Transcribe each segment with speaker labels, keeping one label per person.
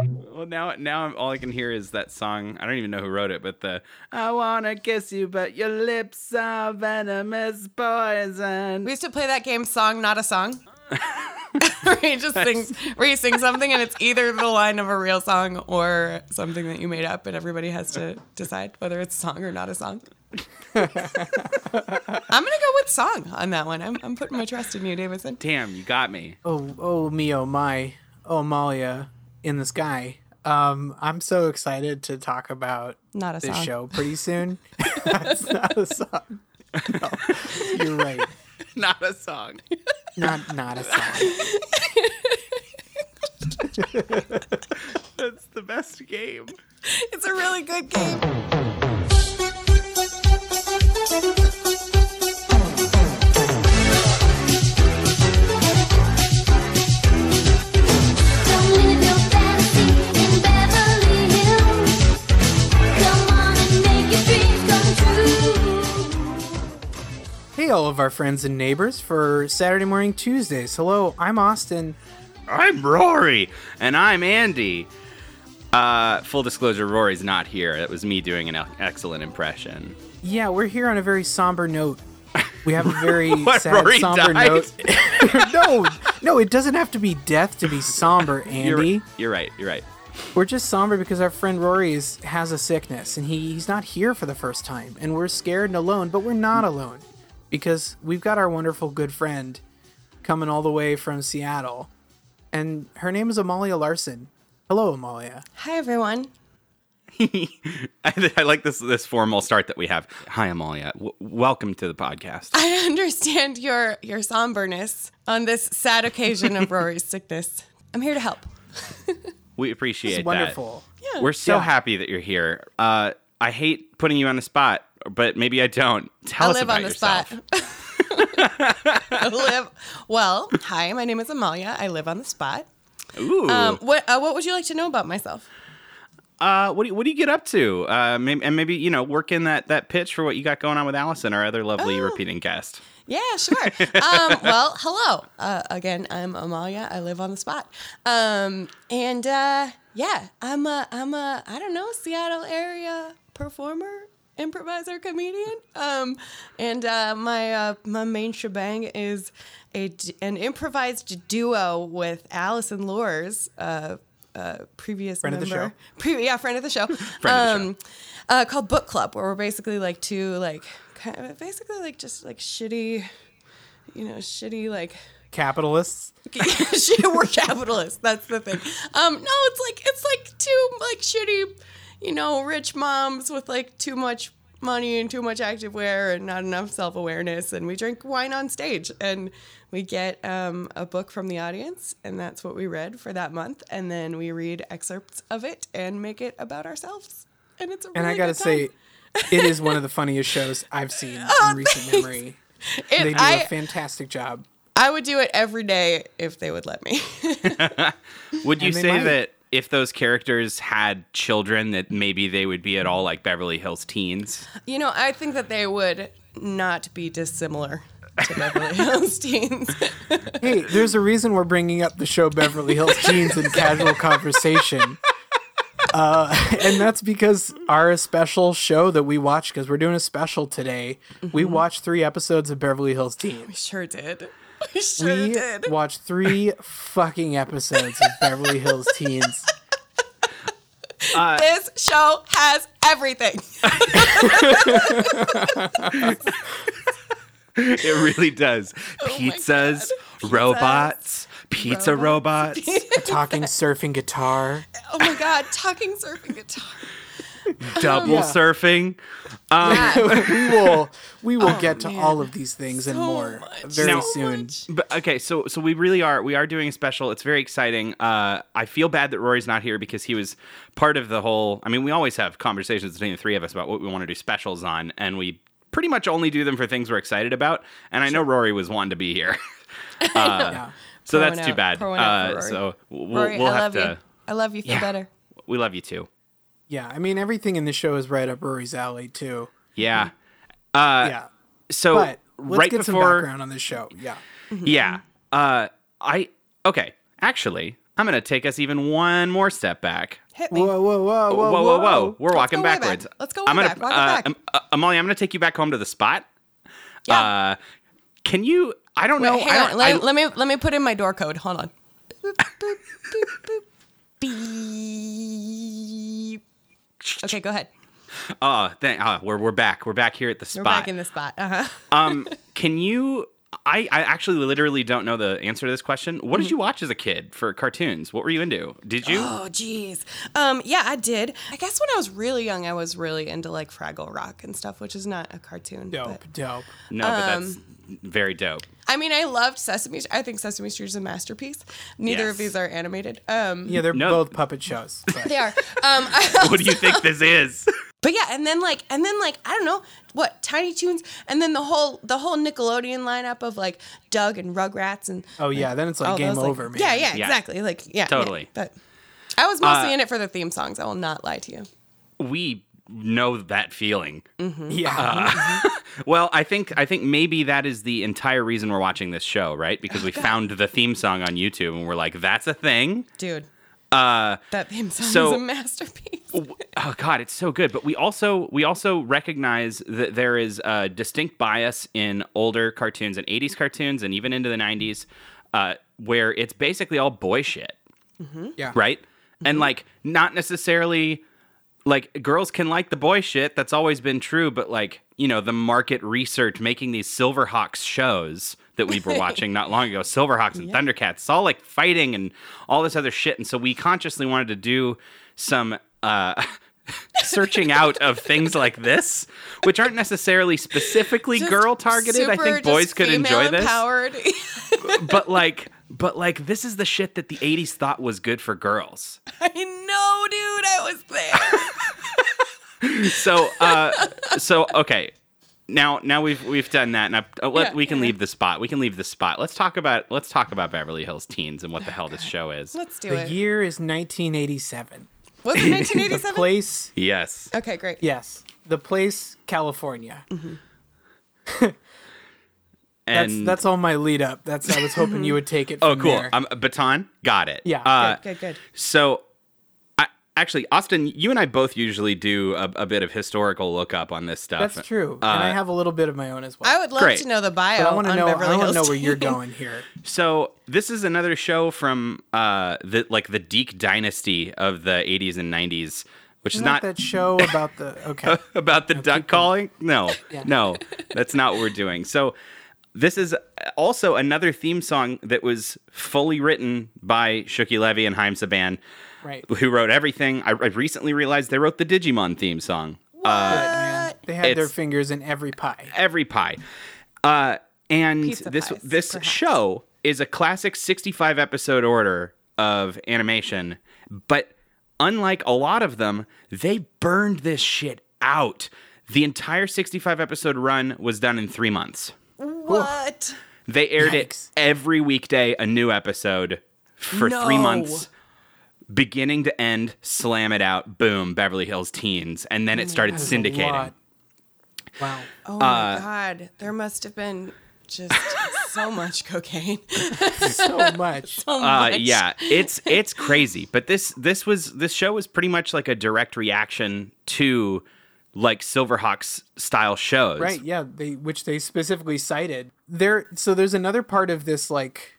Speaker 1: Well, now, now all I can hear is that song. I don't even know who wrote it, but the "I wanna kiss you, but your lips are venomous poison."
Speaker 2: We used to play that game, song not a song. where you just sing, where you sing something, and it's either the line of a real song or something that you made up, and everybody has to decide whether it's a song or not a song. I'm gonna go with song on that one. I'm, I'm putting my trust in you, Davidson.
Speaker 1: Damn, you got me.
Speaker 3: Oh, oh me, oh my, oh Malia in the sky. Um, I'm so excited to talk about
Speaker 2: Not a
Speaker 3: this
Speaker 2: song.
Speaker 3: show pretty soon. That's not a song. No, you're right.
Speaker 1: Not a song.
Speaker 3: Not not a song.
Speaker 1: That's the best game.
Speaker 2: It's a really good game.
Speaker 4: Come live your fantasy in Beverly Hills. Come on and make your dreams come true.
Speaker 3: Hey, all of our friends and neighbors for Saturday morning Tuesdays. Hello, I'm Austin.
Speaker 1: I'm Rory, and I'm Andy. Uh, full disclosure, Rory's not here. It was me doing an excellent impression.
Speaker 3: Yeah, we're here on a very somber note. We have a very
Speaker 1: What,
Speaker 3: sad,
Speaker 1: Rory
Speaker 3: somber
Speaker 1: died?
Speaker 3: note. no, no, it doesn't have to be death to be somber,
Speaker 1: You're,
Speaker 3: Andy.
Speaker 1: you're right. You're right.
Speaker 3: We're just somber because our friend Rory is, has a sickness and he, he's not here for the first time. And we're scared and alone, but we're not alone because we've got our wonderful good friend coming all the way from Seattle. And her name is Amalia Larson. Hello, Amalia.
Speaker 2: Hi everyone.
Speaker 1: I, I like this this formal start that we have. Hi, Amalia. W- welcome to the podcast.
Speaker 2: I understand your your somberness on this sad occasion of Rory's sickness. I'm here to help.
Speaker 1: We appreciate
Speaker 3: It's wonderful.
Speaker 1: that. We're so
Speaker 3: Yeah.
Speaker 1: happy that you're here. Uh, I hate putting you on the spot, but maybe I don't. Tell
Speaker 2: I
Speaker 1: us
Speaker 2: live
Speaker 1: about
Speaker 2: on the
Speaker 1: yourself.
Speaker 2: spot. I live. Well, hi, my name is Amalia. I live on the spot.
Speaker 1: Ooh.
Speaker 2: Um, what uh, what would you like to know about myself?
Speaker 1: uh, what do you, what do you get up to? Uh, maybe, and maybe you know work in that that pitch for what you got going on with Allison, our other
Speaker 2: Oh.
Speaker 1: lovely repeating guest.
Speaker 2: Yeah, sure. Um, well, hello. Uh, again, I'm Amalia. I live on the spot. Um, and uh, yeah, I'm a, I'm a, I don't know, Seattle area performer, improviser, comedian. Um, and uh, my, uh, my main shebang is a, d- an improvised duo with Allison Lores, uh, uh, previous
Speaker 3: Friend of
Speaker 2: member.
Speaker 3: the show.
Speaker 2: Pre- yeah, friend of the show.
Speaker 1: of the
Speaker 2: um, Uh, called Book Club, where we're basically like two like kind of basically like just like shitty, you know, shitty like
Speaker 3: Capitalists.
Speaker 2: shit. We're capitalists. That's the thing. Um, no, it's like it's like two like shitty, you know, rich moms with like too much money and too much activewear and not enough self awareness, and we drink wine on stage and we get um, a book from the audience, and that's what we read for that month, and then we read excerpts of it and make it about ourselves, and it's a really
Speaker 3: And I
Speaker 2: got
Speaker 3: gotta
Speaker 2: to
Speaker 3: say, it is one of the funniest shows I've seen in recent memory. They do a fantastic job.
Speaker 2: I would do it every day if they would let me.
Speaker 1: Would you
Speaker 3: And they
Speaker 1: say
Speaker 3: might.
Speaker 1: that if those characters had children, that maybe they would be at all like Beverly Hills teens?
Speaker 2: You know, I think that they would not be dissimilar to Beverly Hills teens.
Speaker 3: Hey, there's a reason we're bringing up the show Beverly Hills Jeans in casual conversation. Uh, and that's because our special show that we watch, because we're doing a special today, we
Speaker 2: Mm-hmm.
Speaker 3: watched three episodes of Beverly Hills Teens.
Speaker 2: sure did. We sure
Speaker 3: We
Speaker 2: did.
Speaker 3: watched three fucking episodes of Beverly Hills Teens. uh,
Speaker 2: This show has everything.
Speaker 1: It really does.
Speaker 2: Oh
Speaker 1: Pizzas, robots, pizza robots.
Speaker 3: A talking surfing guitar.
Speaker 2: Oh my God, talking surfing guitar.
Speaker 1: double
Speaker 3: Yeah.
Speaker 1: surfing.
Speaker 3: Um, we will we will get to
Speaker 2: Oh, man.
Speaker 3: all of these things and
Speaker 2: So
Speaker 3: more
Speaker 2: much,
Speaker 3: very
Speaker 1: so
Speaker 3: soon.
Speaker 2: much.
Speaker 1: But okay, so so we really are we are doing a special. It's very exciting. Uh, I feel bad that Rory's not here because he was part of the whole. I mean, we always have conversations between the three of us about what we want to do specials on, and we pretty much only do them for things we're excited about. And I know Rory was wanting to be here, Uh,
Speaker 3: Yeah.
Speaker 1: so
Speaker 2: Pour one
Speaker 1: that's too
Speaker 2: out-
Speaker 1: bad.
Speaker 2: pour one out
Speaker 1: Uh,
Speaker 2: for Rory.
Speaker 1: so we'll,
Speaker 2: Rory,
Speaker 1: we'll
Speaker 2: I
Speaker 1: have
Speaker 2: love
Speaker 1: to.
Speaker 2: you. I love you. Feel
Speaker 1: Yeah.
Speaker 2: better.
Speaker 1: We love you too.
Speaker 3: Yeah, I mean everything in the show is right up Rory's alley too.
Speaker 1: Yeah.
Speaker 3: yeah.
Speaker 1: So
Speaker 3: But let's
Speaker 1: right
Speaker 3: get some
Speaker 1: before
Speaker 3: background on this show. Yeah.
Speaker 1: Yeah. Uh, I okay. Actually, I'm gonna take us even one more step back.
Speaker 2: Hit me.
Speaker 3: Whoa, whoa, whoa, whoa,
Speaker 1: Whoa, whoa, whoa! We're walking
Speaker 2: go way back.
Speaker 1: backwards.
Speaker 2: Let's go way
Speaker 1: I'm gonna,
Speaker 2: back. Walk it
Speaker 1: uh,
Speaker 2: back.
Speaker 1: Am- uh, Amalia, I'm gonna take you back home to the spot.
Speaker 2: Yeah.
Speaker 1: Uh, can you? I don't
Speaker 2: Wait,
Speaker 1: know.
Speaker 2: hang
Speaker 1: I
Speaker 2: on.
Speaker 1: don't,
Speaker 2: let,
Speaker 1: I-
Speaker 2: let me let me put in my door code. Hold on. Boop, boop, boop, boop, boop. Beep. Okay, go ahead.
Speaker 1: Oh, thank, oh, we're we're back. We're back here at the
Speaker 2: We're
Speaker 1: spot.
Speaker 2: back in the spot. Uh-huh.
Speaker 1: um, can you? I, I actually literally don't know the answer to this question. What
Speaker 2: Mm-hmm.
Speaker 1: did you watch as a kid for cartoons? What were you into? Did you?
Speaker 2: Oh, jeez. Um, yeah, I did. I guess when I was really young, I was really into like Fraggle Rock and stuff, which is not a cartoon.
Speaker 3: Dope,
Speaker 2: but-
Speaker 3: dope.
Speaker 1: no, but that's
Speaker 2: Um.
Speaker 1: very dope.
Speaker 2: I mean, I loved Sesame. Street. I think Sesame Street is a masterpiece. Neither
Speaker 1: Yes.
Speaker 2: of these are animated. Um,
Speaker 3: Yeah, they're
Speaker 1: No.
Speaker 3: both puppet shows. but-
Speaker 2: They are. Um, I-
Speaker 1: What do you think this is?
Speaker 2: but yeah, and then like, and then like, I don't know what Tiny Toons, and then the whole the whole Nickelodeon lineup of like Doug and Rugrats and
Speaker 3: oh yeah, then it's like
Speaker 2: all
Speaker 3: game
Speaker 2: those, like-
Speaker 3: over, man.
Speaker 2: Yeah, yeah,
Speaker 1: Yeah.
Speaker 2: exactly. Like, yeah, yeah.
Speaker 1: Totally.
Speaker 2: But I was mostly
Speaker 1: Uh,
Speaker 2: in it for the theme songs. I will not lie to you.
Speaker 1: We know that feeling.
Speaker 3: Yeah.
Speaker 1: Uh-huh. Well, I think I think maybe that is the entire reason we're watching this show, right? Because we found the theme song on YouTube and we're like, that's a thing.
Speaker 2: dude. Uh, that theme song
Speaker 1: so-
Speaker 2: is a masterpiece.
Speaker 1: oh god it's so good but we also we also recognize that there is a distinct bias in older cartoons and 80s cartoons and even into the 90s uh, where it's basically all boy shit
Speaker 3: Yeah.
Speaker 2: Mm-hmm.
Speaker 1: right and like not necessarily like girls can like the boy shit that's always been true but like you know the market research making these silverhawks shows that we were watching not long ago silverhawks and thundercats it's all like fighting and all this other shit and so we consciously wanted to do some uh searching out of things like this which aren't necessarily specifically girl targeted i think boys could enjoy this
Speaker 2: Empowered.
Speaker 1: but like but like this is the shit that the 80s thought was good for girls
Speaker 2: I know, dude. I was there.
Speaker 1: so uh so okay now now we've we've done that and I, uh, let,
Speaker 2: Yeah,
Speaker 1: we can
Speaker 2: yeah.
Speaker 1: leave the spot we can leave the spot let's talk about let's talk about beverly hills teens and what the hell this show is
Speaker 2: Let's do
Speaker 3: The
Speaker 2: it.
Speaker 3: year is 1987.
Speaker 2: Was it
Speaker 3: The
Speaker 2: 1987?
Speaker 3: place,
Speaker 1: yes
Speaker 2: Okay, great.
Speaker 3: yes, the place, California.
Speaker 2: Mm-hmm.
Speaker 3: That's
Speaker 1: and
Speaker 3: that's all my lead up. That's I was hoping you would take it.
Speaker 1: oh
Speaker 3: from
Speaker 1: cool
Speaker 3: there.
Speaker 1: um, baton got it
Speaker 3: Yeah,
Speaker 1: uh,
Speaker 2: Good, good.
Speaker 1: so I, actually austin you and i both usually do a, a bit of historical lookup on this stuff
Speaker 3: that's true, and
Speaker 1: Uh,
Speaker 3: I have a little bit of my own as well.
Speaker 2: I would love
Speaker 1: Great.
Speaker 2: to know the bio.
Speaker 3: but I want to
Speaker 2: on
Speaker 3: know.
Speaker 2: Beverly
Speaker 3: I want to
Speaker 2: Hills
Speaker 3: know where you're
Speaker 2: Teens.
Speaker 3: going here.
Speaker 1: So this is another show from uh the like the Deke dynasty of the 80s and 90s, which is
Speaker 3: Isn't
Speaker 1: not
Speaker 3: that that show about the okay.
Speaker 1: about the duck calling. No, no, that's not what we're doing. So this is also another theme song that was fully written by Shooky Levy and Haim Saban,
Speaker 3: Right.
Speaker 1: who wrote everything. I, I recently realized they wrote the Digimon theme song.
Speaker 3: Man, they had their
Speaker 1: it's-
Speaker 3: fingers in every pie.
Speaker 1: every pie. Uh, and
Speaker 2: Pizza
Speaker 1: this
Speaker 2: pies,
Speaker 1: this
Speaker 2: perhaps.
Speaker 1: show is a classic 65 episode order of animation, but unlike a lot of them, they burned this shit out. The entire 65 episode run was done in 3 months.
Speaker 2: What?
Speaker 1: They aired
Speaker 3: Yikes.
Speaker 1: it every weekday a new episode for 3
Speaker 2: No.
Speaker 1: months. Beginning to end, slam it out, boom, Beverly Hills Teens, and then it started
Speaker 3: That's a
Speaker 1: syndicating.
Speaker 3: lot. Wow.
Speaker 2: Oh
Speaker 1: Uh,
Speaker 2: my god. There must have been just so much cocaine.
Speaker 1: Oh
Speaker 3: So much.
Speaker 2: Oh
Speaker 1: Uh,
Speaker 2: my
Speaker 1: yeah, it's it's crazy. But this this was this show was pretty much like a direct reaction to like Silverhawks style shows.
Speaker 3: Right, yeah, they which they specifically cited. There so there's another part of this like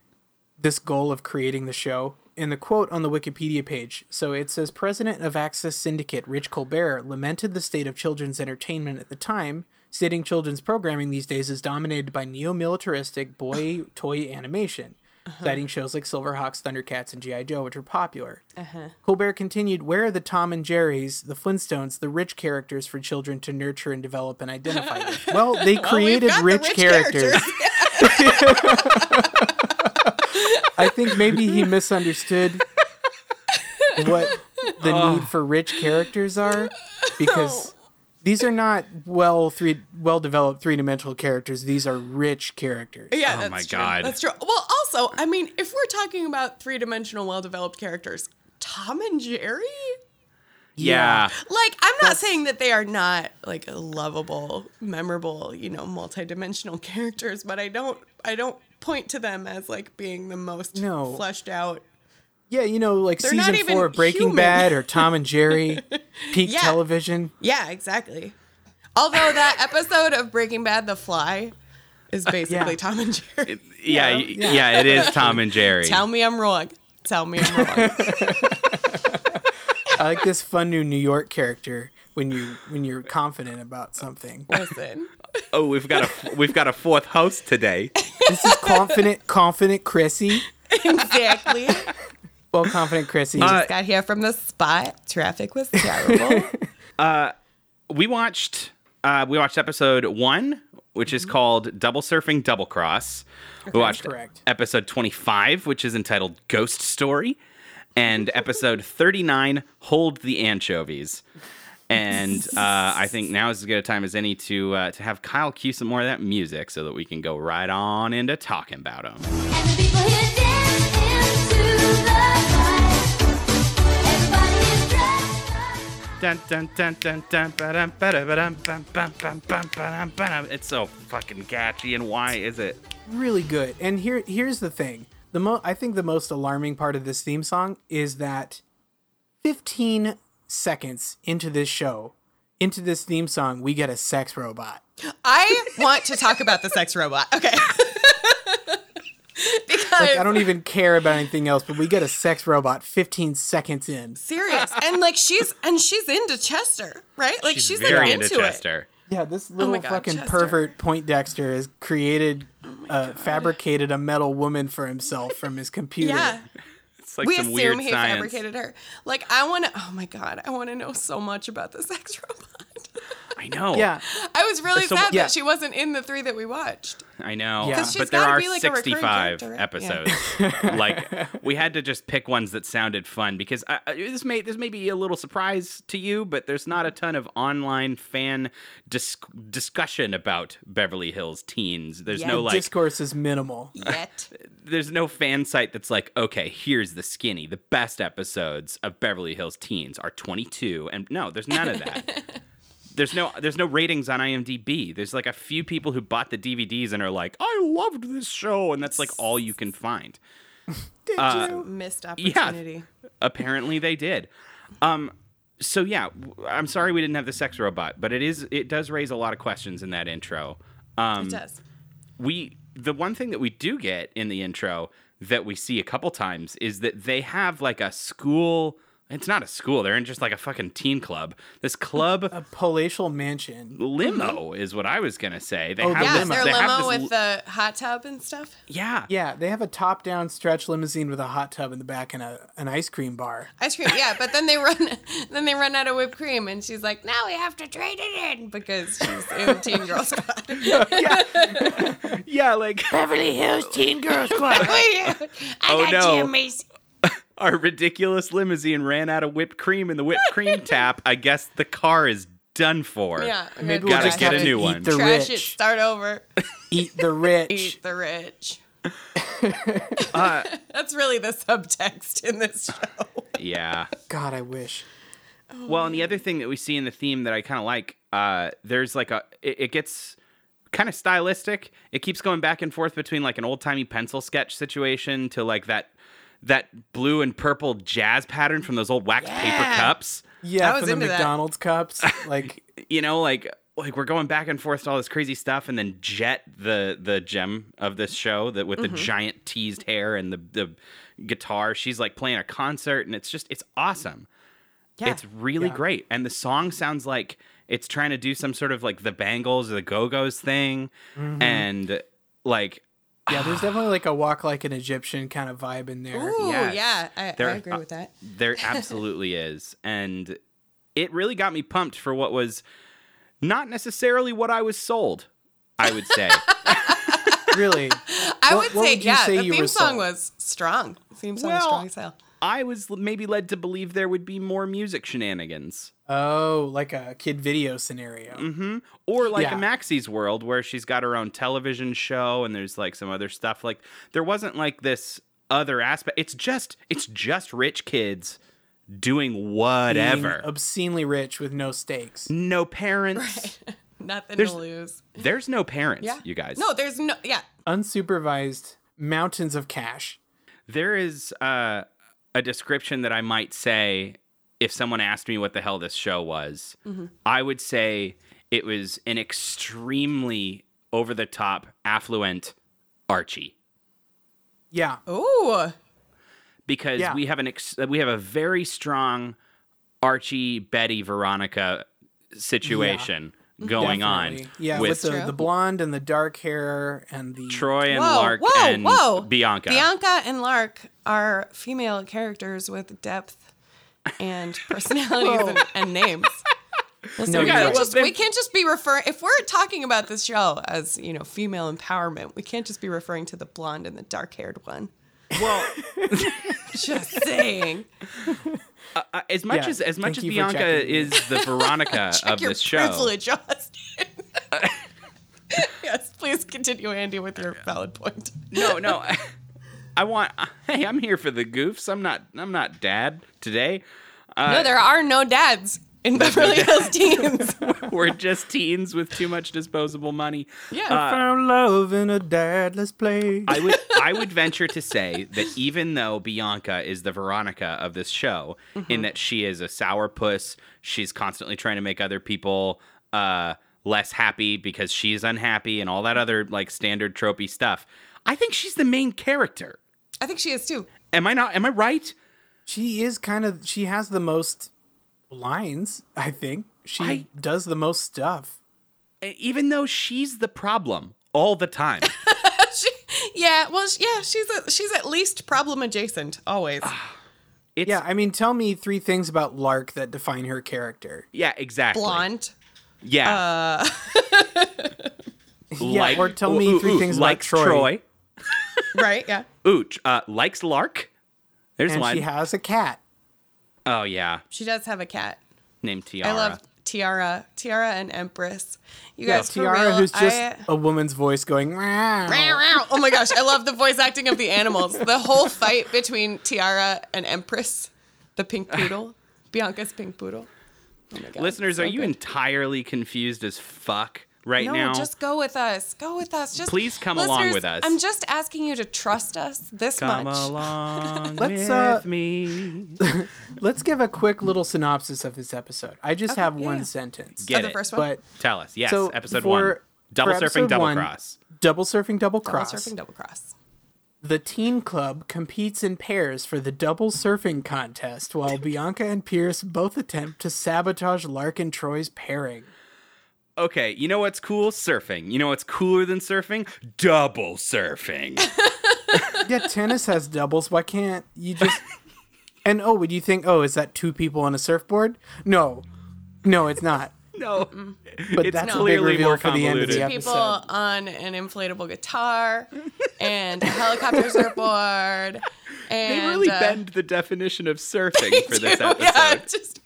Speaker 3: this goal of creating the show in the quote on the Wikipedia page. So it says president of Access Syndicate Rich Colbert lamented the state of children's entertainment at the time, stating children's programming these days is dominated by neo-militaristic boy toy animation. Citing shows like Silverhawks, Thundercats, and G.I. Joe, which were popular. Colbert continued, Where are the Tom and Jerry's, the Flintstones, the rich characters for children to nurture and develop and identify with? Well, they created
Speaker 2: got the
Speaker 3: rich,
Speaker 2: rich
Speaker 3: characters.
Speaker 2: characters.
Speaker 3: I think maybe he misunderstood what the
Speaker 2: Oh.
Speaker 3: need for rich characters are because these are not well three well developed three dimensional characters. These are rich characters.
Speaker 2: Yeah,
Speaker 1: Oh
Speaker 2: that's
Speaker 1: my
Speaker 2: true.
Speaker 1: God.
Speaker 2: That's true. Well, also, I mean, if we're talking about three dimensional, well developed characters, Tom and Jerry?
Speaker 1: Yeah.
Speaker 2: Like, I'm not saying that they are not like lovable, memorable, you know, multidimensional characters, but I don't I don't point to them as like being the most
Speaker 3: No.
Speaker 2: fleshed out
Speaker 3: Yeah, you know, like
Speaker 2: They're
Speaker 3: season
Speaker 2: not even
Speaker 3: four of Breaking
Speaker 2: human.
Speaker 3: Bad or Tom and Jerry, peak
Speaker 2: Yeah.
Speaker 3: television.
Speaker 2: Yeah, exactly. Although that episode of Breaking Bad, The Fly, is basically
Speaker 3: Uh, Yeah.
Speaker 2: Tom and Jerry.
Speaker 1: Yeah, y- yeah, it is Tom and Jerry.
Speaker 2: Tell me I'm wrong. Tell me I'm wrong.
Speaker 3: I like this fun new New York character when you when you're confident about something.
Speaker 2: Listen.
Speaker 1: oh, we've got a we've got a fourth host today.
Speaker 3: This is confident, confident Chrissy.
Speaker 2: Exactly.
Speaker 3: Uh, Well, confident Chrissy.
Speaker 1: Uh,
Speaker 2: Got here from the spot. Traffic was terrible.
Speaker 1: We watched uh, we watched episode one, which is called Double Surfing Double Cross. we watched
Speaker 3: correct.
Speaker 1: episode twenty five, which is entitled Ghost Story, and episode thirty nine, Hold the Anchovies. And uh, I think now is as good a time as any to uh, to have Kyle cue some more of that music so that we can go right on into talking about them.
Speaker 4: And the people here dance into the night. Everybody is dressed up.
Speaker 1: Dun, dun, dun, dun, dun, ba-dum, ba-dum, ba-dum, bum, bum, bum, bum, ba-dum, ba-dum. It's so fucking catchy, and why is it?
Speaker 3: really good. And here here's the thing. The mo- I think the most alarming part of this theme song is that 15 seconds into this show, into this theme song, we get a sex robot.
Speaker 2: I want to talk about the sex robot. Okay. because
Speaker 3: Like I don't even care about anything else, but we get a sex robot 15 seconds in.
Speaker 2: serious. And like she's and she's into Chester, right? Like she's, like,
Speaker 1: very
Speaker 2: into,
Speaker 1: into
Speaker 2: it.
Speaker 1: Chester.
Speaker 3: Yeah, this little
Speaker 2: Oh God,
Speaker 3: fucking
Speaker 2: Chester. Oh
Speaker 3: pervert Point Dexter has created, uh, fabricated a metal woman for himself from his computer.
Speaker 2: Yeah.
Speaker 1: It's like
Speaker 2: we
Speaker 1: some
Speaker 2: assume
Speaker 1: weird
Speaker 2: he
Speaker 1: science.
Speaker 2: fabricated her. Like I want to. Oh my god, I want to know so much about the sex robot.
Speaker 1: I know.
Speaker 3: Yeah.
Speaker 2: I was really
Speaker 1: So-
Speaker 2: sad
Speaker 3: yeah.
Speaker 2: that she wasn't in the three that we watched.
Speaker 1: I know.
Speaker 3: Yeah. 'Cause
Speaker 2: she's
Speaker 1: But there
Speaker 2: gotta
Speaker 1: are
Speaker 2: be, like, a recurring
Speaker 1: 65
Speaker 2: character, right?
Speaker 1: episodes. like we had to just pick ones that sounded fun because I, I- this may this may be a little surprise to you, but there's not a ton of online fan dis- discussion about Beverly Hills teens. There's
Speaker 2: Yeah.
Speaker 1: no like
Speaker 3: Discourse is minimal.
Speaker 2: Yet,
Speaker 1: there's no fan site that's like, okay, here's the skinny. The best episodes of Beverly Hills Teens are 22, and no, there's none of that. there's no there's no ratings on IMDb. There's like a few people who bought the DVDs and are like, I loved this show, and that's like all you can find.
Speaker 3: Did you?
Speaker 2: missed
Speaker 1: Yeah,
Speaker 2: opportunity.
Speaker 1: apparently they did. Um, so yeah, w- I'm sorry we didn't have the sex robot, but it is it does raise a lot of questions in that intro. Um,
Speaker 2: It does.
Speaker 1: we the one thing that we do get in the intro that we see a couple times is that they have like a school it's not a school they're in just like a fucking teen club this club
Speaker 3: Palatial mansion.
Speaker 1: limo is what i was gonna say they
Speaker 3: Oh,
Speaker 1: have
Speaker 3: the
Speaker 2: Yeah,
Speaker 1: this,
Speaker 3: limo.
Speaker 2: their
Speaker 1: they have
Speaker 2: limo
Speaker 1: this
Speaker 2: with the hot tub and stuff.
Speaker 1: yeah
Speaker 3: Yeah, they have a top-down stretch limousine with a hot tub in the back and a, an ice cream bar.
Speaker 2: Ice cream, yeah, but then they run, then they run out of whipped cream, and she's like, "Now we have to trade it in because she's in Teen Girl Squad."
Speaker 1: yeah like
Speaker 5: Beverly Hills Teen Girls Club.
Speaker 2: I
Speaker 1: Oh,
Speaker 2: got
Speaker 1: no.
Speaker 2: jammies.
Speaker 1: our ridiculous limousine ran out of whipped cream in the whipped cream tap i guess the car is done for
Speaker 2: Yeah, I'm
Speaker 3: Maybe
Speaker 2: gonna
Speaker 3: we'll
Speaker 1: Gotta
Speaker 3: just
Speaker 1: get
Speaker 3: have
Speaker 1: a
Speaker 3: to
Speaker 1: new
Speaker 3: eat
Speaker 1: one.
Speaker 3: the
Speaker 2: trash it,
Speaker 3: rich.
Speaker 2: start over.
Speaker 3: Eat the rich.
Speaker 2: Eat the rich.
Speaker 1: Uh,
Speaker 2: That's really the subtext in this show.
Speaker 1: yeah
Speaker 3: God, I wish.
Speaker 1: Well, and the other thing that we see in the theme that I kind of like, uh, there's like a, it, it gets kind of stylistic. It keeps going back and forth between like an old timey pencil sketch situation to like that that blue and purple jazz pattern from those old wax paper
Speaker 2: Yeah.
Speaker 1: cups.
Speaker 2: I
Speaker 3: Yeah,
Speaker 2: was
Speaker 3: for the
Speaker 2: into that.
Speaker 3: McDonald's cups. Like,
Speaker 1: You know, like like we're going back and forth to all this crazy stuff, and then Jet, the the gem of this show, that with the giant teased hair and the the guitar, she's like playing a concert, and it's just it's awesome. It's really great. And the song sounds like it's trying to do some sort of like the Bangles or the Go Go's thing. And like,
Speaker 3: yeah, there's definitely like a walk like an Egyptian kind of vibe in there.
Speaker 2: Ooh,
Speaker 1: Yes.
Speaker 2: yeah, I, I
Speaker 1: There- uh,
Speaker 2: agree with that.
Speaker 1: there absolutely is. And it really got me pumped for what was not necessarily what I was sold, I would say.
Speaker 3: Really.
Speaker 2: I
Speaker 3: What-
Speaker 2: would
Speaker 3: what
Speaker 2: say,
Speaker 3: would you
Speaker 2: yeah,
Speaker 3: say
Speaker 2: the
Speaker 3: you
Speaker 2: theme
Speaker 3: were
Speaker 2: song
Speaker 3: sold?
Speaker 2: was strong. Theme song was
Speaker 1: Well-
Speaker 2: strong as hell.
Speaker 1: I was maybe led to believe there would be more music shenanigans.
Speaker 3: Oh, like a kid video scenario.
Speaker 1: Or like
Speaker 3: Yeah.
Speaker 1: a Maxie's world where she's got her own television show and there's like some other stuff. Like there wasn't like this other aspect. It's just it's just rich kids doing
Speaker 3: Being
Speaker 1: whatever.
Speaker 3: Obscenely rich with no stakes.
Speaker 1: no parents.
Speaker 2: Nothing
Speaker 1: There's-
Speaker 2: to lose.
Speaker 1: There's no parents,
Speaker 2: Yeah,
Speaker 1: you guys.
Speaker 2: No, there's no. Yeah,
Speaker 3: Unsupervised mountains of cash.
Speaker 1: There is uh a description that I might say if someone asked me what the hell this show was,
Speaker 3: Mm-hmm.
Speaker 1: I would say it was an extremely over the top, affluent Archie
Speaker 3: Yeah.
Speaker 2: Ooh.
Speaker 1: because
Speaker 3: Yeah.
Speaker 1: we have an ex- we have a very strong Archie Betty Veronica situation going on
Speaker 3: Mm-hmm. Definitely. Yeah,
Speaker 1: with,
Speaker 3: with, the,
Speaker 2: True.
Speaker 3: the blonde and the dark hair and the
Speaker 1: Troy and
Speaker 2: Whoa,
Speaker 1: Lark
Speaker 2: whoa,
Speaker 1: and
Speaker 2: whoa.
Speaker 1: Bianca.
Speaker 2: Bianca and Lark are female characters with depth and personalities and, and names.
Speaker 3: No,
Speaker 2: we,
Speaker 3: you're
Speaker 2: can't
Speaker 3: right.
Speaker 2: just,
Speaker 1: Well,
Speaker 2: we
Speaker 1: then-
Speaker 2: can't just be referring if we're talking about this show as you know female empowerment we can't just be referring to the blonde and the dark haired one
Speaker 1: Well,
Speaker 2: just saying
Speaker 1: uh, as much
Speaker 3: Yeah,
Speaker 1: as as
Speaker 3: thank
Speaker 1: much as
Speaker 3: you for checking
Speaker 1: Bianca
Speaker 3: me.
Speaker 1: is the Veronica of
Speaker 2: Check your
Speaker 1: this show,
Speaker 2: privilege austin yes please continue andy with your valid point
Speaker 1: no, no. I want. Hey, I'm here for the goofs. I'm not. I'm not dad today. Uh,
Speaker 2: no there are no dads in beverly hills teens
Speaker 1: We're just teens with too much disposable money. Uh,
Speaker 2: yeah
Speaker 3: found love in a dadless place.
Speaker 1: I would I would venture to say that even though Bianca is the Veronica of this show, in that she is a sourpuss, she's constantly trying to make other people uh, less happy because she's unhappy and all that other like standard tropey stuff. I think she's the main character.
Speaker 2: i think she is too
Speaker 1: Am I not? Am I right?
Speaker 3: she is kind of she has the most lines, I think. She
Speaker 1: I-
Speaker 3: does the most stuff.
Speaker 1: E- Even though she's the problem all the time.
Speaker 2: she, yeah well she- yeah she's a, she's at least problem adjacent always
Speaker 1: Ah, It's,
Speaker 3: Yeah,
Speaker 1: yeah,
Speaker 3: I mean, tell me three things about Lark that define her character.
Speaker 1: exactly.
Speaker 2: blonde Uh,
Speaker 1: Yeah.
Speaker 3: yeah, or tell me
Speaker 1: ooh,
Speaker 3: three
Speaker 1: ooh,
Speaker 3: things about
Speaker 1: likes
Speaker 3: Troy.
Speaker 1: Troy.
Speaker 2: right yeah
Speaker 1: Ooh, tr- uh, likes Lark. There's
Speaker 3: And
Speaker 1: one.
Speaker 3: she has a cat.
Speaker 1: Oh yeah,
Speaker 2: she does have a cat
Speaker 1: named Tiara.
Speaker 2: I love Tiara, Tiara and Empress. You guys, for
Speaker 3: Tiara,
Speaker 2: real,
Speaker 3: who's just
Speaker 2: I-
Speaker 3: a woman's voice going, "Meow."
Speaker 2: oh my gosh, I love the voice acting of the animals. The whole fight between Tiara and Empress, the pink poodle, Bianca's pink poodle. Oh my God,
Speaker 1: Listeners,
Speaker 2: so
Speaker 1: are you
Speaker 2: good.
Speaker 1: entirely confused as fuck right
Speaker 2: No,
Speaker 1: now?
Speaker 2: just go with us. Go with us. Just
Speaker 1: Please come along
Speaker 2: Listeners,
Speaker 1: with us.
Speaker 2: I'm just asking you to trust us this
Speaker 1: Come
Speaker 2: much.
Speaker 1: along
Speaker 3: Let's,
Speaker 1: with
Speaker 3: uh,
Speaker 1: me.
Speaker 3: Let's give a quick little synopsis of this episode. I just have
Speaker 2: yeah,
Speaker 3: one
Speaker 2: yeah.
Speaker 3: sentence.
Speaker 1: Get
Speaker 2: the
Speaker 1: it.
Speaker 2: first one?
Speaker 3: But
Speaker 1: Tell us. Yes,
Speaker 3: So,
Speaker 1: episode
Speaker 3: for-
Speaker 1: one.
Speaker 3: for
Speaker 1: Double surfing,
Speaker 3: episode
Speaker 1: double
Speaker 3: one-
Speaker 1: cross.
Speaker 3: double surfing, double
Speaker 2: double
Speaker 3: cross.
Speaker 2: surfing, double cross.
Speaker 3: The teen club competes in pairs for the double surfing contest, while Bianca and Pierce both attempt to sabotage Lark and Troy's pairing.
Speaker 1: Okay, you know what's cool? Surfing. You know what's cooler than surfing? Double surfing.
Speaker 3: Yeah, tennis has doubles. Why can't you just? And oh, would you think? Oh, is that two people on a surfboard? No, no, it's not.
Speaker 1: no,
Speaker 3: But
Speaker 1: It's
Speaker 3: that's a big
Speaker 1: clearly
Speaker 3: reveal
Speaker 1: more
Speaker 3: for the end
Speaker 1: convoluted.
Speaker 3: of the
Speaker 1: Two
Speaker 2: people
Speaker 3: episode.
Speaker 2: on an inflatable guitar and a helicopter surfboard. And
Speaker 1: they really
Speaker 2: uh,
Speaker 1: bend the definition of surfing for this
Speaker 2: do,
Speaker 1: episode.
Speaker 2: yeah, just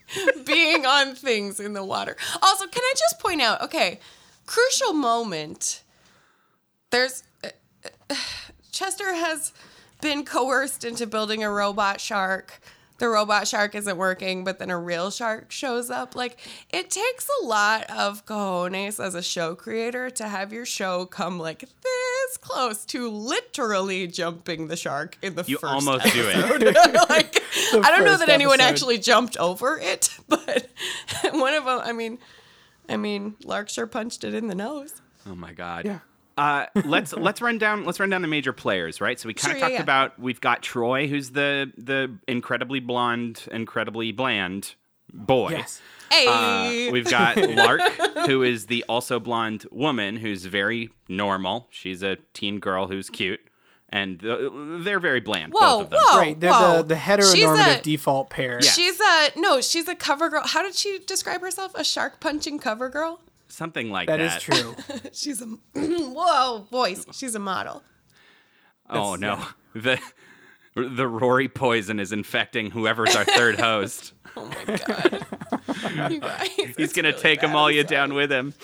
Speaker 2: being on things in the water. Also, can I just point out? Okay, crucial moment. There's uh, uh, Chester has been coerced into building a robot shark. The robot shark isn't working, but then a real shark shows up. Like it takes a lot of cojones as a show creator to have your show come like this close to literally jumping the shark in the
Speaker 1: You
Speaker 2: first
Speaker 1: almost do it.
Speaker 2: like I don't know
Speaker 3: first
Speaker 2: that anyone
Speaker 3: episode.
Speaker 2: actually jumped over it, but one of them. I mean, I mean, Lark sure punched it in the nose.
Speaker 1: Oh my god.
Speaker 3: Yeah.
Speaker 1: Uh, let's let's run down let's run down the major players, right? So we kind
Speaker 2: Sure,
Speaker 1: of
Speaker 2: yeah,
Speaker 1: talked
Speaker 2: yeah.
Speaker 1: about we've got Troy, who's the the incredibly blonde, incredibly bland boy.
Speaker 3: Yes.
Speaker 2: Hey,
Speaker 1: Uh, we've got Lark, who is the also blonde woman, who's very normal. She's a teen girl who's cute, and th- they're very bland. both
Speaker 2: Whoa,
Speaker 1: of them.
Speaker 2: whoa.
Speaker 3: Right, they're
Speaker 2: Oh, whoa.
Speaker 3: the, the
Speaker 2: She's
Speaker 3: heteronormative
Speaker 2: a-
Speaker 3: default pair.
Speaker 1: Yeah.
Speaker 2: she's a no, she's a cover girl. How did she describe herself? A shark punching cover girl.
Speaker 1: Something like that.
Speaker 3: That is true.
Speaker 2: She's a whoa voice. She's a model.
Speaker 1: Oh no, the the Rory poison is infecting whoever's our third host.
Speaker 2: Oh my god, you guys.
Speaker 1: He's gonna take
Speaker 2: them
Speaker 1: Amalia down with him.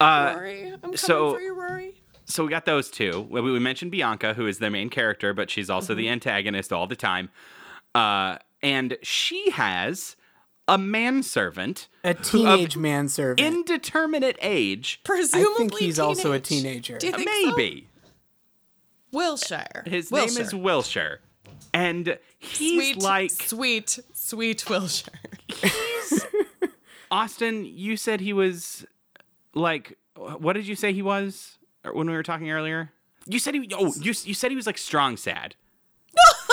Speaker 2: Rory, I'm coming
Speaker 1: so-
Speaker 2: for you, Rory.
Speaker 1: so we got those two. We, we mentioned Bianca, who is the main character, but she's also the
Speaker 2: Mm-hmm.
Speaker 1: antagonist all the time. Uh, and she has a manservant,
Speaker 3: A teenage manservant.
Speaker 1: indeterminate age.
Speaker 2: Presumably,
Speaker 3: I think he's also a
Speaker 2: teenage.
Speaker 3: teenager.
Speaker 2: Do you think so?
Speaker 1: Maybe
Speaker 2: Wilshire.
Speaker 1: his
Speaker 2: Wilshire.
Speaker 1: name is Wilshire. and he's
Speaker 2: Sweet,
Speaker 1: like
Speaker 2: sweet, sweet Wilshire.
Speaker 1: Austin, you said he was like what did you say he was er, when we were talking earlier? You said he oh you you said he was like strong sad.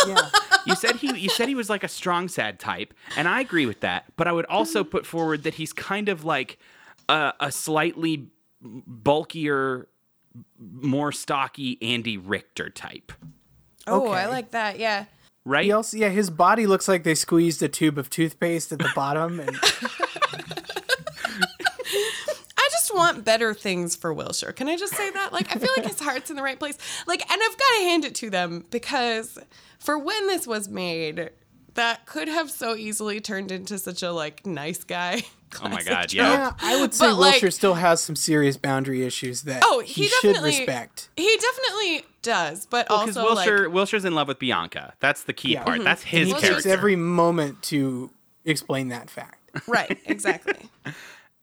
Speaker 3: Yeah.
Speaker 1: You said he you said he was like a strong sad type, and I agree with that. But I would also put forward that he's kind of like a, a slightly bulkier, more stocky Andy Richter type,
Speaker 2: Oh,
Speaker 3: Okay.
Speaker 2: I like that. Yeah.
Speaker 1: right?
Speaker 3: He also, yeah, his body looks like they squeezed a tube of toothpaste at the bottom, and
Speaker 2: I just want better things for Wilshire. Can I just say that? Like, I feel like his heart's in the right place. Like, and I've got to hand it to them because for when this was made, that could have so easily turned into such a like nice guy.
Speaker 1: oh my
Speaker 2: classic
Speaker 1: god,
Speaker 2: joke.
Speaker 1: yeah.
Speaker 3: yeah, I would say
Speaker 2: But, like-
Speaker 3: Wilshire still has some serious boundary issues that
Speaker 2: Oh,
Speaker 3: he,
Speaker 2: he,
Speaker 3: should
Speaker 2: definitely
Speaker 3: respect.
Speaker 2: He definitely does, but
Speaker 1: Because
Speaker 2: also
Speaker 1: Wilshire,
Speaker 2: like,
Speaker 1: Wilshire's in love with Bianca. That's the key
Speaker 3: Yeah.
Speaker 1: part.
Speaker 3: Mhm.
Speaker 1: That's his
Speaker 3: He takes
Speaker 1: character.
Speaker 3: every moment to explain that fact.
Speaker 2: right, exactly.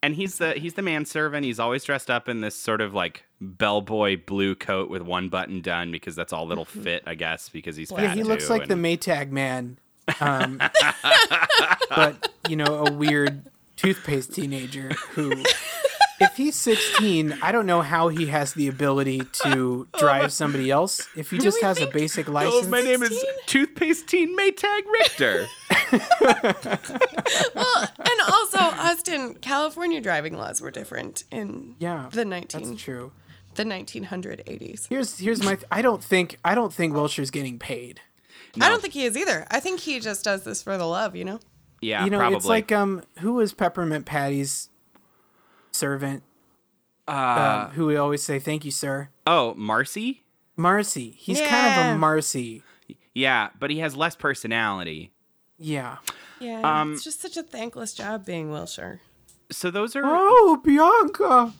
Speaker 1: and he's the he's the manservant. He's always dressed up in this sort of like bellboy blue coat with one button done because that's all that'll fit, I guess, because he's fat
Speaker 3: Mm-hmm. Yeah, he looks
Speaker 1: too,
Speaker 3: like the
Speaker 1: and-
Speaker 3: Maytag man, um, but you know, a weird toothpaste teenager who, if he's 16, I don't know how he has the ability to drive somebody else. If he just
Speaker 2: we
Speaker 3: has a
Speaker 2: think-
Speaker 3: basic
Speaker 1: Oh,
Speaker 3: license,
Speaker 1: my name is Toothpaste Teen Maytag Richter.
Speaker 2: well, and also Austin, California driving laws were different in
Speaker 3: yeah,
Speaker 2: the nineteen
Speaker 3: That's true.
Speaker 2: the nineteen hundred eighties.
Speaker 3: Here's here's my. I don't think I don't think Wilshire's getting paid.
Speaker 2: I don't think he is either. I think he just does this for the love, you know.
Speaker 1: yeah,
Speaker 3: you know,
Speaker 1: probably.
Speaker 3: it's like um, who was Peppermint Patty's servant?
Speaker 1: Uh,
Speaker 3: um, who we always say thank you, sir.
Speaker 1: oh, Marcy?
Speaker 3: Marcy. He's kind of
Speaker 2: Yeah.
Speaker 3: a Marcy.
Speaker 1: Yeah, but he has less personality.
Speaker 3: Yeah.
Speaker 2: Yeah,
Speaker 1: Um,
Speaker 2: it's just such a thankless job being Wilshire.
Speaker 1: So those are
Speaker 3: Oh, Bianca.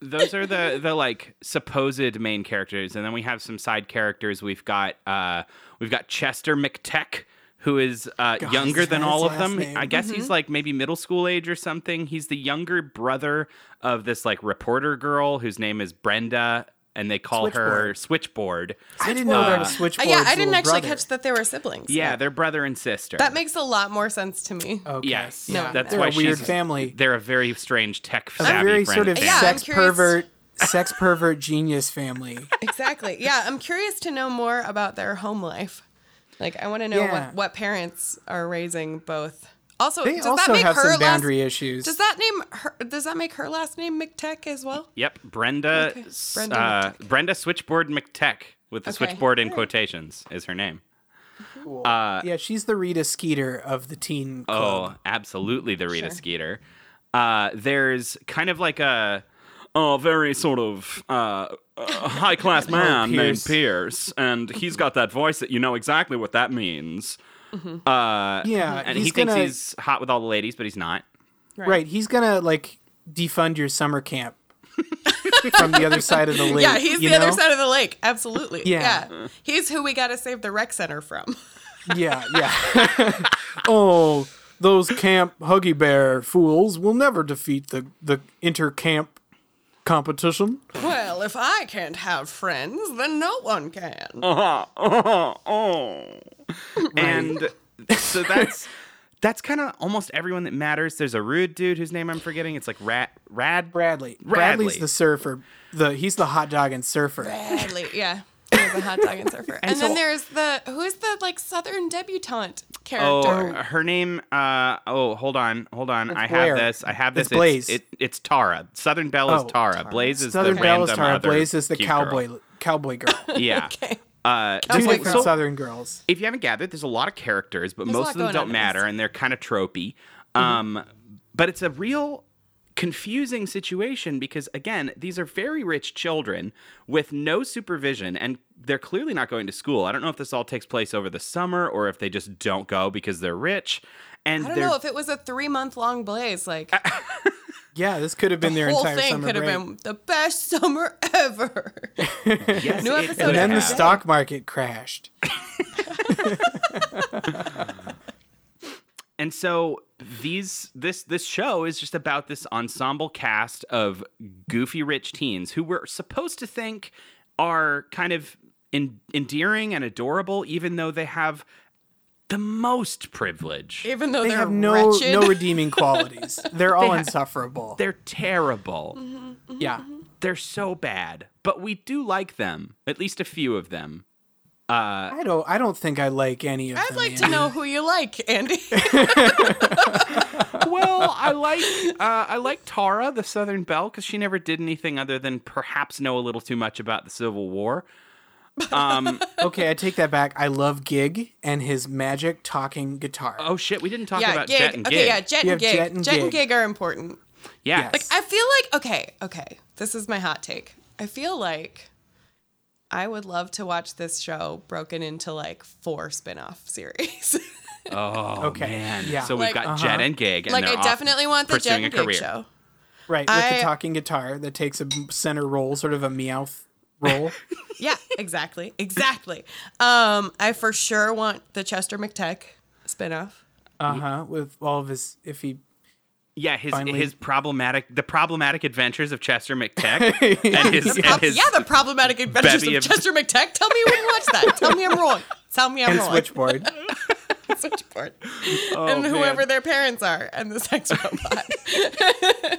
Speaker 1: those are the the like supposed main characters and then we have some side characters we've got uh we've got chester mctech who is uh,
Speaker 3: God,
Speaker 1: younger
Speaker 3: is
Speaker 1: than
Speaker 3: that
Speaker 1: all
Speaker 3: his
Speaker 1: of them
Speaker 3: last name?
Speaker 1: i guess he's like maybe middle school age or something he's the younger brother of this like reporter girl whose name is brenda and they call her switchboard
Speaker 3: I didn't know
Speaker 1: Uh,
Speaker 3: about switch.
Speaker 2: Uh, yeah, I didn't actually catch that they were siblings.
Speaker 1: yeah they're brother and sister
Speaker 2: that makes a lot more sense to me.
Speaker 3: Okay.
Speaker 1: yes
Speaker 2: No,
Speaker 1: that's
Speaker 3: they're
Speaker 1: why
Speaker 3: a weird
Speaker 1: she's
Speaker 3: family.
Speaker 1: they're a very strange tech
Speaker 3: A
Speaker 1: savvy
Speaker 3: very
Speaker 1: friend
Speaker 3: sort of
Speaker 1: family.
Speaker 2: Yeah, I'm
Speaker 3: sex
Speaker 2: curious.
Speaker 3: pervert, sex pervert genius family.
Speaker 2: exactly. Yeah, I'm curious to know more about their home life. Like, I want to know
Speaker 3: Yeah.
Speaker 2: what, what parents are raising both. Also,
Speaker 3: They
Speaker 2: does that
Speaker 3: also
Speaker 2: make
Speaker 3: have
Speaker 2: her
Speaker 3: some
Speaker 2: last-
Speaker 3: boundary issues.
Speaker 2: Does that name her? Does that make her last name McTech as well?
Speaker 1: Yep, Brenda.
Speaker 2: Okay,
Speaker 1: s-
Speaker 2: Brenda
Speaker 1: uh, Brenda Switchboard McTech with the
Speaker 2: Okay,
Speaker 1: switchboard in quotations is her name.
Speaker 3: yeah, she's the Rita Skeeter of the teen club.
Speaker 1: Uh, Oh, absolutely, the Rita Skeeter. Uh, there's kind of like a oh, very sort of uh, high class man
Speaker 3: Pierce.
Speaker 1: named Pierce, and he's got that voice that you know exactly what that means. Uh,
Speaker 3: yeah,
Speaker 1: and
Speaker 3: he's
Speaker 1: he
Speaker 3: gonna
Speaker 1: thinks he's hot with all the ladies, but he's not.
Speaker 3: right. He's gonna like defund your summer camp from the other side of the lake.
Speaker 2: yeah, he's
Speaker 3: you
Speaker 2: the other
Speaker 3: know?
Speaker 2: side of the lake. Absolutely.
Speaker 3: Yeah.
Speaker 2: Yeah. He's who we got to save the rec center from.
Speaker 3: Yeah, yeah. oh, those camp Huggy Bear fools will never defeat the the intercamp competition.
Speaker 2: well, if I can't have friends, then no one can.
Speaker 1: oh, oh. and so that's that's kind of almost everyone that matters. There's a rude dude whose name I'm forgetting. It's like Rat Rad.
Speaker 3: Bradley.
Speaker 1: Bradley.
Speaker 3: Bradley's the surfer. The he's the hot dog and surfer.
Speaker 2: Badly, yeah. He was a hot dog and surfer. And,
Speaker 1: so-
Speaker 2: then there's the who's the like southern debutante
Speaker 1: Oh,
Speaker 2: character.
Speaker 1: her name. Uh, oh, hold on, hold on. I
Speaker 3: Blair.
Speaker 1: have this. I have this.
Speaker 3: It's Blaze.
Speaker 1: It's, it, it's Tara. Southern Belle is
Speaker 3: Oh,
Speaker 1: Tara. Blaze is
Speaker 3: Southern
Speaker 1: the
Speaker 3: Belle is
Speaker 1: random
Speaker 3: Tara.
Speaker 1: other
Speaker 3: Blaze is the
Speaker 1: cute
Speaker 3: cowboy
Speaker 1: girl.
Speaker 3: cowboy girl.
Speaker 1: Yeah.
Speaker 2: Okay.
Speaker 1: Uh,
Speaker 3: Two
Speaker 1: just like-
Speaker 3: different
Speaker 1: so-
Speaker 3: Southern girls.
Speaker 1: if you haven't gathered, there's a lot of characters, but
Speaker 2: There's a
Speaker 1: most
Speaker 2: lot
Speaker 1: of them
Speaker 2: going on
Speaker 1: don't
Speaker 2: in
Speaker 1: matter
Speaker 2: this. Mm-hmm.
Speaker 1: and they're kind of tropey. Um, but it's a real confusing situation because, again, these are very rich children with no supervision and they're clearly not going to school. I don't know if this all takes place over the summer or if they just don't go because they're rich. And
Speaker 2: I don't
Speaker 1: they're,
Speaker 2: know if it was a three month long blaze. Like
Speaker 3: Yeah, this could have been their
Speaker 2: whole
Speaker 3: entire
Speaker 2: thing
Speaker 3: summer
Speaker 2: could have
Speaker 3: break.
Speaker 2: been the best summer ever.
Speaker 1: yes,
Speaker 2: New
Speaker 1: it
Speaker 2: episode
Speaker 1: could
Speaker 3: And then the
Speaker 1: have.
Speaker 3: stock market crashed.
Speaker 1: And so these this this show is just about this ensemble cast of goofy rich teens who we're supposed to think are kind of en- endearing and adorable, even though they have the most privilege.
Speaker 2: even though
Speaker 3: They
Speaker 2: are
Speaker 3: have no
Speaker 2: wretched.
Speaker 3: no redeeming qualities. They're all insufferable.
Speaker 1: They're terrible.
Speaker 3: yeah.
Speaker 1: They're so bad. But we do like them. At least a few of them.
Speaker 3: I don't I don't think I like any of
Speaker 2: I'd
Speaker 3: them.
Speaker 2: like to
Speaker 3: Andy.
Speaker 2: know who you like, Andy.
Speaker 1: well, I like uh, I like Tara, the Southern Belle, because she never did anything other than perhaps know a little too much about the Civil War. Um,
Speaker 3: Okay, I take that back. I love Gig and his magic talking guitar.
Speaker 1: oh shit, we didn't talk
Speaker 2: yeah,
Speaker 1: about
Speaker 2: gig.
Speaker 1: Jet and
Speaker 2: okay,
Speaker 1: Gig.
Speaker 2: yeah, jet and
Speaker 3: You have
Speaker 2: gig.
Speaker 3: Jet and
Speaker 2: jet and
Speaker 3: Gig.
Speaker 2: gig are important.
Speaker 1: Yes.
Speaker 3: Yes.
Speaker 2: I feel like okay, okay. This is my hot take. I feel like I would love to watch this show broken into like four spin-off series.
Speaker 1: Oh
Speaker 3: Okay.
Speaker 1: man.
Speaker 3: Yeah.
Speaker 1: So
Speaker 2: Like- uh-huh.
Speaker 1: we've got Jet and Gig. And
Speaker 2: like
Speaker 1: they're
Speaker 2: I
Speaker 1: off
Speaker 2: definitely want the Jet
Speaker 1: pursuing
Speaker 2: and
Speaker 1: a
Speaker 2: Gig
Speaker 1: career.
Speaker 2: show.
Speaker 3: right, with
Speaker 2: I-
Speaker 3: the talking guitar that takes a center role, sort of a meowth role.
Speaker 2: Yeah, exactly. Exactly. Um, I for sure want the Chester McTech spin-off.
Speaker 3: uh huh. With all of his if he
Speaker 1: Yeah, his
Speaker 3: Finally.
Speaker 1: his problematic the problematic adventures of Chester McTeck and his and his
Speaker 2: yeah, the problematic adventures of,
Speaker 1: bevy of-
Speaker 2: Chester McTech. Tell me you wouldn't watch that. Tell me I'm wrong. Tell me I'm
Speaker 3: and
Speaker 2: wrong.
Speaker 3: switchboard.
Speaker 2: switchboard. and whoever
Speaker 1: Oh, man.
Speaker 2: their parents are and the sex robot. Um,
Speaker 1: they,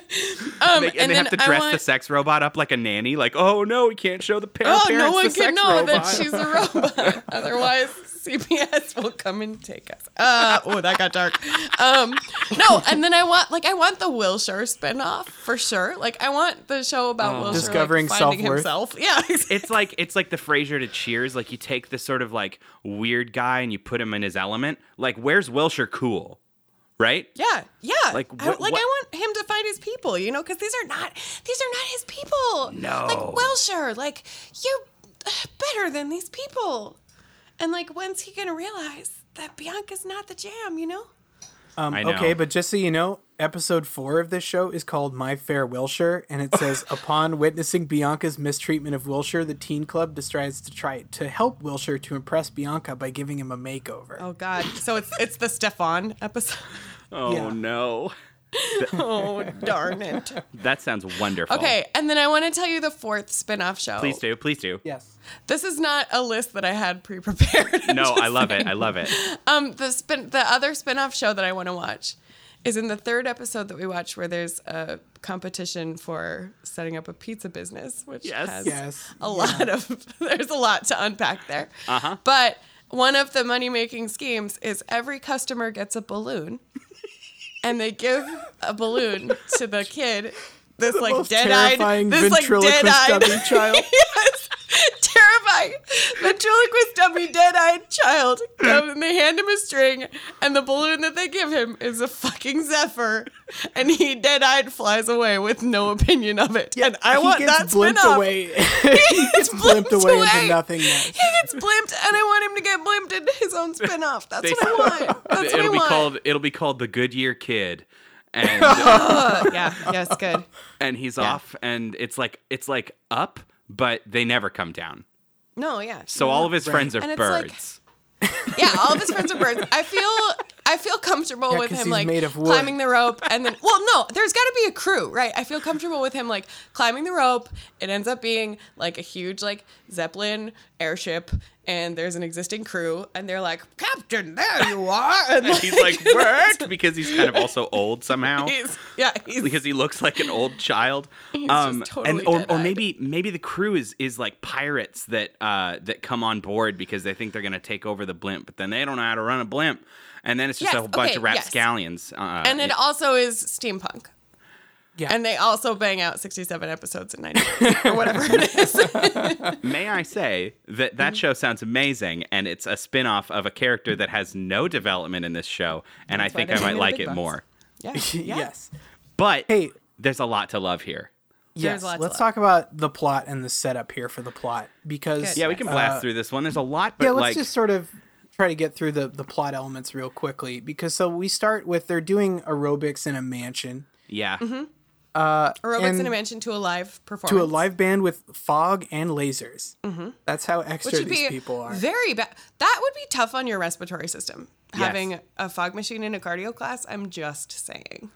Speaker 1: and,
Speaker 2: and
Speaker 1: they have to
Speaker 2: then I
Speaker 1: dress the
Speaker 2: want-
Speaker 1: sex robot up like a nanny. Like, oh no, we can't show the pa-
Speaker 2: oh,
Speaker 1: parents.
Speaker 2: no one
Speaker 1: the
Speaker 2: can
Speaker 1: sex
Speaker 2: know
Speaker 1: robot.
Speaker 2: that she's a robot. Otherwise, CPS will come and take us. Uh, oh, that got dark. Um, no, and then I want like I want the Wilshire spinoff for sure. Like I want the show
Speaker 1: Oh.
Speaker 2: about Wilshire like,
Speaker 3: Discovering
Speaker 2: finding
Speaker 3: self-worth.
Speaker 2: himself. Yeah.
Speaker 1: It's like it's like the Frasier to Cheers. Like you take this sort of like weird guy and you put him in his element. Like, where's Wilshire Cool, right?
Speaker 2: Yeah, yeah.
Speaker 1: Like,
Speaker 2: I,
Speaker 1: what-
Speaker 2: like
Speaker 1: what-
Speaker 2: I want him to find his people, you know, because these are not these are not his people.
Speaker 1: No.
Speaker 2: Like Wilshire, like you better than these people. And like, when's he gonna realize that Bianca's not the jam? You know?
Speaker 3: Um,
Speaker 1: I know.
Speaker 3: Okay, but just so you know, episode four of this show is called My Fair Wilshire, and it says upon witnessing Bianca's mistreatment of Wilshire, the teen club decides to try to help Wilshire to impress Bianca by giving him a makeover.
Speaker 2: Oh God. So it's it's the Stefan episode.
Speaker 1: Oh
Speaker 3: Yeah.
Speaker 1: no,
Speaker 2: Oh darn it.
Speaker 1: that sounds wonderful.
Speaker 2: Okay, and then I want to tell you the fourth spin-off show.
Speaker 1: please do, please do.
Speaker 3: Yes.
Speaker 2: This is not a list that I had pre-prepared. I'm
Speaker 1: No,
Speaker 2: just
Speaker 1: I love it. I love it.
Speaker 2: Um, the spin the other spin-off show that I want to watch is in the third episode that we watch where there's a competition for setting up a pizza business, which
Speaker 1: Yes.
Speaker 2: has
Speaker 3: Yes.
Speaker 2: a lot of there's a lot to unpack there. Uh-huh. But one of the money-making schemes is every customer gets a balloon and they give a balloon to the kid this like
Speaker 3: Most
Speaker 2: dead-eyed
Speaker 3: terrifying
Speaker 2: this like
Speaker 3: ventriloquist dummy
Speaker 2: dead-eyed
Speaker 3: child.
Speaker 2: yes. Terrifying ventriloquist dummy dead-eyed child. Come and they hand him a string, and the balloon that they give him is a fucking zephyr, and he dead-eyed flies away with no opinion of it. and I
Speaker 3: he
Speaker 2: want
Speaker 3: gets
Speaker 2: that
Speaker 3: blimped
Speaker 2: spin-off.
Speaker 3: away. he gets blimped
Speaker 2: blimped
Speaker 3: away,
Speaker 2: away.
Speaker 3: into nothingness.
Speaker 2: He gets blimped, and I want him to get blimped in his own spin-off. That's what I want. That's what I
Speaker 1: it'll be
Speaker 2: want.
Speaker 1: called it'll be called the Goodyear Kid, and
Speaker 2: yeah, yes, good.
Speaker 1: and he's off, and it's like it's like up, but they never come down.
Speaker 2: No, yeah.
Speaker 1: So all of his friends are
Speaker 2: And it's like-
Speaker 1: birds.
Speaker 2: Yeah, all of his friends are birds. I feel I feel comfortable
Speaker 3: Yeah,
Speaker 2: with
Speaker 3: 'cause
Speaker 2: him
Speaker 3: he's
Speaker 2: like
Speaker 3: made of wood.
Speaker 2: climbing the rope and then well no, there's gotta be a crew, right? I feel comfortable with him like climbing the rope. It ends up being like a huge like Zeppelin airship and there's an existing crew and they're like, Captain, there you are and like,
Speaker 1: he's like bird because he's kind of also old somehow.
Speaker 2: he's yeah, he's
Speaker 1: because he looks like an old child. Um,
Speaker 2: just totally
Speaker 1: and or, or
Speaker 2: dead-eyed.
Speaker 1: maybe maybe the crew is is like pirates that uh, that come on board because they think they're going to take over the blimp, but then they don't know how to run a blimp, and then it's just
Speaker 2: Yes,
Speaker 1: a whole bunch
Speaker 2: okay,
Speaker 1: of
Speaker 2: yes.
Speaker 1: rapscallions. Uh,
Speaker 2: and it also is steampunk.
Speaker 3: Yeah.
Speaker 2: And they also bang out 67 episodes in 90 minutes or whatever it is.
Speaker 1: may I say that that show sounds amazing, and it's a spin off of a character that has no development in this show, and I
Speaker 2: why
Speaker 1: think
Speaker 2: they
Speaker 1: I
Speaker 2: pay
Speaker 1: might
Speaker 2: the
Speaker 1: like
Speaker 2: big
Speaker 1: it
Speaker 2: bucks.
Speaker 1: more.
Speaker 2: Yeah.
Speaker 3: Yes.
Speaker 1: But
Speaker 3: Hey.
Speaker 1: there's a lot to love here.
Speaker 3: Yes.
Speaker 2: lots of
Speaker 3: Let's
Speaker 2: love.
Speaker 3: talk about the plot and the setup here for the plot because
Speaker 2: Good.
Speaker 1: Yeah, we can blast
Speaker 3: uh,
Speaker 1: through this one. There's a lot, but
Speaker 3: yeah, let's
Speaker 1: like
Speaker 3: just sort of try to get through the the plot elements real quickly because so we start with they're doing aerobics in a mansion
Speaker 1: yeah.
Speaker 2: Aerobics
Speaker 3: And-
Speaker 2: in a mansion to a live performance.
Speaker 3: to a live band with fog and lasers. Mm-hmm. That's how
Speaker 2: which
Speaker 3: extra
Speaker 2: would be
Speaker 3: these people are.
Speaker 2: very bad. That would be tough on your respiratory system. Having a fog machine in a cardio class, I'm just saying.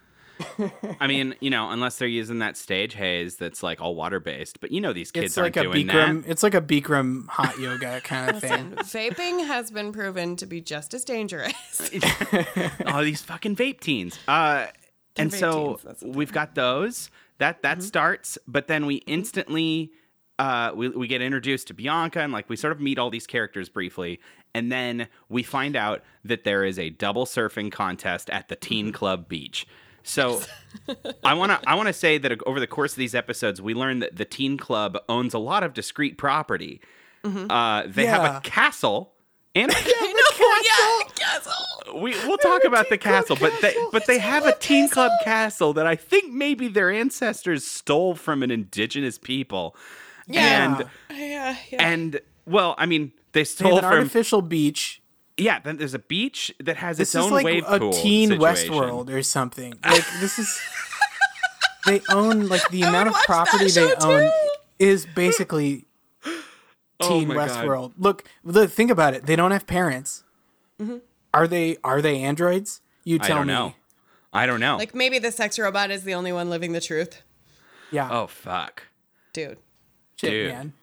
Speaker 1: I mean, you know, unless they're using that stage haze that's like all water based, but you know these kids
Speaker 3: It's
Speaker 1: aren't
Speaker 3: like a
Speaker 1: doing
Speaker 3: Bikram.
Speaker 1: that.
Speaker 3: It's like a Bikram hot yoga kind of thing.
Speaker 2: Vaping has been proven to be just as dangerous.
Speaker 1: oh, these fucking vape teens. Uh, and
Speaker 2: vape
Speaker 1: so
Speaker 2: teens, that's what Mm-hmm.
Speaker 1: we've got those. That that starts, but then we instantly uh, we we get introduced to Bianca and like we sort of meet all these characters briefly, and then we find out that there is a double surfing contest at the
Speaker 2: Mm-hmm.
Speaker 1: Teen Club Beach. So I want to I want to say that uh, over the course of these episodes, we learn that the Teen Club owns a lot of discrete property.
Speaker 2: Mm-hmm.
Speaker 1: Uh, they have
Speaker 3: Yeah.
Speaker 1: a castle and a
Speaker 2: I know, yeah, castle.
Speaker 1: we we'll talk about the castle, but they but they have a teen club castle that I think maybe their ancestors stole from an indigenous people.
Speaker 3: Yeah.
Speaker 1: And
Speaker 2: Yeah, yeah.
Speaker 1: and well, I mean, they
Speaker 3: They
Speaker 1: stole
Speaker 3: have an
Speaker 1: from
Speaker 3: artificial beach.
Speaker 1: yeah. Then there's a beach that has its
Speaker 3: This is
Speaker 1: own
Speaker 3: like
Speaker 1: wave
Speaker 3: a
Speaker 1: pool
Speaker 3: teen
Speaker 1: situation.
Speaker 3: Westworld or something. Like this is. They own like the
Speaker 2: would
Speaker 3: amount of
Speaker 2: watch that
Speaker 3: property they
Speaker 2: show
Speaker 3: own
Speaker 2: too.
Speaker 3: is basically
Speaker 1: Oh
Speaker 3: teen
Speaker 1: my God.
Speaker 3: Westworld. Look, look, think about it. They don't have parents. Are they? Are they androids? You
Speaker 1: Mm-hmm. I
Speaker 3: tell
Speaker 1: don't
Speaker 3: me.
Speaker 1: know. I don't know.
Speaker 2: like maybe the sex robot is the only one living the truth,
Speaker 3: Yeah.
Speaker 1: oh fuck.
Speaker 2: dude.
Speaker 3: shit,
Speaker 1: dude.
Speaker 3: man.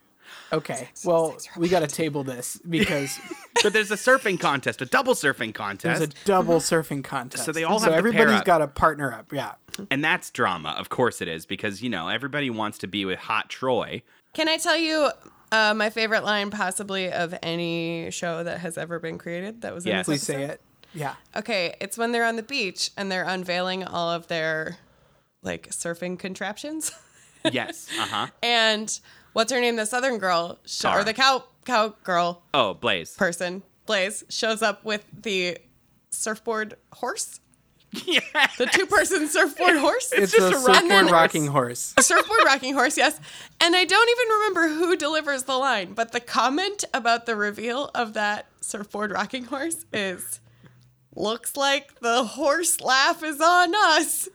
Speaker 3: Okay. Well, we got to table this because
Speaker 1: But there's a surfing contest, a double surfing contest,
Speaker 3: there's a double surfing contest.
Speaker 1: So they all have
Speaker 3: So
Speaker 1: to pair
Speaker 3: everybody's
Speaker 1: up.
Speaker 3: got to partner up. Yeah.
Speaker 1: and that's drama. Of course it is because you know everybody wants to be with hot Troy.
Speaker 2: Can I tell you uh, my favorite line possibly of any show that has ever been created? That was in
Speaker 1: Yeah.
Speaker 2: this
Speaker 1: Please
Speaker 3: Please say
Speaker 2: episode?
Speaker 3: it. Yeah.
Speaker 2: Okay, it's when they're on the beach and they're unveiling all of their like surfing contraptions.
Speaker 1: Yes. Uh huh.
Speaker 2: and what's her name? The Southern girl sh-
Speaker 1: Tara.
Speaker 2: or the cow cow girl
Speaker 1: Oh, Blaze.
Speaker 2: person Blaze shows up with the surfboard horse,
Speaker 1: yeah.
Speaker 2: the two person surfboard horse.
Speaker 3: It's,
Speaker 1: just
Speaker 3: a
Speaker 1: a rock-
Speaker 2: And
Speaker 3: surfboard
Speaker 2: then-
Speaker 3: rocking horse.
Speaker 2: surfboard rocking horse, yes. And I don't even remember who delivers the line, but the comment about the reveal of that surfboard rocking horse is looks like the horse laugh is on us.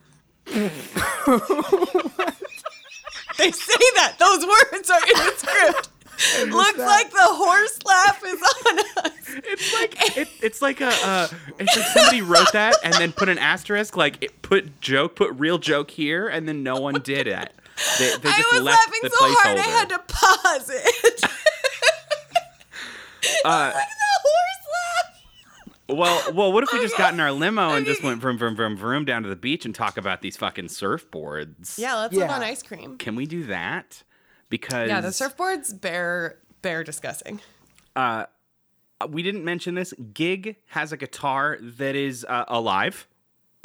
Speaker 2: they say that. Those words are in the script. Looks like the horse laugh is on us.
Speaker 1: It's like it, it's like a uh, it's like somebody wrote that and then put an asterisk like it put joke put real joke here and then no one did it. They, they
Speaker 2: I
Speaker 1: just
Speaker 2: was
Speaker 1: left
Speaker 2: laughing
Speaker 1: the
Speaker 2: so hard I
Speaker 1: placeholder.
Speaker 2: had to pause it. like
Speaker 1: Uh,
Speaker 2: the horse laugh.
Speaker 1: well, well, what if we just got in our limo and just went vroom vroom vroom vroom down to the beach and talk about these fucking surfboards?
Speaker 2: Yeah, let's live
Speaker 3: Yeah.
Speaker 2: on ice cream.
Speaker 1: Can we do that? Because
Speaker 2: Yeah, the surfboard's bare, bare discussing.
Speaker 1: we didn't mention this. Gig has a guitar that is uh, alive.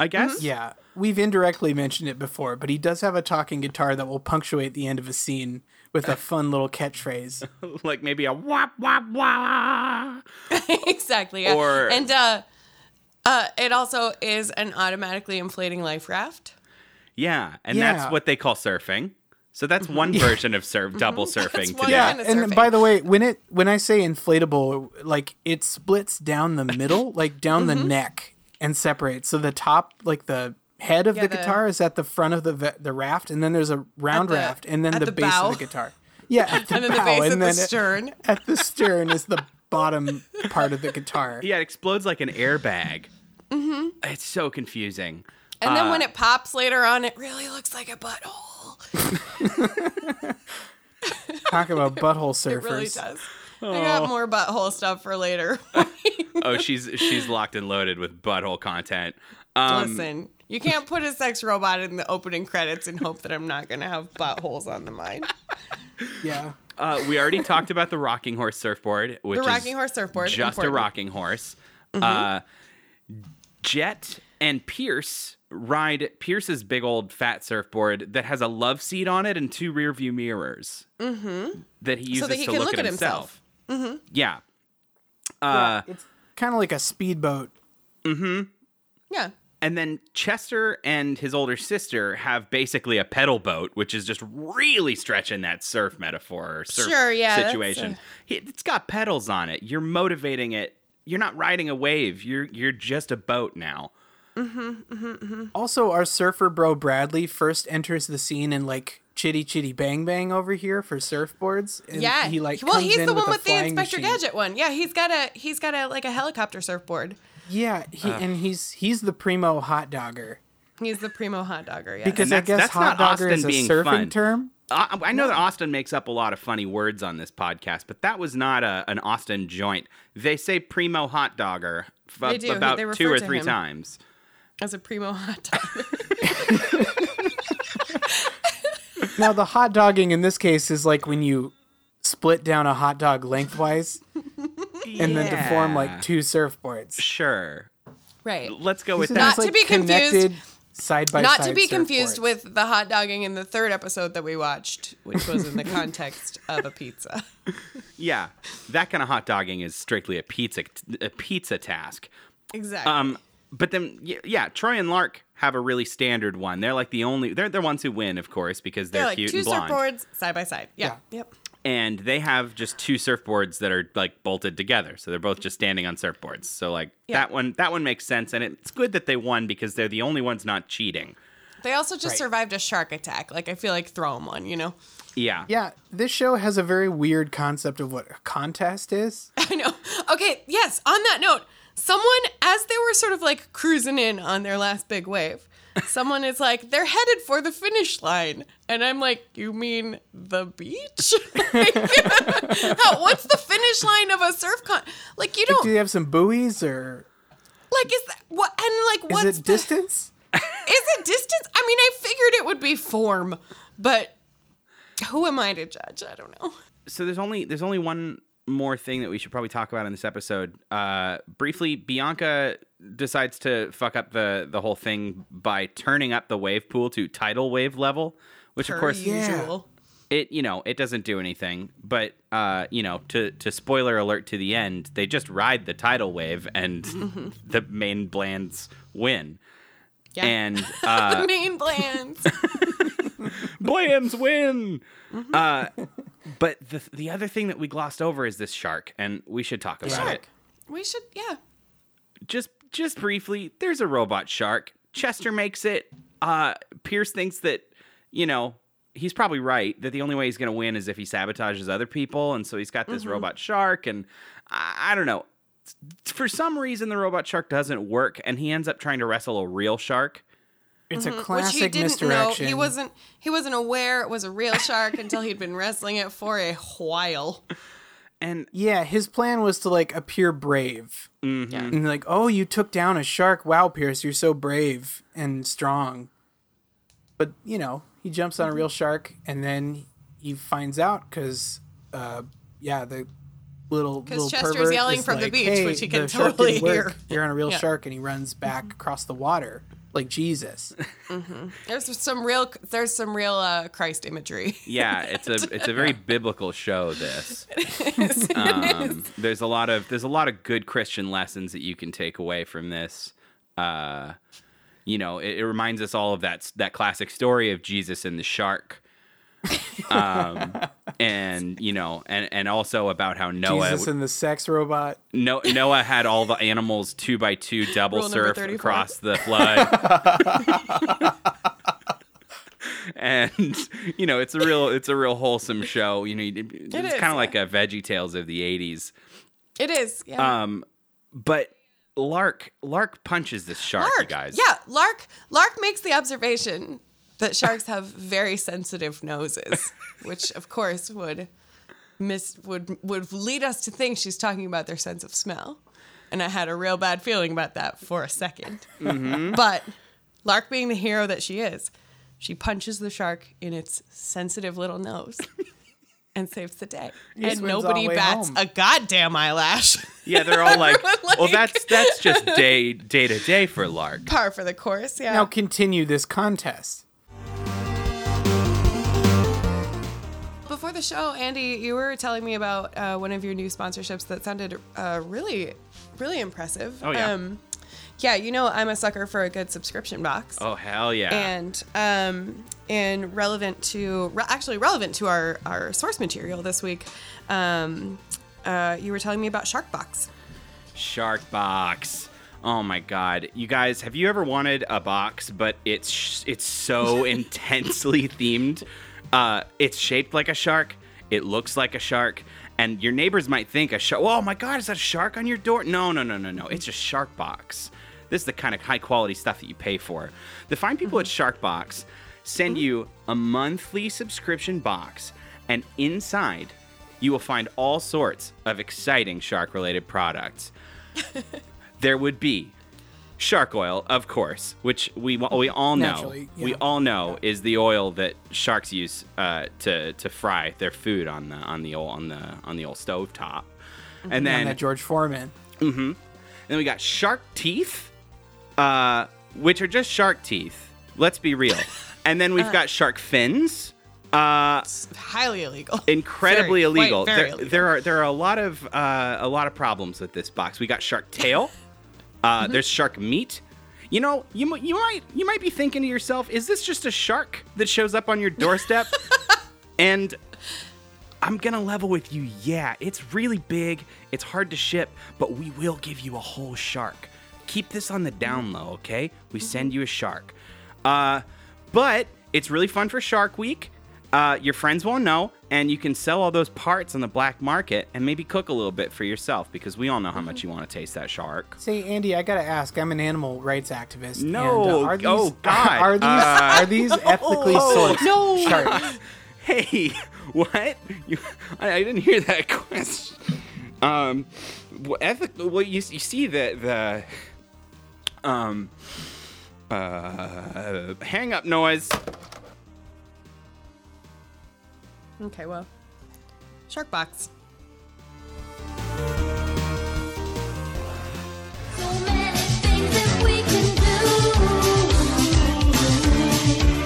Speaker 1: I guess.
Speaker 2: Mm-hmm.
Speaker 3: Yeah, we've indirectly mentioned it before, but he does have a talking guitar that will punctuate the end of a scene with a fun little catchphrase.
Speaker 1: like maybe a wop wop wah.
Speaker 2: exactly. yeah.
Speaker 1: Or-
Speaker 2: and uh, uh, it also is an automatically inflating life raft.
Speaker 1: Yeah, and
Speaker 3: Yeah.
Speaker 1: that's what they call surfing. So that's one version of surf, double surfing
Speaker 2: Mm-hmm. one
Speaker 1: today.
Speaker 2: Yeah.
Speaker 3: Yeah,
Speaker 2: Kind of
Speaker 3: and
Speaker 2: surfing.
Speaker 3: by the way, when it when I say inflatable, like it splits down the middle, like down the
Speaker 2: Mm-hmm.
Speaker 3: neck, and separates. So the top, like the head of the
Speaker 2: the-
Speaker 3: guitar, is at the front of the ve- the raft, and then there's a round
Speaker 2: the-
Speaker 3: raft, and then
Speaker 2: at
Speaker 3: the,
Speaker 2: the
Speaker 3: base
Speaker 2: bow.
Speaker 3: of the guitar. Yeah, at the
Speaker 2: And then
Speaker 3: bow,
Speaker 2: the base
Speaker 3: and
Speaker 2: at
Speaker 3: then
Speaker 2: the
Speaker 3: it-
Speaker 2: stern.
Speaker 3: at the stern is the bottom part of the guitar.
Speaker 1: Yeah, it explodes like an airbag. Mm-hmm. It's so confusing.
Speaker 2: And then
Speaker 1: Ah.
Speaker 2: when it pops later on, it really looks like a butthole.
Speaker 3: Talk about butthole
Speaker 2: It
Speaker 3: surfers.
Speaker 2: really does. I got more butthole stuff for later.
Speaker 1: Oh, she's she's locked and loaded with butthole content. Um,
Speaker 2: Listen, you can't put a sex robot in the opening credits and hope that I'm not going to have buttholes on the mind.
Speaker 3: Yeah.
Speaker 1: uh, we already talked about the rocking horse surfboard, which
Speaker 2: The
Speaker 1: is
Speaker 2: rocking horse surfboard.
Speaker 1: just
Speaker 2: important. Mm-hmm.
Speaker 1: a rocking horse. Uh, Jet and Pierce ride Pierce's big old fat surfboard that has a love seat on it and two rear view mirrors mm-hmm. that he uses
Speaker 2: that he
Speaker 1: to
Speaker 2: can
Speaker 1: look, at himself. Mm-hmm. Yeah. Uh,
Speaker 3: it's kind of like a speedboat.
Speaker 2: Yeah.
Speaker 1: And then Chester and his older sister have basically a pedal boat, which is just really stretching that surf metaphor or surf
Speaker 2: Sure, yeah, that's,
Speaker 1: situation.
Speaker 2: uh,
Speaker 1: He- It's got pedals on it. You're motivating it. You're not riding a wave. You're you're just a boat now.
Speaker 3: Also, our surfer bro Bradley first enters the scene in like chitty chitty bang bang over here for surfboards. And
Speaker 2: Yeah.
Speaker 3: He like
Speaker 2: well,
Speaker 3: comes
Speaker 2: he's
Speaker 3: in
Speaker 2: the one with,
Speaker 3: with, a
Speaker 2: the
Speaker 3: flying
Speaker 2: Inspector
Speaker 3: machine.
Speaker 2: Gadget one. Yeah, he's got a he's got a like a helicopter surfboard.
Speaker 3: Yeah. He, and he's he's the primo hot dogger.
Speaker 2: He's the primo hot dogger. Yeah.
Speaker 3: Because
Speaker 1: And
Speaker 3: I
Speaker 1: that's-
Speaker 3: guess
Speaker 1: that's
Speaker 3: hot
Speaker 1: not
Speaker 3: dogger
Speaker 1: Austin
Speaker 3: is a
Speaker 1: being
Speaker 3: surfing
Speaker 1: fun.
Speaker 3: term.
Speaker 1: I, I know that Austin makes up a lot of funny words on this podcast, but that was not a, an Austin joint. They say primo hot dogger f-
Speaker 2: They do.
Speaker 1: about
Speaker 2: They refer
Speaker 1: two or
Speaker 2: to
Speaker 1: three
Speaker 2: him.
Speaker 1: times.
Speaker 2: as a primo hot dogger.
Speaker 3: Now the hot dogging in this case is like when you split down a hot dog lengthwise and then to form like two surfboards.
Speaker 1: Sure.
Speaker 2: right.
Speaker 1: Let's go with
Speaker 3: So
Speaker 1: that.
Speaker 3: that's,
Speaker 2: Not to be confused-
Speaker 3: connected Side by
Speaker 2: Not
Speaker 3: side
Speaker 2: to be confused
Speaker 3: surfboards.
Speaker 2: with the hot dogging in the third episode that we watched, which was in the context of a pizza.
Speaker 1: Yeah. That kind of hot dogging is strictly a pizza a pizza task.
Speaker 2: Exactly.
Speaker 1: Um, but then, y- yeah, Troy and Lark have a really standard one. They're like the only they're the ones who win, of course, because they're,
Speaker 2: They're like
Speaker 1: cute
Speaker 2: two
Speaker 1: and blonde.
Speaker 2: surfboards side by side. Yeah. Yep.
Speaker 1: And they have just two surfboards that are like bolted together, so they're both just standing on surfboards. So like
Speaker 2: Yeah.
Speaker 1: that one that one makes sense, and it's good that they won because they're the only ones not cheating.
Speaker 2: They also just
Speaker 3: Right.
Speaker 2: survived a shark attack. Like I feel like throw 'em one, you know.
Speaker 1: Yeah.
Speaker 3: Yeah, this show has a very weird concept of what a contest is.
Speaker 2: I know. Okay, yes, on that note, someone as they were sort of like cruising in on their last big wave, someone is like, "They're headed for the finish line." And I'm like, "You mean the beach?" Like, how, what's the finish line of a surf con? Like you don't
Speaker 3: Do they have some buoys or
Speaker 2: like is that, what and like
Speaker 3: is
Speaker 2: what's
Speaker 3: it
Speaker 2: the-
Speaker 3: distance?
Speaker 2: Is it distance? I mean, I figured it would be form, but who am I to judge? I don't know.
Speaker 1: so there's only there's only one more thing that we should probably talk about in this episode. Uh, briefly, Bianca decides to fuck up the the whole thing by turning up the wave pool to tidal wave level, which of course
Speaker 3: Yeah.
Speaker 1: it you know it doesn't do anything. But uh, you know to to spoiler alert to the end, they just ride the tidal wave and the main blands win.
Speaker 2: Yeah.
Speaker 1: And uh,
Speaker 2: the main plans.
Speaker 1: Blams win. Uh, but the the other thing that we glossed over is this shark, and we should talk about it.
Speaker 2: we should, yeah.
Speaker 1: just just briefly, there's a robot shark. Chester makes it. Uh, Pierce thinks that you know he's probably right that the only way he's going to win is if he sabotages other people, and so he's got this robot shark. And I, I don't know. For some reason, the robot shark doesn't work, and he ends up trying to wrestle a real shark.
Speaker 3: It's a
Speaker 2: Mm-hmm. Which he
Speaker 3: classic
Speaker 2: didn't know.
Speaker 3: misdirection.
Speaker 2: He wasn't. He wasn't aware it was a real shark until he'd been wrestling it for a while.
Speaker 1: And
Speaker 3: Yeah, his plan was to like appear brave.
Speaker 2: Yeah.
Speaker 3: And like, "Oh, you took down a shark. Wow, Pierce, you're so brave and strong." But, you know, he jumps on a real shark and then he finds out cuz uh yeah, the little little
Speaker 2: Chester's
Speaker 3: pervert
Speaker 2: yelling
Speaker 3: is
Speaker 2: from the
Speaker 3: like,
Speaker 2: beach,
Speaker 3: "Hey,
Speaker 2: which he can
Speaker 3: the shark
Speaker 2: totally
Speaker 3: didn't work.
Speaker 2: hear."
Speaker 3: You're on a real
Speaker 2: Yeah. Mm-hmm.
Speaker 3: shark and he runs back across the water like Jesus.
Speaker 2: There's some real. There's some real uh, Christ imagery.
Speaker 1: yeah, it's a it's a very biblical show. This um, there's a lot of there's a lot of good Christian lessons that you can take away from this. Uh, you know, it, it reminds us all of that that classic story of Jesus and the shark, um, and you know, and and also about how Noah
Speaker 3: Jesus and the sex robot.
Speaker 1: no, Noah had all the animals two by two double
Speaker 2: Rule number
Speaker 1: surf
Speaker 2: 34.
Speaker 1: across the flood. and you know, it's a real it's a real wholesome show. You know, you- it's
Speaker 2: is,
Speaker 1: kind of like a Veggie Tales of the '80s.
Speaker 2: It is. Yeah.
Speaker 1: Um, but Lark Lark punches this shark, you
Speaker 2: Lark.
Speaker 1: guys.
Speaker 2: Yeah. Lark. Lark makes the observation that sharks have very sensitive noses, which of course would miss would would lead us to think she's talking about their sense of smell. And I had a real bad feeling about that for a 2nd
Speaker 3: Mm-hmm.
Speaker 2: But Lark being the hero that she is, she punches the shark in its sensitive little nose and saves the day.
Speaker 3: just
Speaker 2: and
Speaker 3: wins all
Speaker 2: nobody
Speaker 3: the way
Speaker 2: bats
Speaker 3: home.
Speaker 2: a goddamn eyelash.
Speaker 1: yeah. They're all like,
Speaker 2: Everyone,
Speaker 1: well,
Speaker 2: like-
Speaker 1: that's that's just day day to day for Lark.
Speaker 2: Par for the course, yeah.
Speaker 3: Now continue this contest.
Speaker 2: Before the show, Andy, you were telling me about uh, one of your new sponsorships that sounded uh, really, really impressive. Um,
Speaker 1: Oh, yeah.
Speaker 2: yeah, you know I'm a sucker for a good subscription box,
Speaker 1: Oh hell yeah!
Speaker 2: and um, and relevant to re- actually relevant to our our source material this week. Um, uh, you were telling me about Sharkbox.
Speaker 1: Shark box. Oh my god. You guys, have you ever wanted a box but it's sh- it's so intensely themed? Uh it's shaped like a shark, it looks like a shark, and your neighbors might think a shark. Oh my god, is that a shark on your door? No, no, no, no, no. It's a shark box. This is the kind of high quality stuff that you pay for. The fine people at Sharkbox send you a monthly subscription box, and inside you will find all sorts of exciting shark related products. there would be shark oil, of course, which we we all know
Speaker 3: Naturally, yeah.
Speaker 1: we all know is the oil that sharks use uh, to to fry their food on the on the old on the on the old stove top. And
Speaker 3: on
Speaker 1: then
Speaker 3: Mm-hmm. that George Foreman.
Speaker 1: then we got shark teeth, uh, which are just shark teeth. Let's be real. and then we've
Speaker 3: Uh.
Speaker 1: got shark fins. Uh,
Speaker 2: It's highly illegal.
Speaker 1: incredibly
Speaker 2: Very- quite
Speaker 1: illegal.
Speaker 2: very
Speaker 1: there,
Speaker 2: illegal.
Speaker 1: there are there are a lot of uh, a lot of problems with this box. We got shark tail. Uh,
Speaker 2: Mm-hmm.
Speaker 1: There's shark meat. You know, you mi- you might you might be thinking to yourself, is this just a shark that shows up on your doorstep? and I'm gonna level with you. Yeah, it's really big. It's hard to ship, but we will give you a whole shark. Keep this on the down low, okay? We send you a shark. Uh, but it's really fun for Shark Week. Uh, your friends won't know, and you can sell all those parts on the black market and maybe cook a little bit for yourself because we all know how much you want to taste that shark.
Speaker 3: Say, Andy, I gotta ask. I'm an animal rights activist.
Speaker 1: No,
Speaker 3: and, uh, are these,
Speaker 1: oh, God. Uh,
Speaker 3: Are these are these ethically sourced sharks?
Speaker 1: Hey, what? You, I, I didn't hear that question. Um, well, ethic, well you, you see the the um uh hang up noise.
Speaker 2: Okay, well, shark box.
Speaker 4: So many things that we can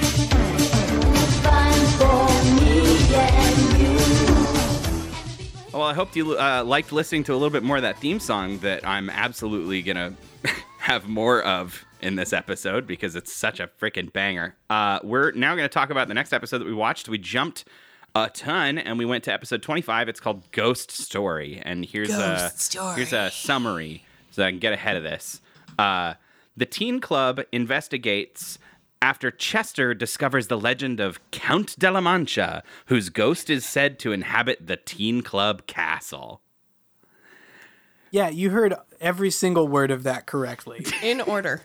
Speaker 4: do. It's fine for me and you.
Speaker 1: Well, I hope you uh, liked listening to a little bit more of that theme song that I'm absolutely gonna have more of in this episode because it's such a freaking banger. Uh, we're now gonna talk about the next episode that we watched. We jumped a ton and we went to episode 25. It's called Ghost Story, and here's a
Speaker 2: Ghost Story.
Speaker 1: here's a summary so I can get ahead of this. Uh, the teen club investigates after Chester discovers the legend of Count de la Mancha, whose ghost is said to inhabit the teen club castle.
Speaker 3: Yeah, you heard every single word of that correctly.
Speaker 2: In order.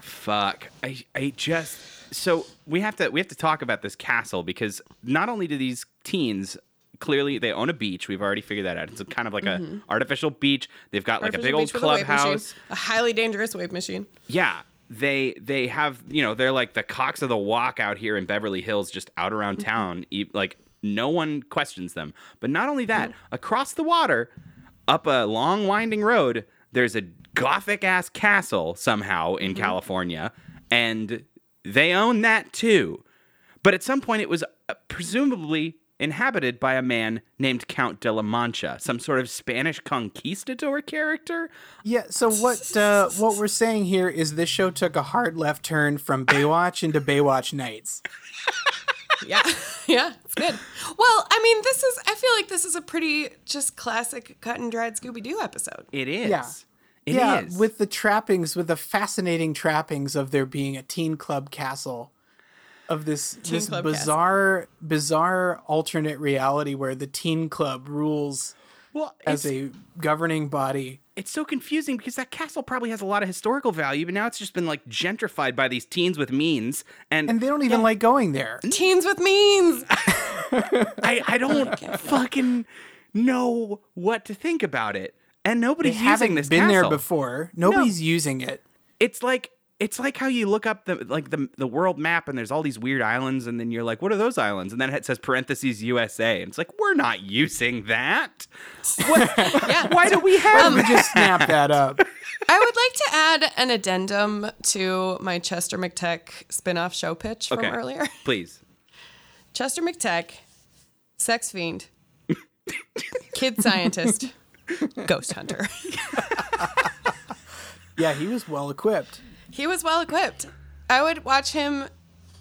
Speaker 1: Fuck. I I just so we have to we have to talk about this castle because not only do these teens clearly they own a beach we've already figured that out it's kind of like a artificial beach they've got like a big
Speaker 2: Mm-hmm. Artificial
Speaker 1: old
Speaker 2: beach with a wave
Speaker 1: clubhouse
Speaker 2: machine, A highly dangerous wave machine.
Speaker 1: yeah they they have you know they're like the cocks of the walk out here in beverly hills just out around
Speaker 3: Mm-hmm.
Speaker 1: town E- like no one questions them but not only that across the water up a long winding road there's a gothic ass castle somehow
Speaker 3: Mm-hmm.
Speaker 1: in california and they own that too but at some point it was uh, presumably inhabited by a man named count de la mancha some sort of spanish conquistador character
Speaker 3: Yeah. So what uh, what we're saying here is this show took a hard left turn from Baywatch into Baywatch Nights.
Speaker 2: Yeah, yeah, it's good. Well, I mean, this is, I feel like this is a pretty just classic cut and dried Scooby Doo episode.
Speaker 1: it is
Speaker 3: Yeah.
Speaker 1: It is
Speaker 3: yeah, with the trappings, with the fascinating trappings of there being a teen club castle, of this this
Speaker 2: club
Speaker 3: bizarre bizarre alternate reality where the teen club rules
Speaker 1: Well,
Speaker 3: as
Speaker 1: it's,
Speaker 3: a governing body.
Speaker 1: it's so confusing because that castle probably has a lot of historical value, but now it's just been like gentrified by these teens with means, and,
Speaker 3: And they don't even like going there.
Speaker 2: Teens with means.
Speaker 1: I, I don't fucking know what to think about it. And
Speaker 3: They
Speaker 1: nobody's using
Speaker 3: haven't
Speaker 1: this
Speaker 3: been there
Speaker 1: castle.
Speaker 3: before. Nobody's using it.
Speaker 1: It's like it's like how you look up the like the the world map and there's all these weird islands, and then you're like, what are those islands? And then it says parentheses USA, and it's like we're not using that. What, Why do we have?
Speaker 2: Um,
Speaker 3: We just snap that up.
Speaker 2: I would like to add an addendum to my Chester McTech spinoff show pitch from
Speaker 1: okay,
Speaker 2: earlier.
Speaker 1: please.
Speaker 2: Chester McTech, sex fiend, kid scientist, ghost hunter.
Speaker 3: Yeah, he was well equipped.
Speaker 2: He was well equipped. I would watch him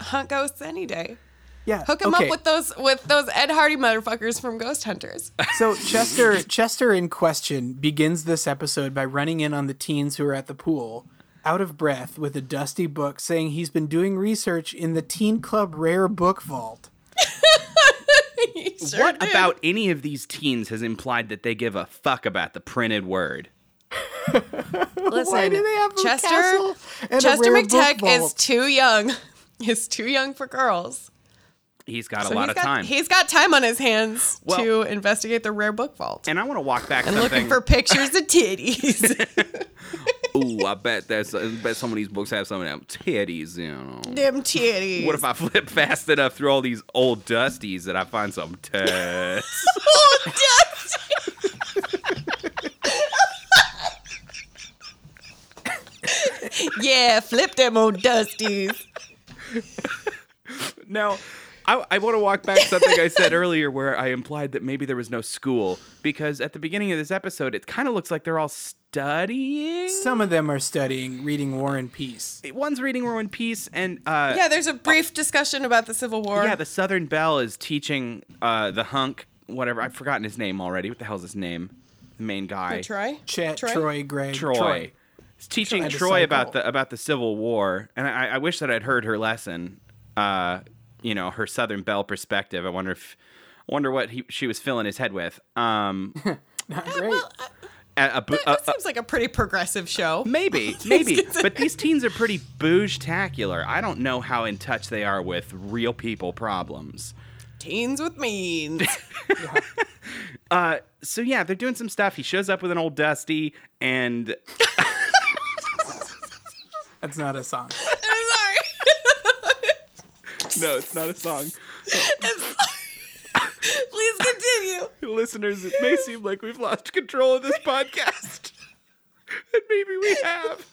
Speaker 2: hunt ghosts any day.
Speaker 3: Yeah.
Speaker 2: Hook him
Speaker 3: okay.
Speaker 2: up with those with those Ed Hardy motherfuckers from Ghost Hunters.
Speaker 3: So Chester Chester in question begins this episode by running in on the teens who are at the pool, out of breath with a dusty book saying he's been doing research in the teen club rare book vault.
Speaker 2: He sure
Speaker 1: what
Speaker 2: did.
Speaker 1: about any of these teens has implied that they give a fuck about the printed word?
Speaker 2: Listen,
Speaker 3: Why do they have a
Speaker 2: Chester
Speaker 3: castle and a
Speaker 2: Chester
Speaker 3: rare book
Speaker 2: McTeck is
Speaker 3: vault?
Speaker 2: too young. He's too young for girls.
Speaker 1: He's got a
Speaker 2: So
Speaker 1: lot
Speaker 2: he's
Speaker 1: of
Speaker 2: got-
Speaker 1: time.
Speaker 2: He's got time on his hands
Speaker 1: Well-
Speaker 2: to investigate the rare book vault.
Speaker 1: And I want to walk back
Speaker 2: And
Speaker 1: something.
Speaker 2: looking for pictures of titties.
Speaker 1: Ooh, I bet that's I bet some of these books have some of them titties in them.
Speaker 2: Them titties.
Speaker 1: What if I flip fast enough through all these old dusties that I find some tits?
Speaker 2: Oh, yes. yeah, flip them old dusties.
Speaker 1: no, I, I want to walk back something I said earlier where I implied that maybe there was no school because at the beginning of this episode, it kind of looks like they're all studying.
Speaker 3: Some of them are studying reading War and Peace.
Speaker 1: One's reading War and Peace, and uh,
Speaker 2: Yeah, there's a brief discussion about the Civil War.
Speaker 1: Yeah, the Southern Belle is teaching uh, the hunk, whatever. I've forgotten his name already. What the hell's his name? The main guy.
Speaker 2: Troy.
Speaker 3: Chet, Troy, Greg,
Speaker 1: Troy. Is teaching
Speaker 3: Tried to
Speaker 1: Troy
Speaker 3: psych
Speaker 1: about
Speaker 3: out.
Speaker 1: the about the Civil War, and I, I wish that I'd heard her lesson. Uh, you know, her Southern Belle perspective. I wonder if, I wonder what he, she was filling his head with. Um,
Speaker 3: Not great.
Speaker 1: a, a bo- a-
Speaker 2: That seems like a pretty progressive show.
Speaker 1: Maybe, maybe. But these teens are pretty bouge-tacular. I don't know how in touch they are with real people problems.
Speaker 2: Teens with means.
Speaker 1: so yeah, they're doing some stuff. He shows up with an old dusty, and
Speaker 3: That's not a song.
Speaker 2: I'm sorry.
Speaker 1: no, it's not a song.
Speaker 2: Please continue.
Speaker 1: Listeners, it may seem like we've lost control of this podcast, and maybe we have.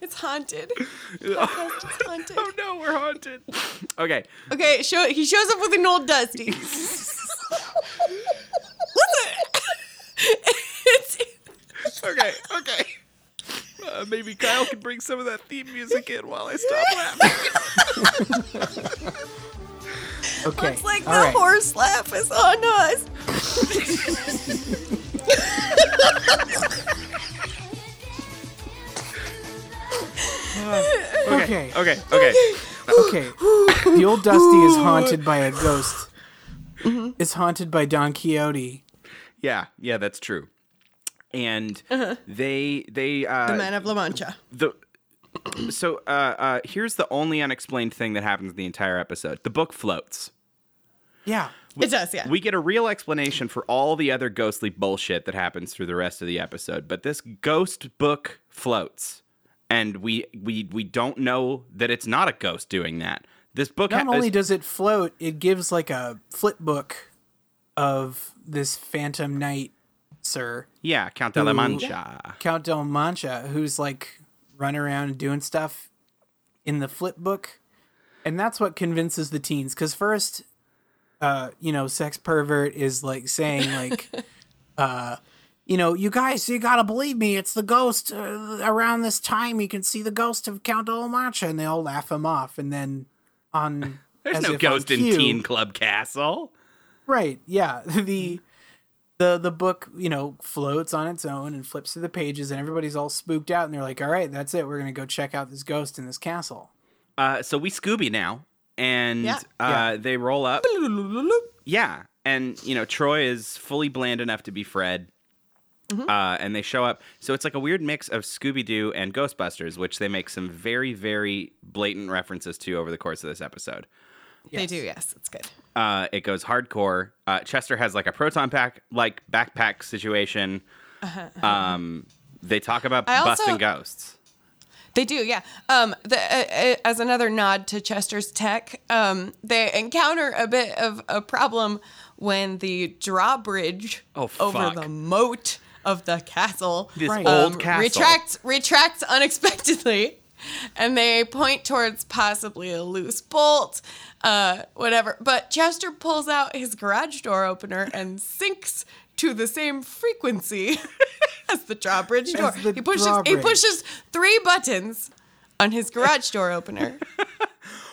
Speaker 2: It's haunted. It's haunted.
Speaker 1: Oh no, we're haunted. Okay,
Speaker 2: Okay, show, he shows up with an old dusty. Listen, it's,
Speaker 1: okay, okay. Uh, maybe Kyle can bring some of that theme music in while I stop laughing.
Speaker 3: Okay.
Speaker 2: it's like
Speaker 3: all
Speaker 2: the
Speaker 3: right.
Speaker 2: horse laugh is on us.
Speaker 3: Okay.
Speaker 1: Okay, okay.
Speaker 3: Okay. the old Dusty is haunted by a ghost. It's haunted by Don Quixote.
Speaker 1: Yeah, yeah, that's true. And they they uh,
Speaker 2: The Man of La Mancha.
Speaker 1: the so uh, uh, here's the only unexplained thing that happens in the entire episode. The book floats.
Speaker 3: Yeah.
Speaker 2: it does, yeah.
Speaker 1: We get a real explanation for all the other ghostly bullshit that happens through the rest of the episode, but this ghost book floats, and we we we don't know that it's not a ghost doing that. This book
Speaker 3: Not
Speaker 1: ha-
Speaker 3: only
Speaker 1: is-
Speaker 3: does it float, it gives like a flip book of this Phantom Knight, sir,
Speaker 1: yeah Count de la
Speaker 3: Ooh.
Speaker 1: Mancha.
Speaker 3: Count Del Mancha, who's like running around and doing stuff in the flip book. And that's what convinces the teens. Because first, uh, you know, sex pervert is like saying, like, uh, you know, you guys, you gotta believe me. It's the ghost. Uh, around this time, you can see the ghost of Count Del Mancha, and they all laugh him off. And then on
Speaker 1: There's
Speaker 3: as
Speaker 1: no
Speaker 3: if on
Speaker 1: ghost in
Speaker 3: cue-
Speaker 1: Teen Club Castle.
Speaker 3: Right. Yeah.
Speaker 2: Mm-hmm.
Speaker 3: The the the book, you know, floats on its own and flips through the pages and everybody's all spooked out and they're like, "All right, that's it. We're going to go check out this ghost in this castle."
Speaker 1: Uh, so we Scooby now, and
Speaker 2: Yeah.
Speaker 1: Uh, they roll up. Yeah, and you know Troy is fully bland enough to be Fred,
Speaker 2: Mm-hmm.
Speaker 1: uh, and they show up. So it's like a weird mix of Scooby Doo and Ghostbusters, which they make some very, very blatant references to over the course of this episode.
Speaker 2: They do, yes. It's good.
Speaker 1: Uh, it goes hardcore. Uh, Chester has like a proton pack, like backpack situation. Um, they talk about
Speaker 2: Uh-huh. I also-
Speaker 1: busting ghosts.
Speaker 2: They do, yeah. Um, the, uh, uh, as another nod to Chester's tech, um, they encounter a bit of a problem when the drawbridge
Speaker 1: Oh,
Speaker 2: over
Speaker 1: fuck.
Speaker 2: the moat of the castle
Speaker 1: This
Speaker 3: Right.
Speaker 1: old
Speaker 2: um,
Speaker 1: castle.
Speaker 2: retracts retracts unexpectedly, and they point towards possibly a loose bolt, uh, whatever. But Chester pulls out his garage door opener and sinks to the same frequency as the drawbridge door.
Speaker 3: the
Speaker 2: he pushes he
Speaker 3: drawbridge.
Speaker 2: pushes three buttons on his garage door opener.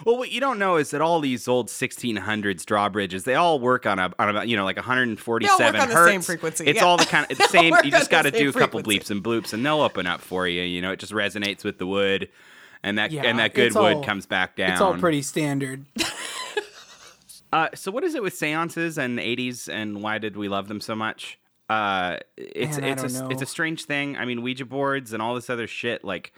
Speaker 1: Well, what you don't know is that all these old 1600s drawbridges, they all work on a on about you know like 147
Speaker 2: They all work on the
Speaker 1: hertz.
Speaker 2: same frequency,
Speaker 1: It's
Speaker 2: yeah.
Speaker 1: all the kind of
Speaker 2: They all
Speaker 1: same.
Speaker 2: work
Speaker 1: You
Speaker 2: on
Speaker 1: just
Speaker 2: the
Speaker 1: got to
Speaker 2: same
Speaker 1: do a couple bleeps
Speaker 2: frequency.
Speaker 1: and bloops, and they'll open up for you. You know, it just resonates with the wood, and that
Speaker 3: Yeah,
Speaker 1: and that good
Speaker 3: it's
Speaker 1: wood
Speaker 3: all-
Speaker 1: comes back down.
Speaker 3: It's all pretty standard.
Speaker 1: Uh, so, what is it with seances and 80s, and why did we love them so much? uh, it's
Speaker 3: Man, I
Speaker 1: it's a
Speaker 3: don't know.
Speaker 1: it's a strange thing. I mean, Ouija boards and all this other shit. Like,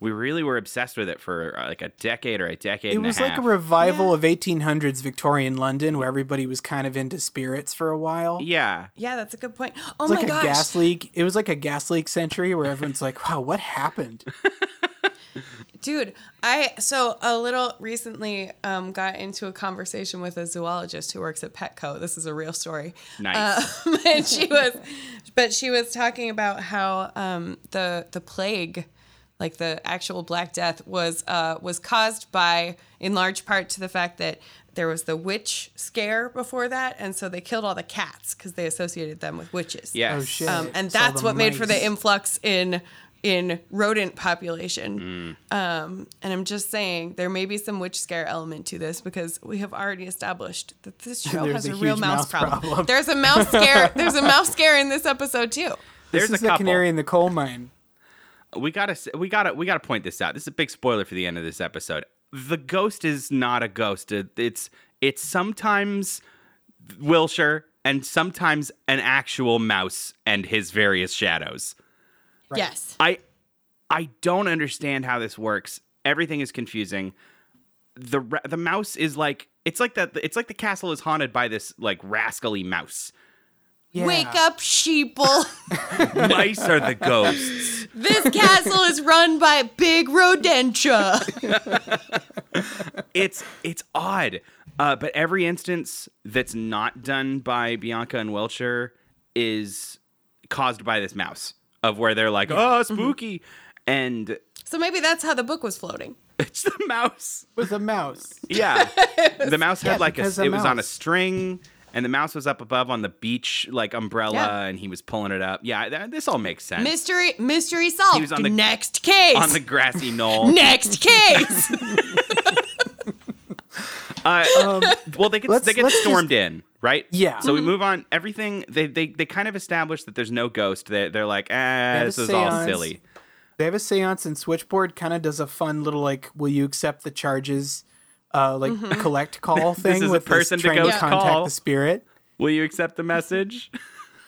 Speaker 1: we really were obsessed with it for uh, like a decade or a decade.
Speaker 3: It
Speaker 1: and
Speaker 3: was
Speaker 1: a
Speaker 3: like
Speaker 1: half.
Speaker 3: a revival of 1800s Victorian London, where everybody was kind of into spirits for a while.
Speaker 1: yeah.
Speaker 2: Yeah, that's a good point. Oh
Speaker 3: It's
Speaker 2: my
Speaker 3: like a
Speaker 2: gosh.
Speaker 3: gas leak. It was like a gas leak century where everyone's like, "Wow, what happened?"
Speaker 2: Dude, I so a little recently um, got into a conversation with a zoologist who works at Petco. This is a real story.
Speaker 1: Nice.
Speaker 2: Um, and she was, but she was talking about how um, the the plague, like the actual Black Death, was uh, was caused by in large part to the fact that there was the witch scare before that, and so they killed all the cats because they associated them with witches.
Speaker 1: Yes.
Speaker 3: Oh shit!
Speaker 2: Um, and
Speaker 3: Saw
Speaker 2: that's
Speaker 3: the
Speaker 2: what made for the
Speaker 3: mice.
Speaker 2: influx in in rodent population. Um, and I'm just saying there may be some witch scare element to this because we have already established that this show has
Speaker 3: There's
Speaker 2: a,
Speaker 3: a
Speaker 2: real
Speaker 3: huge
Speaker 2: mouse,
Speaker 3: mouse
Speaker 2: problem.
Speaker 3: problem.
Speaker 2: There's a mouse scare. There's a mouse scare in this episode too.
Speaker 3: This
Speaker 1: There's
Speaker 3: is
Speaker 1: a
Speaker 3: the
Speaker 1: couple.
Speaker 3: canary in the coal mine.
Speaker 1: we gotta s- we gotta we gotta point this out. This is a big spoiler for the end of this episode. The ghost is not a ghost. It- it's it's sometimes Wilshire and sometimes an actual mouse and his various shadows.
Speaker 2: Yes.
Speaker 1: I I don't understand how this works. Everything is confusing. The ra- the mouse is like it's like that it's like the castle is haunted by this like rascally mouse.
Speaker 3: Yeah.
Speaker 2: Wake up, sheeple.
Speaker 1: Mice are the ghosts.
Speaker 2: this castle is run by big rodentia.
Speaker 1: it's it's odd. Uh, but every instance that's not done by Bianca and Welcher is caused by this mouse of where they're like, oh, spooky. And
Speaker 2: so maybe that's how the book was floating.
Speaker 1: it's the mouse.
Speaker 3: with a mouse.
Speaker 1: Yeah. the mouse had like a,
Speaker 3: because
Speaker 1: it
Speaker 3: a
Speaker 1: was on a
Speaker 3: mouse.
Speaker 1: string and the mouse was up above on the beach like umbrella
Speaker 2: Yeah.
Speaker 1: and he was pulling it up. Yeah, th- this all makes sense.
Speaker 2: Mystery mystery solved.
Speaker 1: was on the-
Speaker 2: Next case.
Speaker 1: on the grassy knoll.
Speaker 2: Next case.
Speaker 1: Uh,
Speaker 3: Um,
Speaker 1: Well, they get
Speaker 3: Let's-
Speaker 1: they get
Speaker 3: let's
Speaker 1: stormed in, right?
Speaker 3: Yeah. Mm-hmm.
Speaker 1: So we move on. Everything they they, they kind of establish that there's no ghost. They they're like, ah,
Speaker 3: a
Speaker 1: this is all
Speaker 3: seance.
Speaker 1: silly.
Speaker 3: they have a seance and switchboard kind of does a fun little like will you accept the charges uh like collect call thing
Speaker 1: Mm-hmm. is a
Speaker 3: with
Speaker 1: person to
Speaker 3: this trying
Speaker 1: go
Speaker 3: to contact
Speaker 1: call.
Speaker 3: the spirit
Speaker 1: Will you accept the message?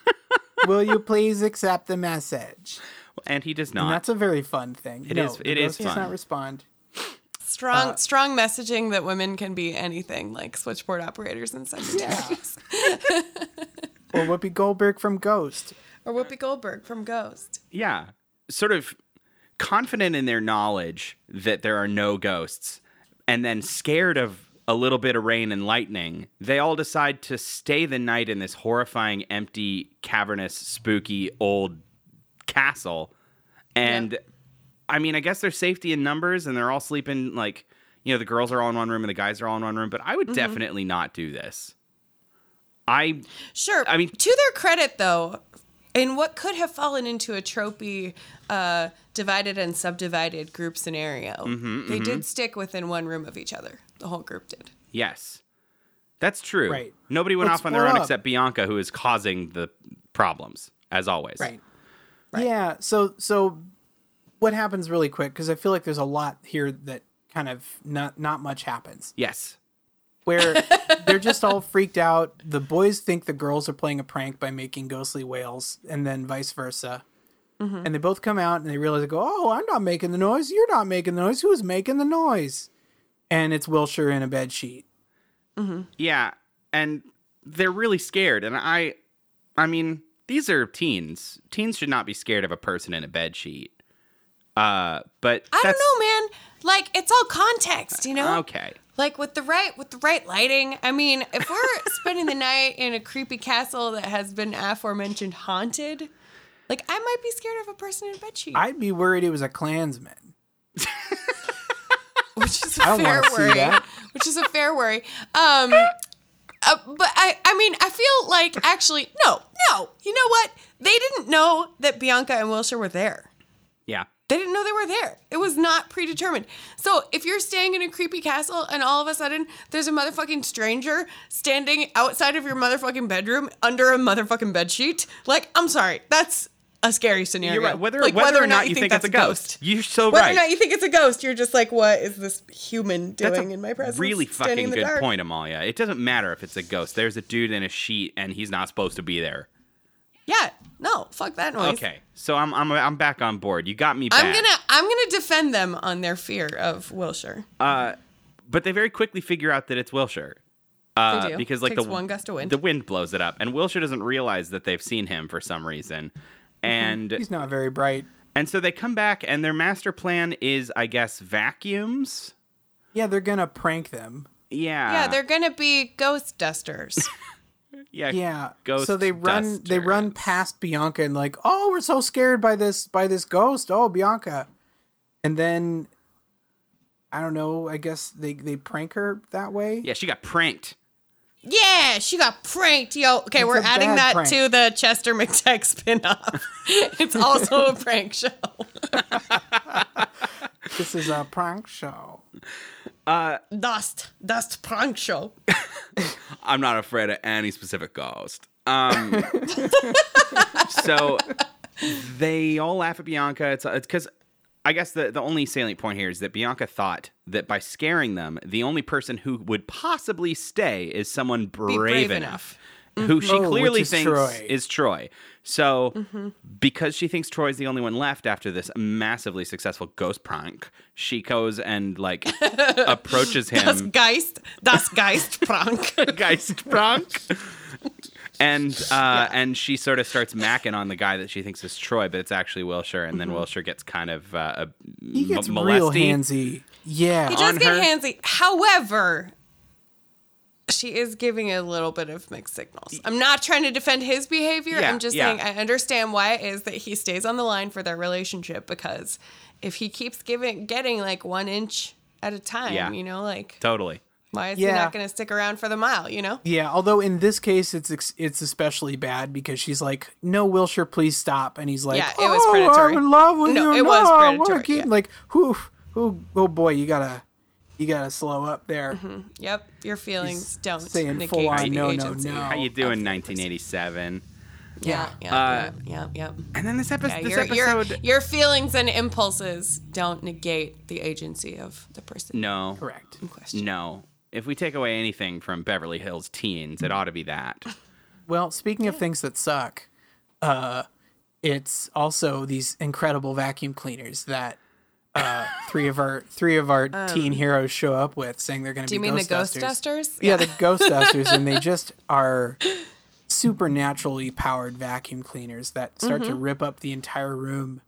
Speaker 3: will you please accept the message
Speaker 1: And he does
Speaker 3: and
Speaker 1: not.
Speaker 3: that's a very fun thing
Speaker 1: It
Speaker 3: no,
Speaker 1: is-
Speaker 3: the
Speaker 1: it is
Speaker 3: ghost does
Speaker 1: fun.
Speaker 3: not respond
Speaker 2: strong
Speaker 1: Uh,
Speaker 2: strong messaging that women can be anything like switchboard operators and secretaries
Speaker 3: or whoopi goldberg from ghost
Speaker 2: or whoopi goldberg from ghost
Speaker 1: yeah. Sort of confident in their knowledge that there are no ghosts, and then scared of a little bit of rain and lightning, they all decide to stay the night in this horrifying, empty, cavernous, spooky old castle. And I mean, I guess there's safety in numbers and they're all sleeping like, you know, the girls are all in one room and the guys are all in one room, but I would definitely not do this. I
Speaker 2: sure
Speaker 1: I mean-
Speaker 2: to their credit though in what could have fallen into a tropey uh, divided and subdivided group scenario
Speaker 1: Mm-hmm,
Speaker 2: they did stick within one room of each other the whole group did
Speaker 1: yes. That's true.
Speaker 3: Right.
Speaker 1: Nobody went
Speaker 3: Let's
Speaker 1: off on their own
Speaker 3: split up.
Speaker 1: except Bianca who is causing the problems as always.
Speaker 3: yeah so so what happens really quick because i feel like there's a lot here that kind of not not much happens
Speaker 1: Yes.
Speaker 3: where they're just all freaked out. The boys think the girls are playing a prank by making ghostly whales, and then vice versa. And they both come out and they realize, they go, oh, I'm not making the noise. You're not making the noise. Who's making the noise? And it's Wilshire in a bed sheet.
Speaker 1: Yeah, and they're really scared. And I, I mean, these are teens. Teens should not be scared of a person in a bed sheet. Uh, but
Speaker 2: i
Speaker 1: that's, Ah,
Speaker 2: don't know man like it's all context you know
Speaker 1: Okay,
Speaker 2: like with the right with the right lighting i mean if we're spending the night in a creepy castle that has been aforementioned haunted like i might be scared of a person in a bedsheet
Speaker 3: I'd be worried it was a Klansman.
Speaker 2: which is a
Speaker 3: don't
Speaker 2: fair
Speaker 3: wanna see
Speaker 2: worry
Speaker 3: that.
Speaker 2: which is a fair worry um uh, but I, I mean i feel like actually no no you know what they didn't know that bianca and wilshire were there
Speaker 1: yeah,
Speaker 2: They didn't know they were there. It was not predetermined. So if you're staying in a creepy castle and all of a sudden there's a motherfucking stranger standing outside of your motherfucking bedroom under a motherfucking bedsheet, like I'm sorry, that's a scary scenario.
Speaker 1: you're right. Whether
Speaker 2: Like,
Speaker 1: whether, or not you think, that's a ghost, you're so
Speaker 2: Whether
Speaker 1: right.
Speaker 2: or not you think it's a ghost, you're just like, what is this human doing
Speaker 1: that's a
Speaker 2: in my presence?
Speaker 1: really
Speaker 2: standing
Speaker 1: fucking
Speaker 2: in the
Speaker 1: good
Speaker 2: dark?
Speaker 1: point, Amalia. It doesn't matter if it's a ghost. There's a dude in a sheet, and he's not supposed to be there.
Speaker 2: Yeah. No, fuck that noise.
Speaker 1: Okay, so I'm I'm I'm back on board. You got me back.
Speaker 2: I'm gonna I'm gonna defend them on their fear of Wilshire.
Speaker 1: Uh, but they very quickly figure out that it's Wilshire. Uh,
Speaker 2: do.
Speaker 1: Because like
Speaker 2: Takes
Speaker 1: the
Speaker 2: one gust of wind.
Speaker 1: the wind blows it up, and Wilshire doesn't realize that they've seen him for some reason,
Speaker 2: Mm-hmm.
Speaker 1: and
Speaker 3: He's not very bright.
Speaker 1: and so they come back, and their master plan is, I guess, vacuums.
Speaker 3: Yeah, they're gonna prank them.
Speaker 1: Yeah,
Speaker 2: yeah, they're gonna be ghost dusters.
Speaker 1: yeah,
Speaker 3: Yeah.
Speaker 1: Ghost
Speaker 3: so they run they run
Speaker 1: dusters.
Speaker 3: past Bianca and like, "Oh, we're so scared by this by this ghost. Oh, Bianca." And then I don't know, I guess they they prank her that way.
Speaker 1: Yeah, she got pranked.
Speaker 2: yeah, she got pranked, yo. Okay, we're
Speaker 3: a
Speaker 2: adding
Speaker 3: bad
Speaker 2: that
Speaker 3: prank.
Speaker 2: to the Chester McTech spin-off. it's also a prank show.
Speaker 3: This is a prank show.
Speaker 2: Dust. Dust prank show.
Speaker 1: I'm not afraid of any specific ghost. Um, so they all laugh at Bianca. It's because I guess the, the only salient point here is that Bianca thought that by scaring them, the only person who would possibly stay is someone brave,
Speaker 2: brave
Speaker 1: enough. Who she
Speaker 3: Oh, which
Speaker 1: clearly
Speaker 3: is
Speaker 1: thinks
Speaker 3: Troy. Mm-hmm.
Speaker 1: is Troy. So, because she thinks Troy's the only one left after this massively successful ghost prank, she goes and like approaches him.
Speaker 2: Das Geist. Das Geist prank.
Speaker 1: Geistprank. and uh, and she sort of starts macking on the guy that she thinks is Troy, but it's actually Wilshire. And then Wilshire gets kind of uh, a
Speaker 3: He gets
Speaker 1: m-
Speaker 3: real
Speaker 1: molesty.
Speaker 3: handsy. Yeah.
Speaker 2: He
Speaker 1: on
Speaker 2: does get
Speaker 1: her.
Speaker 2: handsy. However, she is giving a little bit of mixed signals. I'm not trying to defend his behavior.
Speaker 1: Yeah,
Speaker 2: I'm just
Speaker 1: yeah.
Speaker 2: saying I understand why it is that he stays on the line for their relationship because if he keeps giving getting like one inch at a time,
Speaker 1: Yeah.
Speaker 2: you know, like
Speaker 1: Totally.
Speaker 2: why is he
Speaker 3: Yeah.
Speaker 2: not going to stick around for the mile? You know,
Speaker 3: Yeah, although in this case it's ex- it's especially bad because she's like, "No, Wilshire, please stop," and he's like,
Speaker 2: Yeah, it was
Speaker 3: "Oh,
Speaker 2: predatory.
Speaker 3: I'm in love with
Speaker 2: No,
Speaker 3: you.
Speaker 2: it
Speaker 3: no,
Speaker 2: was
Speaker 3: I wanna
Speaker 2: predatory,
Speaker 3: keep-"
Speaker 2: yeah.
Speaker 3: Like, who, who, oh boy, you gotta, you gotta slow up there.
Speaker 2: Mm-hmm. yep, your feelings don't
Speaker 3: saying
Speaker 2: negate
Speaker 3: full on
Speaker 2: the
Speaker 3: no, no,
Speaker 2: agency.
Speaker 3: no.
Speaker 1: How you doing, 1987?
Speaker 2: Yeah, yeah,
Speaker 1: Uh,
Speaker 2: yeah, yeah. yeah.
Speaker 1: And then this, epi-
Speaker 2: Yeah,
Speaker 1: this
Speaker 2: your, your-
Speaker 1: episode.
Speaker 2: your feelings and impulses don't negate the agency of the person
Speaker 1: No.
Speaker 3: Correct.
Speaker 2: in question.
Speaker 1: No. If we take away anything from Beverly Hills Teens, it ought to be that.
Speaker 3: Well, speaking of things that suck, uh, it's also these incredible vacuum cleaners that uh, three of our three of our teen heroes show up with, saying they're gonna
Speaker 2: Um, Do
Speaker 3: be
Speaker 2: you mean the
Speaker 3: ghost
Speaker 2: ghost
Speaker 3: dusters.
Speaker 2: dusters?
Speaker 3: yeah, the ghost dusters, and they just are supernaturally powered vacuum cleaners that start
Speaker 2: Mm-hmm.
Speaker 3: to rip up the entire room.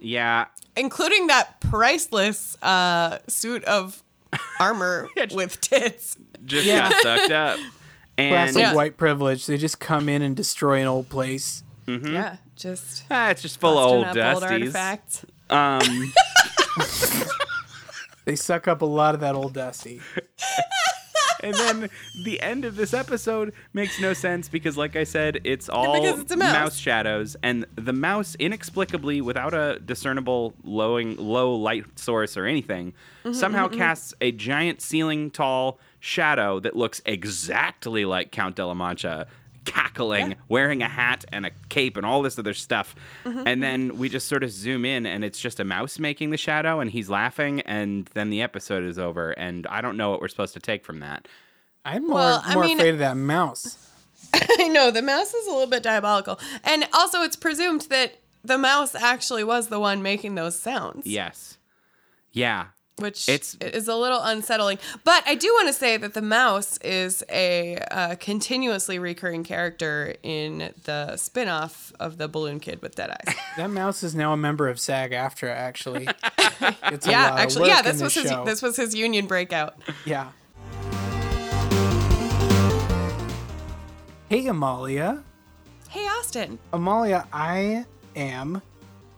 Speaker 1: Yeah.
Speaker 2: Including that priceless uh, suit of armor with tits.
Speaker 1: Just got sucked up. And
Speaker 3: Classic
Speaker 2: Yeah.
Speaker 3: white privilege. They just come in and destroy an old place.
Speaker 2: Yeah, just
Speaker 1: ah, it's just full of
Speaker 2: busting
Speaker 1: Hmm? old
Speaker 2: up old
Speaker 1: dusties.
Speaker 2: artifacts.
Speaker 1: um.
Speaker 3: They suck up a lot of that old dusty.
Speaker 1: And then the end of this episode makes no sense because, like I said, it's all
Speaker 2: Because it's a mouse.
Speaker 1: shadows, and the mouse inexplicably, without a discernible lowing low light source or anything,
Speaker 2: Mm-hmm,
Speaker 1: somehow casts a giant ceiling tall shadow that looks exactly like Count de la Mancha. Cackling, wearing a hat and a cape and all this other stuff.
Speaker 2: Mm-hmm,
Speaker 1: And then we just sort of zoom in and it's just a mouse making the shadow and he's laughing. And then the episode is over. And I don't know what we're supposed to take from that.
Speaker 3: I'm more,
Speaker 2: Well, I
Speaker 3: more
Speaker 2: mean-
Speaker 3: afraid of that mouse.
Speaker 2: I know, the mouse is a little bit diabolical. And also, it's presumed that the mouse actually was the one making those sounds.
Speaker 1: Yes. Yeah.
Speaker 2: which
Speaker 1: It's-
Speaker 2: it's, is a little unsettling. But I do want to say that the mouse is a uh, continuously recurring character in the spin-off of the Balloon Kid with Dead Eyes.
Speaker 3: That mouse is now a member of SAG after actually. It's a
Speaker 2: yeah,
Speaker 3: lot of
Speaker 2: actually, yeah,
Speaker 3: work in
Speaker 2: this was his
Speaker 3: show.
Speaker 2: this was his union breakout.
Speaker 3: Yeah. Hey Amalia.
Speaker 2: Hey, Austin.
Speaker 3: Amalia, I am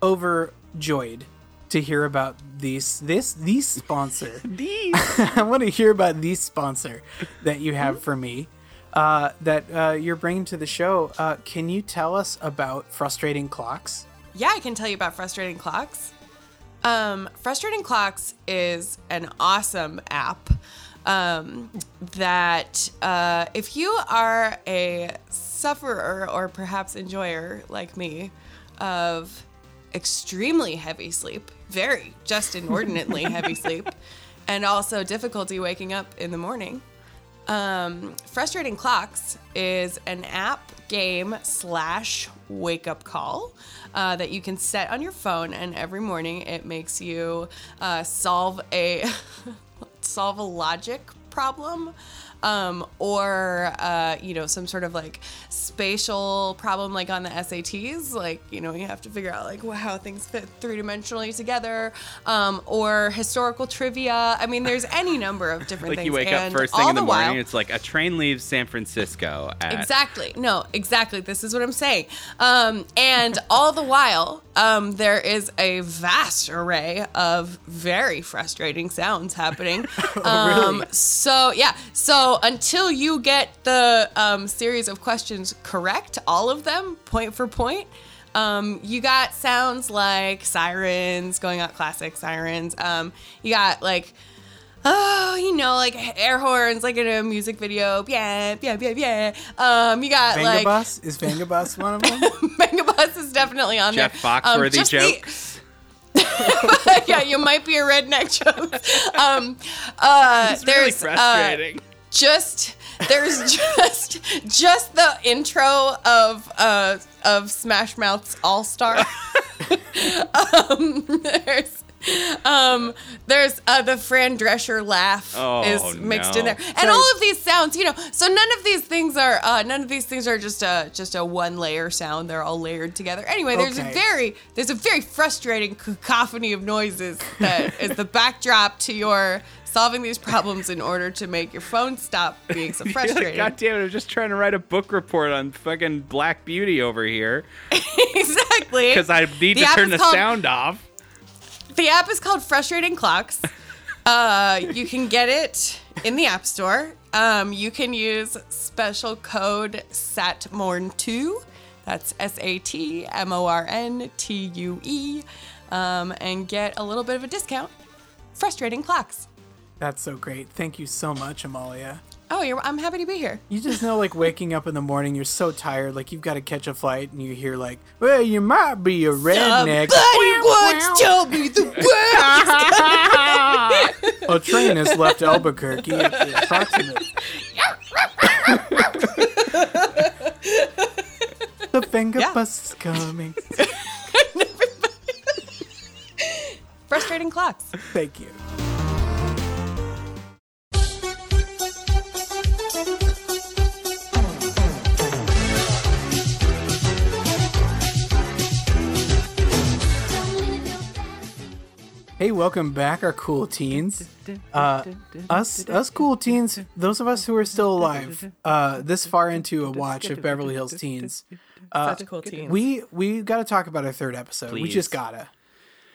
Speaker 3: overjoyed to hear about these this the sponsor. I want to hear about the sponsor that you have for me. Uh, that uh, you're bringing to the show. Uh, can you tell us about frustrating clocks?
Speaker 2: yeah, I can tell you about Frustrating Clocks. Um, Frustrating Clocks is an awesome app um, that uh, if you are a sufferer or perhaps enjoyer like me of extremely heavy sleep, very just inordinately heavy sleep, and also difficulty waking up in the morning, Um, Frustrating Clocks is an app game slash wake up call uh, that you can set on your phone, and every morning it makes you uh, solve a solve a logic problem. Um, or uh, you know some sort of like spatial problem like on the SATs like you know you have to figure out like wh- how things fit three dimensionally together um, or historical trivia I mean there's any number of different
Speaker 1: Like
Speaker 2: things
Speaker 1: you wake
Speaker 2: and
Speaker 1: up first thing
Speaker 2: all
Speaker 1: in the, morning,
Speaker 2: while-
Speaker 1: it's like a train leaves San Francisco at
Speaker 2: Exactly. No, exactly. This is what I'm saying. Um, and all the while, um, there is a vast array of very frustrating sounds happening. Um, So, yeah. So, until you get the um, series of questions correct, all of them, point for point, um, you got sounds like sirens, going out classic sirens. Um, you got like oh, you know, like air horns, like in a music video. Yeah, yeah, yeah, yeah. Um, you got like
Speaker 3: Vangabus? is Vangabus one of them?
Speaker 2: Megabus is definitely on
Speaker 1: Jeff
Speaker 2: there. Um,
Speaker 1: Foxworthy
Speaker 2: just the-
Speaker 1: jokes.
Speaker 2: yeah, you might be a redneck joke. Um, uh,
Speaker 1: really
Speaker 2: there's uh,
Speaker 1: frustrating.
Speaker 2: just there's just just the intro of uh of Smash Mouth's All Star. um, there's um there's uh the Fran Drescher laugh
Speaker 1: Oh,
Speaker 2: is mixed in
Speaker 1: no.
Speaker 2: there. And all of these sounds, you know, so none of these things are uh none of these things are just a just a one layer sound. They're all layered together. Anyway, there's
Speaker 3: Okay.
Speaker 2: a very there's a very frustrating cacophony of noises that is the backdrop to your solving these problems in order to make your phone stop being so
Speaker 1: You're like,
Speaker 2: frustrating.
Speaker 1: God damn it! I'm just trying to write a book report on fucking Black Beauty over here
Speaker 2: exactly.
Speaker 1: because I need to
Speaker 2: app
Speaker 1: turn
Speaker 2: is
Speaker 1: the
Speaker 2: called-
Speaker 1: sound off.
Speaker 2: The app is called Frustrating Clocks. Uh, you can get it in the App Store. Um, you can use special code SATMORN2. That's S A T M O R N T U E. Um, and get a little bit of a discount. Frustrating Clocks.
Speaker 3: That's so great. Thank you so much, Amalia.
Speaker 2: Oh, you're, I'm happy to be here.
Speaker 3: You just know, like, waking up in the morning, you're so tired, like, you've got to catch a flight, and you hear, like, well, you might be a
Speaker 2: Uh,
Speaker 3: redneck.
Speaker 2: Somebody once told me the world.
Speaker 3: A Oh, train has left Albuquerque at the approximate. the finger
Speaker 2: Yeah.
Speaker 3: bus is coming.
Speaker 2: Frustrating Clocks.
Speaker 3: Thank you. Hey, welcome back, our cool teens. Uh, us, us cool teens, those of us who are still alive, uh, this far into a watch of Beverly Hills Teens,
Speaker 2: Such cool team.
Speaker 3: we we got to talk about our third episode. We
Speaker 1: Please.
Speaker 3: just gotta,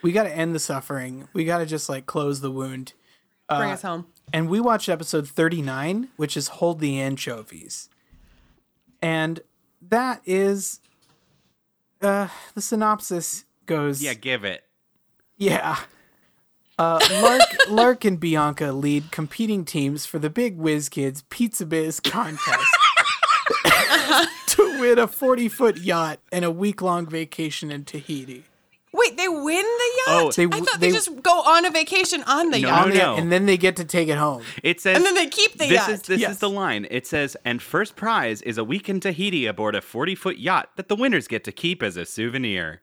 Speaker 3: we gotta end the suffering. We gotta just like close the wound.
Speaker 2: Bring us home.
Speaker 3: And we watched episode thirty nine, which is "Hold the Anchovies," and that is, uh, the synopsis goes,
Speaker 1: Yeah, give it.
Speaker 3: yeah. Uh, Lark, Lark and Bianca lead competing teams for the Big Whiz Kids Pizza Biz contest to win a 40 foot yacht and a week long vacation in Tahiti.
Speaker 2: Wait, they win the yacht?
Speaker 1: Oh,
Speaker 3: They,
Speaker 2: I thought
Speaker 3: they,
Speaker 2: they, just go on a vacation on the
Speaker 1: No,
Speaker 2: yacht.
Speaker 3: on the-
Speaker 1: no.
Speaker 3: And then they get to take it home.
Speaker 1: It says,
Speaker 2: And then they keep the
Speaker 1: this
Speaker 2: yacht.
Speaker 1: Is, this
Speaker 3: Yes.
Speaker 1: is the line. It says, and first prize is a week in Tahiti aboard a 40 foot yacht that the winners get to keep as a souvenir.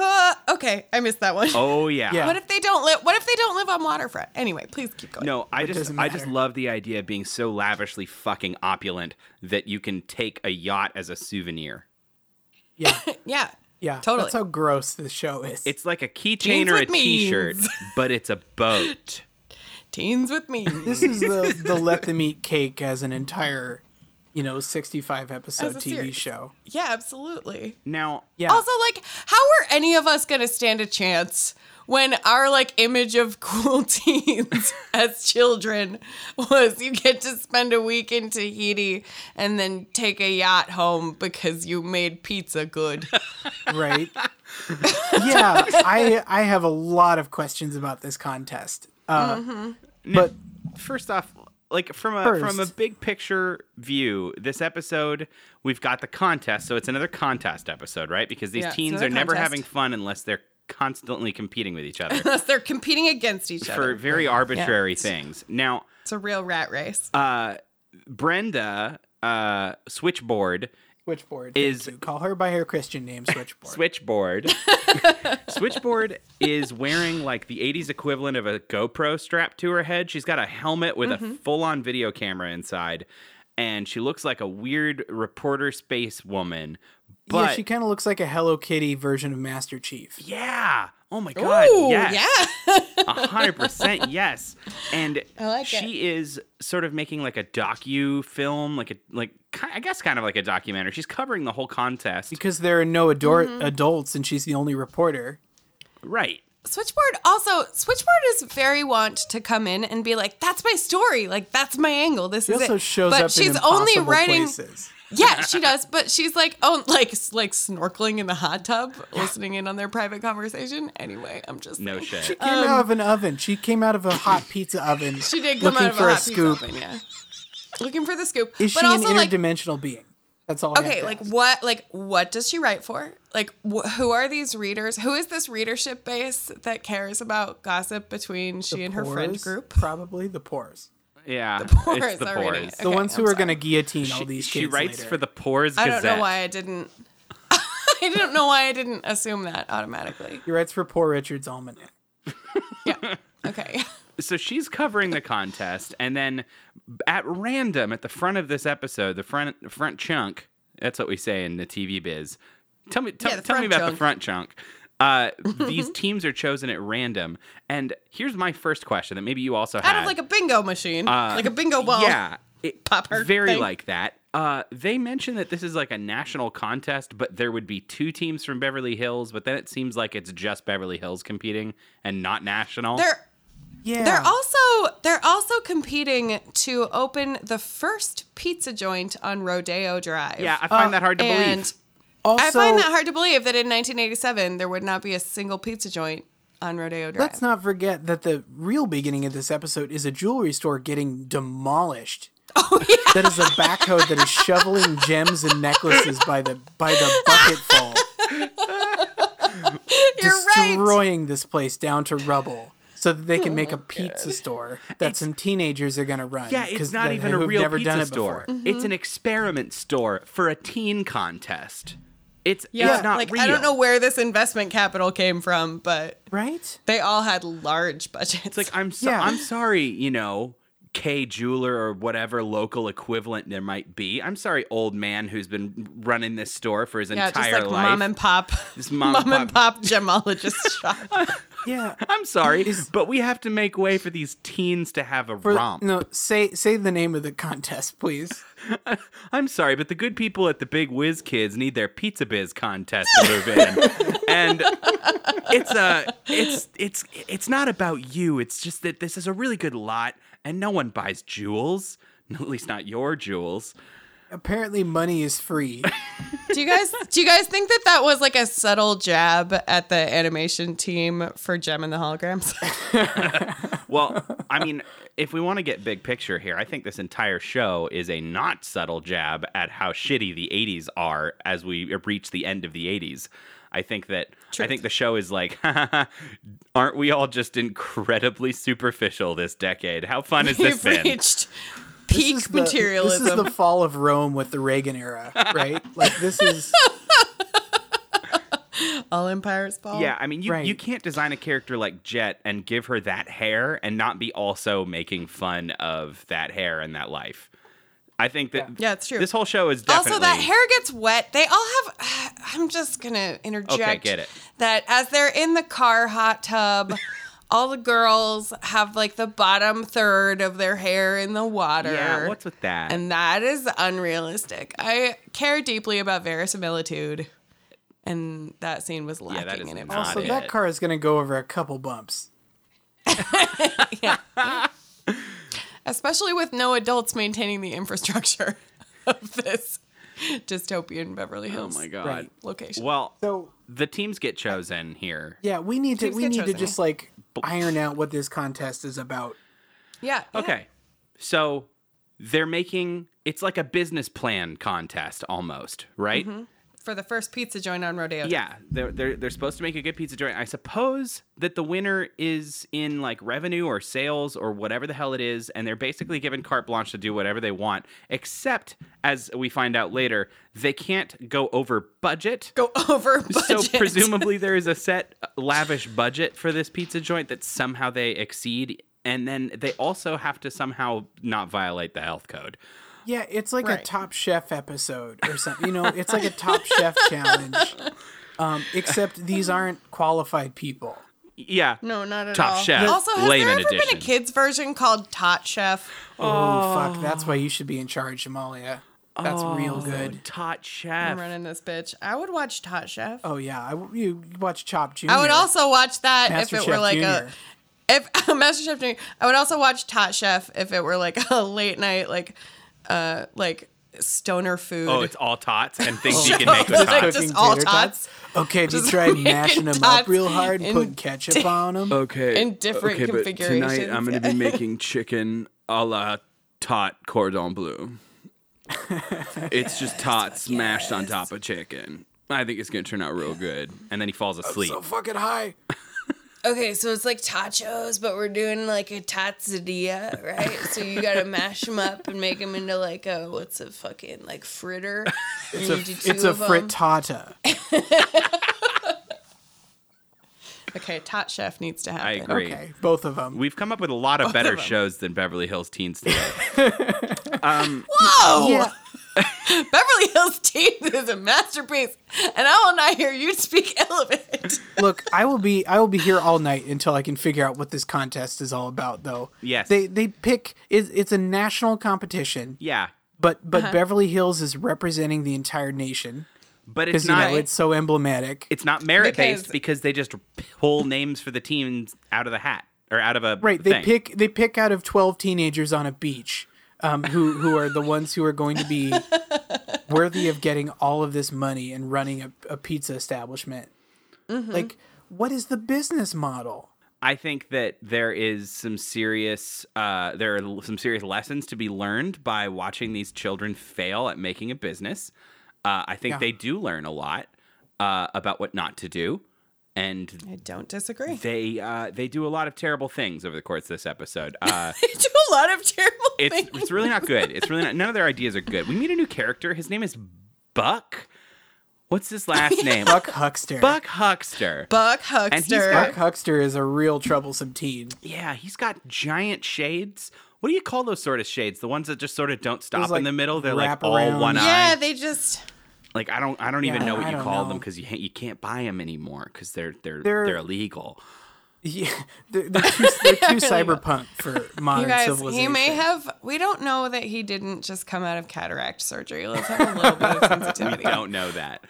Speaker 2: Uh, okay, I missed that one.
Speaker 1: Oh yeah.
Speaker 3: Yeah.
Speaker 2: What if they don't live? What if they don't live on waterfront? Anyway, please keep going.
Speaker 1: No, I just
Speaker 3: doesn't
Speaker 1: I just
Speaker 3: matter.
Speaker 1: love the idea of being so lavishly fucking opulent that you can take a yacht as a souvenir.
Speaker 3: Yeah.
Speaker 2: Yeah.
Speaker 3: Yeah.
Speaker 2: Totally.
Speaker 3: That's how gross this show is.
Speaker 1: It's like a keychain
Speaker 2: Jeans
Speaker 1: or a
Speaker 2: with means.
Speaker 1: t-shirt, but it's a boat.
Speaker 2: Teens with me.
Speaker 3: this is the, the Let Them Eat Cake as an entire, you know, 65 episode
Speaker 2: As a
Speaker 3: TV
Speaker 2: series.
Speaker 3: show.
Speaker 2: yeah, absolutely.
Speaker 1: Now,
Speaker 3: Yeah.
Speaker 2: Also, like, how are any of us gonna stand a chance when our like image of cool teens as children was you get to spend a week in Tahiti and then take a yacht home because you made pizza good?
Speaker 3: right? yeah, I I have a lot of questions about this contest. Uh,
Speaker 2: Mm-hmm.
Speaker 3: But
Speaker 1: first off, like from a from a
Speaker 3: First.
Speaker 1: big picture view, this episode we've got the contest, so it's another contest episode, right? Because these
Speaker 2: Yeah, it's
Speaker 1: teens
Speaker 2: another
Speaker 1: are never
Speaker 2: contest.
Speaker 1: having fun unless they're constantly competing with each other
Speaker 2: Unless they're competing against each
Speaker 1: for
Speaker 2: other.
Speaker 1: very arbitrary things. Now,
Speaker 2: It's a real rat race.
Speaker 1: Uh, Brenda uh, Switchboard
Speaker 3: Switchboard
Speaker 1: Is-
Speaker 3: is call her by her Christian name. Switchboard.
Speaker 1: Switchboard. Switchboard is wearing like the 80s equivalent of a GoPro strapped to her head. She's got a helmet with a full on video camera inside, and she looks like a weird reporter space woman. But
Speaker 3: yeah, she kind of looks like a Hello Kitty version of Master Chief.
Speaker 1: Yeah. Oh my God.
Speaker 2: Ooh,
Speaker 1: yes.
Speaker 2: yeah.
Speaker 1: A hundred percent yes. And
Speaker 2: I like
Speaker 1: she is sort of making like a docu film, like a like ki- I guess kind of like a documentary. She's covering the whole contest.
Speaker 3: Because there are no ador-
Speaker 2: Mm-hmm.
Speaker 3: adults and she's the only reporter.
Speaker 1: Right.
Speaker 2: Switchboard also Switchboard is very want to come in and be like, "That's my story. Like that's my angle. This
Speaker 3: She
Speaker 2: is
Speaker 3: also
Speaker 2: it."
Speaker 3: shows
Speaker 2: but
Speaker 3: up
Speaker 2: she's
Speaker 3: in
Speaker 2: only
Speaker 3: impossible
Speaker 2: writing.
Speaker 3: places.
Speaker 2: Yeah, she does. But she's like, oh, like like snorkeling in the hot tub, listening in on their private conversation. Anyway, I'm just
Speaker 1: No
Speaker 2: saying.
Speaker 1: shit.
Speaker 3: Came out of an oven. She came out of a hot pizza oven.
Speaker 2: Um, She did come
Speaker 3: looking
Speaker 2: out of
Speaker 3: for
Speaker 2: a,
Speaker 3: a,
Speaker 2: hot pizza
Speaker 3: scoop.
Speaker 2: oven, yeah. Looking for the scoop.
Speaker 3: Is
Speaker 2: but
Speaker 3: she an
Speaker 2: also like
Speaker 3: interdimensional being? That's all. I have
Speaker 2: okay
Speaker 3: to
Speaker 2: like
Speaker 3: ask.
Speaker 2: what like what does she write for like wh- who are these readers who is this readership base that cares about gossip between she and her friend
Speaker 3: Pores?
Speaker 2: group
Speaker 3: Probably the pores.
Speaker 1: Yeah.
Speaker 2: pores
Speaker 1: it's the
Speaker 2: are reading
Speaker 1: pores.
Speaker 2: it.
Speaker 3: The
Speaker 2: Okay,
Speaker 3: ones who
Speaker 2: I'm
Speaker 3: are going to guillotine all these kids
Speaker 1: She writes
Speaker 3: later.
Speaker 1: for the Pores
Speaker 2: i
Speaker 1: Gazette.
Speaker 2: don't know why i didn't i don't know why i didn't assume that automatically
Speaker 3: He writes for Poor Richard's Almanac.
Speaker 2: yeah okay
Speaker 1: so she's covering the contest and then at random at the front of this episode the front front chunk that's what we say in the tv biz tell me tell,
Speaker 2: Yeah, the
Speaker 1: tell me
Speaker 2: front
Speaker 1: about the
Speaker 2: chunk.
Speaker 1: front chunk uh, these teams are chosen at random and here's my first question that maybe you also had
Speaker 2: out of like a bingo machine like a bingo ball
Speaker 1: Uh, yeah it,
Speaker 2: pop art
Speaker 1: very
Speaker 2: thing.
Speaker 1: like that uh, they mention that this is like a national contest, but there would be two teams from Beverly Hills. But then it seems like it's just Beverly Hills competing and not national.
Speaker 2: they're
Speaker 3: Yeah.
Speaker 2: They're also they're also competing to open the first pizza joint on Rodeo Drive.
Speaker 1: yeah, I find that hard to
Speaker 2: Uh, and
Speaker 1: believe.
Speaker 3: also,
Speaker 2: I find that hard to believe that in 1987 there would not be a single pizza joint on Rodeo Drive.
Speaker 3: Let's not forget that the real beginning of this episode is a jewelry store getting demolished. Oh yeah. That is a backhoe that is shoveling gems and necklaces by the by the bucketful,
Speaker 2: You're right.
Speaker 3: destroying this place down to rubble. So that they can make a pizza store that some teenagers are gonna run.
Speaker 1: Yeah, it's
Speaker 3: 'cause
Speaker 1: not
Speaker 3: they-
Speaker 1: even a
Speaker 3: who've
Speaker 1: real
Speaker 3: never
Speaker 1: pizza
Speaker 3: done it
Speaker 1: store.
Speaker 2: Mm-hmm.
Speaker 3: before.
Speaker 1: It's an experiment store for a teen contest. It's
Speaker 2: Yeah,
Speaker 1: it's not
Speaker 2: like
Speaker 1: real.
Speaker 2: I don't know where this investment capital came from, but
Speaker 3: Right?
Speaker 2: they all had large budgets.
Speaker 1: It's like I'm so,
Speaker 3: Yeah.
Speaker 1: I'm sorry, you know, K jeweler or whatever local equivalent there might be. I'm sorry, old man who's been running this store for his
Speaker 2: yeah, just
Speaker 1: entire
Speaker 2: like
Speaker 1: life.
Speaker 2: mom and pop,
Speaker 1: This
Speaker 2: mom,
Speaker 1: mom and
Speaker 2: and pop gemologist shop.
Speaker 3: Yeah.
Speaker 1: I'm sorry, but we have to make way for these teens to have a
Speaker 3: For-
Speaker 1: romp.
Speaker 3: No, say say the name of the contest, please.
Speaker 1: I'm sorry, but the good people at the Big Whiz Kids need their Pizza Biz contest to move in, and it's a it's it's it's not about you. It's just that this is a really good lot, and no one buys jewels, at least not your jewels.
Speaker 3: Apparently, money is free.
Speaker 2: do you guys do you guys think that that was like a subtle jab at the animation team for Gem and the Holograms?
Speaker 1: Well, I mean, if we want to get big picture here, I think this entire show is a not subtle jab at how shitty the 80s are as we reach the end of the 80s. I think that I think the show is like, aren't we all just incredibly superficial this decade? How fun has this
Speaker 2: You've
Speaker 1: been?
Speaker 2: reached
Speaker 3: This
Speaker 2: peak
Speaker 3: is the-
Speaker 2: materialism.
Speaker 3: This is the fall of Rome with the Reagan era, right? like this is
Speaker 2: All empires fall.
Speaker 1: Yeah, I mean, you, you
Speaker 3: Right.
Speaker 1: can't design a character like Jet and give her that hair and not be also making fun of that hair and that life. I think that
Speaker 2: Yeah, it's true.
Speaker 1: This whole show is definitely
Speaker 2: Also, that hair gets wet. They all have. I'm just gonna interject.
Speaker 1: get it.
Speaker 2: That as they're in the car hot tub, all the girls have like the bottom third of their hair in the water.
Speaker 1: Yeah, what's with that?
Speaker 2: And that is unrealistic. I care deeply about verisimilitude, and that scene was lacking
Speaker 1: that is
Speaker 2: in it.
Speaker 1: not
Speaker 3: so
Speaker 1: it.
Speaker 3: that car is going to go over a couple bumps.
Speaker 2: especially with no adults maintaining the infrastructure of this dystopian Beverly
Speaker 1: oh
Speaker 2: Hills.
Speaker 1: my god.
Speaker 3: Right.
Speaker 2: Location.
Speaker 1: Well,
Speaker 3: So
Speaker 1: the teams get chosen here.
Speaker 3: yeah, we need to
Speaker 2: Teams
Speaker 3: we
Speaker 2: get
Speaker 3: need to
Speaker 2: chosen,
Speaker 3: just like iron out what this contest is about.
Speaker 2: yeah.
Speaker 1: Okay. So
Speaker 3: Mm-hmm.
Speaker 1: they're making it's like a business plan contest almost, right?
Speaker 2: for the first pizza joint on Rodeo.
Speaker 1: Yeah, they're, they're they're supposed to make a good pizza joint. I suppose that the winner is in like revenue or sales or whatever the hell it is, and they're basically given carte blanche to do whatever they want. Except, as we find out later, they can't go over budget.
Speaker 2: Go over budget.
Speaker 1: So presumably there is a set lavish budget for this pizza joint that somehow they exceed, and then they also have to somehow not violate the health code.
Speaker 3: Yeah, it's like a
Speaker 2: Right.
Speaker 3: Top Chef episode or something. You know, it's like a Top Chef challenge. Um, except these aren't qualified people.
Speaker 1: Yeah.
Speaker 2: no, not at
Speaker 1: Top
Speaker 2: all.
Speaker 1: Chef,
Speaker 2: Also, has
Speaker 1: layman
Speaker 2: there ever been
Speaker 1: edition.
Speaker 2: a kids version called Tot Chef?
Speaker 3: Oh, fuck! That's why you should be in charge, Amalia. That's
Speaker 2: Oh.
Speaker 3: real good.
Speaker 1: Oh, Tot
Speaker 2: I'm
Speaker 1: chef.
Speaker 2: running this bitch. I would watch Tot Chef.
Speaker 3: Oh yeah, I, you watch Chop Junior.
Speaker 2: I would also watch that
Speaker 3: Master
Speaker 2: if it
Speaker 3: Chef
Speaker 2: were like
Speaker 3: Junior.
Speaker 2: a if MasterChef Junior. I would also watch Tot Chef if it were like a late night like uh like stoner food.
Speaker 1: Oh, it's all tots and things you
Speaker 2: Show.
Speaker 1: can make with
Speaker 2: Like,
Speaker 1: tots.
Speaker 2: just all tots.
Speaker 3: Okay, have you
Speaker 2: Just
Speaker 3: tried
Speaker 2: making
Speaker 3: mashing them up
Speaker 2: tots
Speaker 3: real hard and
Speaker 2: in
Speaker 3: putting ketchup on them?
Speaker 1: Okay.
Speaker 2: in different
Speaker 1: okay, but Tonight I'm
Speaker 2: configurations.
Speaker 1: going to be making chicken a la tot cordon bleu. it's just tots smashed on top of chicken. I think it's going to turn out real good. And then he falls asleep.
Speaker 3: so fucking high.
Speaker 2: Okay, so it's like tachos, but we're doing like a tatzadilla, right? so you gotta mash them up and make them into like a what's a fucking like fritter. It's
Speaker 3: It's a frittata.
Speaker 2: Okay, tot chef needs to happen.
Speaker 1: I agree.
Speaker 3: Okay, both of them.
Speaker 1: We've come up with a lot of better
Speaker 2: them.
Speaker 1: shows than Beverly Hills Teens today.
Speaker 2: Whoa!
Speaker 3: yeah,
Speaker 2: Oh, Beverly Hills Teens is a masterpiece, and I will not hear you speak ill of it.
Speaker 3: Look, I will be I will be here all night until I can figure out what this contest is all about though.
Speaker 1: Yes.
Speaker 3: They they pick it's, it's a national competition,
Speaker 1: yeah.
Speaker 3: but
Speaker 2: Uh-huh.
Speaker 3: but Beverly Hills is representing the entire nation
Speaker 1: But it's
Speaker 3: because you
Speaker 1: not
Speaker 3: know it's so emblematic.
Speaker 1: it's not merit based
Speaker 2: Because-
Speaker 1: because they just pull names for the teams out of the hat or out of a
Speaker 3: right, they
Speaker 1: thing.
Speaker 3: pick they pick out of 12 teenagers on a beach. Um, who who are the ones who are going to be worthy of getting all of this money and running a, a pizza establishment?
Speaker 2: Mm-hmm.
Speaker 3: Like, what is the business model?
Speaker 1: I think that there is some serious uh, there are l- some serious lessons to be learned by watching these children fail at making a business. Uh, I think
Speaker 3: Yeah.
Speaker 1: they do learn a lot uh, about what not to do, and
Speaker 2: I don't disagree. They
Speaker 1: they uh, they do a lot of terrible things over the course of this episode. Uh,
Speaker 2: do a lot of terrible
Speaker 1: it's
Speaker 2: things.
Speaker 1: it's really not good. It's really not. None of their ideas are good. We meet a new character. His name is Buck. What's his last name?
Speaker 3: Buck Huckster.
Speaker 1: Buck Huckster.
Speaker 2: Buck
Speaker 1: he's
Speaker 2: Huckster.
Speaker 3: Buck Huckster is a real troublesome teen.
Speaker 1: Yeah, he's got giant shades. What do you call those sort of shades? The ones that just sort of don't stop in
Speaker 3: like,
Speaker 1: the middle. They're like
Speaker 3: wrap
Speaker 1: all
Speaker 3: around.
Speaker 1: one
Speaker 2: yeah,
Speaker 1: eye.
Speaker 2: they just
Speaker 1: Like I don't, I don't even
Speaker 3: Yeah,
Speaker 1: know what
Speaker 3: I
Speaker 1: you
Speaker 3: don't
Speaker 1: call
Speaker 3: know.
Speaker 1: them because you ha- you can't buy them anymore because they're they're, they're
Speaker 3: They're-
Speaker 1: illegal.
Speaker 3: Yeah, they're, they're too, they're too cyberpunk for modern
Speaker 2: you guys.
Speaker 3: civilization.
Speaker 2: He may have. We don't know that he didn't just come out of cataract surgery. Let's have a little bit of sensitivity.
Speaker 1: don't know that.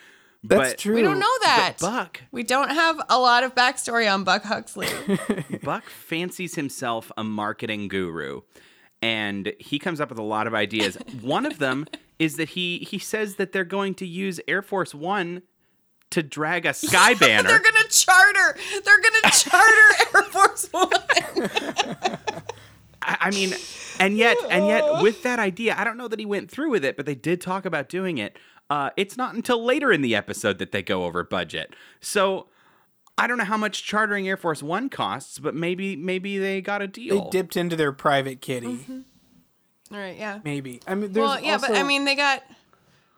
Speaker 3: That's
Speaker 1: but
Speaker 3: true.
Speaker 2: We don't know that.
Speaker 1: Buck
Speaker 2: We don't have a lot of backstory on Buck Huxley.
Speaker 1: Buck fancies himself a marketing guru, and he comes up with a lot of ideas. One of them is that he he says that they're going to use Air Force One to drag a sky banner.
Speaker 2: They're gonna charter. They're gonna charter Air Force One.
Speaker 1: I, I mean, and yet, and yet, with that idea, I don't know that he went through with it, but they did talk about doing it. Uh, it's not until later in the episode that they go over budget. So I don't know how much chartering Air Force One costs, but maybe maybe they got a
Speaker 3: They
Speaker 1: deal.
Speaker 3: dipped into their private kitty.
Speaker 2: All right. Yeah.
Speaker 3: Maybe. I mean, there's
Speaker 2: Mm-hmm. Well, yeah, but
Speaker 3: also-
Speaker 2: I mean, they got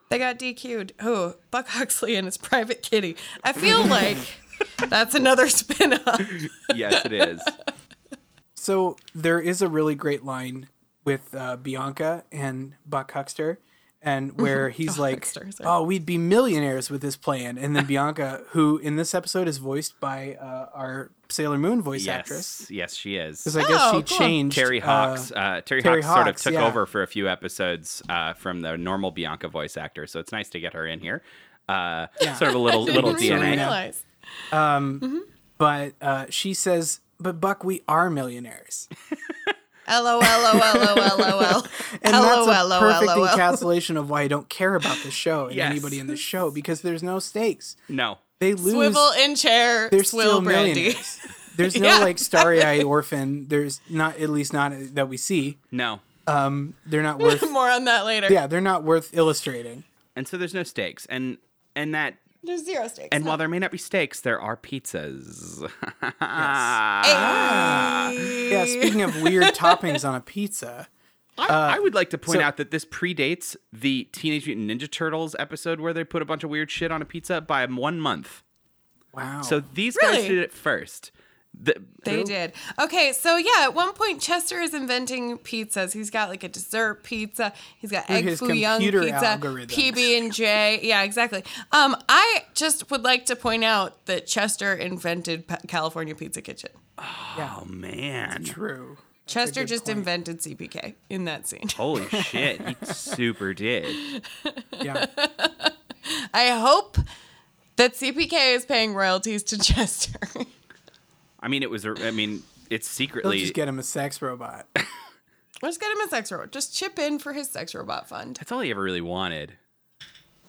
Speaker 2: they got DQ'd. Who? Buck Huxley and his private kitty. I feel like that's another spin-off.
Speaker 1: yes, it is.
Speaker 3: So there is a really great line with uh, Bianca and Buck Huckster, and where he's like,
Speaker 2: Huckster, sorry.
Speaker 3: "Oh, we'd be millionaires with this plan." And then Bianca, who in this episode is voiced by uh, our Sailor Moon voice
Speaker 1: Yes,
Speaker 3: actress,
Speaker 1: yes, she is.
Speaker 3: because I guess
Speaker 2: Oh,
Speaker 3: she
Speaker 2: cool.
Speaker 3: changed
Speaker 1: Terry
Speaker 3: uh,
Speaker 1: Hawks. Uh, Terry,
Speaker 3: Terry
Speaker 1: Hawks, sort of
Speaker 3: Hawks,
Speaker 1: took
Speaker 3: yeah.
Speaker 1: over for a few episodes uh, from the normal Bianca voice actor, so it's nice to get her in here. Uh, Sort of a little little
Speaker 2: Didn't even
Speaker 1: DNA.
Speaker 2: realize.
Speaker 3: but uh, she says, "But Buck, we are millionaires."
Speaker 2: LOL, LOL,
Speaker 3: And that's a
Speaker 2: LOL,
Speaker 3: perfect
Speaker 2: LOL.
Speaker 3: encapsulation of why I don't care about the show and
Speaker 1: Yes.
Speaker 3: anybody in the show because there's no stakes.
Speaker 1: No.
Speaker 3: They lose.
Speaker 2: Swivel in chair,
Speaker 3: they're
Speaker 2: swill
Speaker 3: still
Speaker 2: brandy.
Speaker 3: millionaires. There's no
Speaker 2: Yeah,
Speaker 3: like starry-eyed orphan. There's not, at least not that we see.
Speaker 1: No.
Speaker 3: Um, they're not worth.
Speaker 2: More on that later.
Speaker 3: yeah, they're not worth illustrating.
Speaker 1: and so there's no stakes and and that
Speaker 2: There's zero stakes.
Speaker 1: and while there may not be steaks, there are pizzas.
Speaker 2: Ah.
Speaker 3: Ah. Yeah, speaking of weird toppings on a pizza,
Speaker 1: I, I would like to point
Speaker 3: Uh, so-
Speaker 1: out that this predates the Teenage Mutant Ninja Turtles episode where they put a bunch of weird shit on a pizza by one month.
Speaker 3: wow.
Speaker 1: So these guys
Speaker 2: Really?
Speaker 1: did it first. The- oh,
Speaker 2: They did. Okay, so yeah, at one point Chester is inventing pizzas. He's got like a dessert pizza. He's got egg
Speaker 3: his
Speaker 2: foo young
Speaker 3: computer
Speaker 2: pizza,
Speaker 3: algorithm.
Speaker 2: PB and J. Yeah, exactly. Um, I just would like to point out that Chester invented P- California Pizza Kitchen.
Speaker 1: Oh man.
Speaker 3: true.
Speaker 2: Chester just invented CPK in that scene.
Speaker 1: Holy shit, he super did.
Speaker 3: Yeah.
Speaker 2: I hope that CPK is paying royalties to Chester.
Speaker 1: I mean, it was. a- I mean, it's
Speaker 3: They'll
Speaker 1: secretly.
Speaker 3: just get him a sex robot.
Speaker 2: Let's get him a sex robot. Just chip in for his sex robot fund.
Speaker 1: that's all he ever really wanted.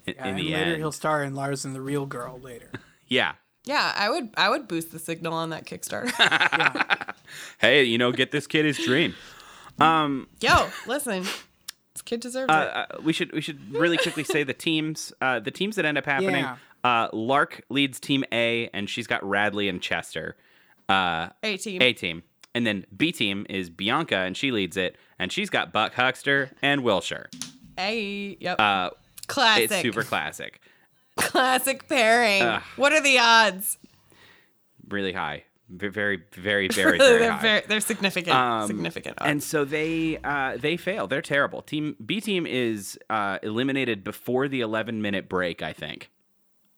Speaker 1: In, in
Speaker 3: and
Speaker 1: the
Speaker 3: later
Speaker 1: end,
Speaker 3: he'll star in Lars and the Real Girl later.
Speaker 1: yeah.
Speaker 2: Yeah, I would I would boost the signal on that Kickstarter.
Speaker 1: Hey, you know, get this kid his dream.
Speaker 2: Yo, listen. This kid deserves it.
Speaker 1: uh, we should we should really quickly say the teams uh, the teams that end up happening.
Speaker 3: Yeah.
Speaker 1: Uh, Lark leads team A, and she's got Radley and Chester. Uh,
Speaker 2: A team.
Speaker 1: A team, and then B team is Bianca, and she leads it, and she's got Buck Huckster and Wilshire.
Speaker 2: A. Yep.
Speaker 1: Uh,
Speaker 2: classic.
Speaker 1: it's super Uh, classic,
Speaker 2: classic pairing. What are the odds?
Speaker 1: really high, V- very very very very
Speaker 2: they're
Speaker 1: high.
Speaker 2: very, they're significant.
Speaker 1: Um,
Speaker 2: significant odds.
Speaker 1: And so they uh, they fail. They're terrible. Team B team is uh, eliminated before the 11 minute break. I think,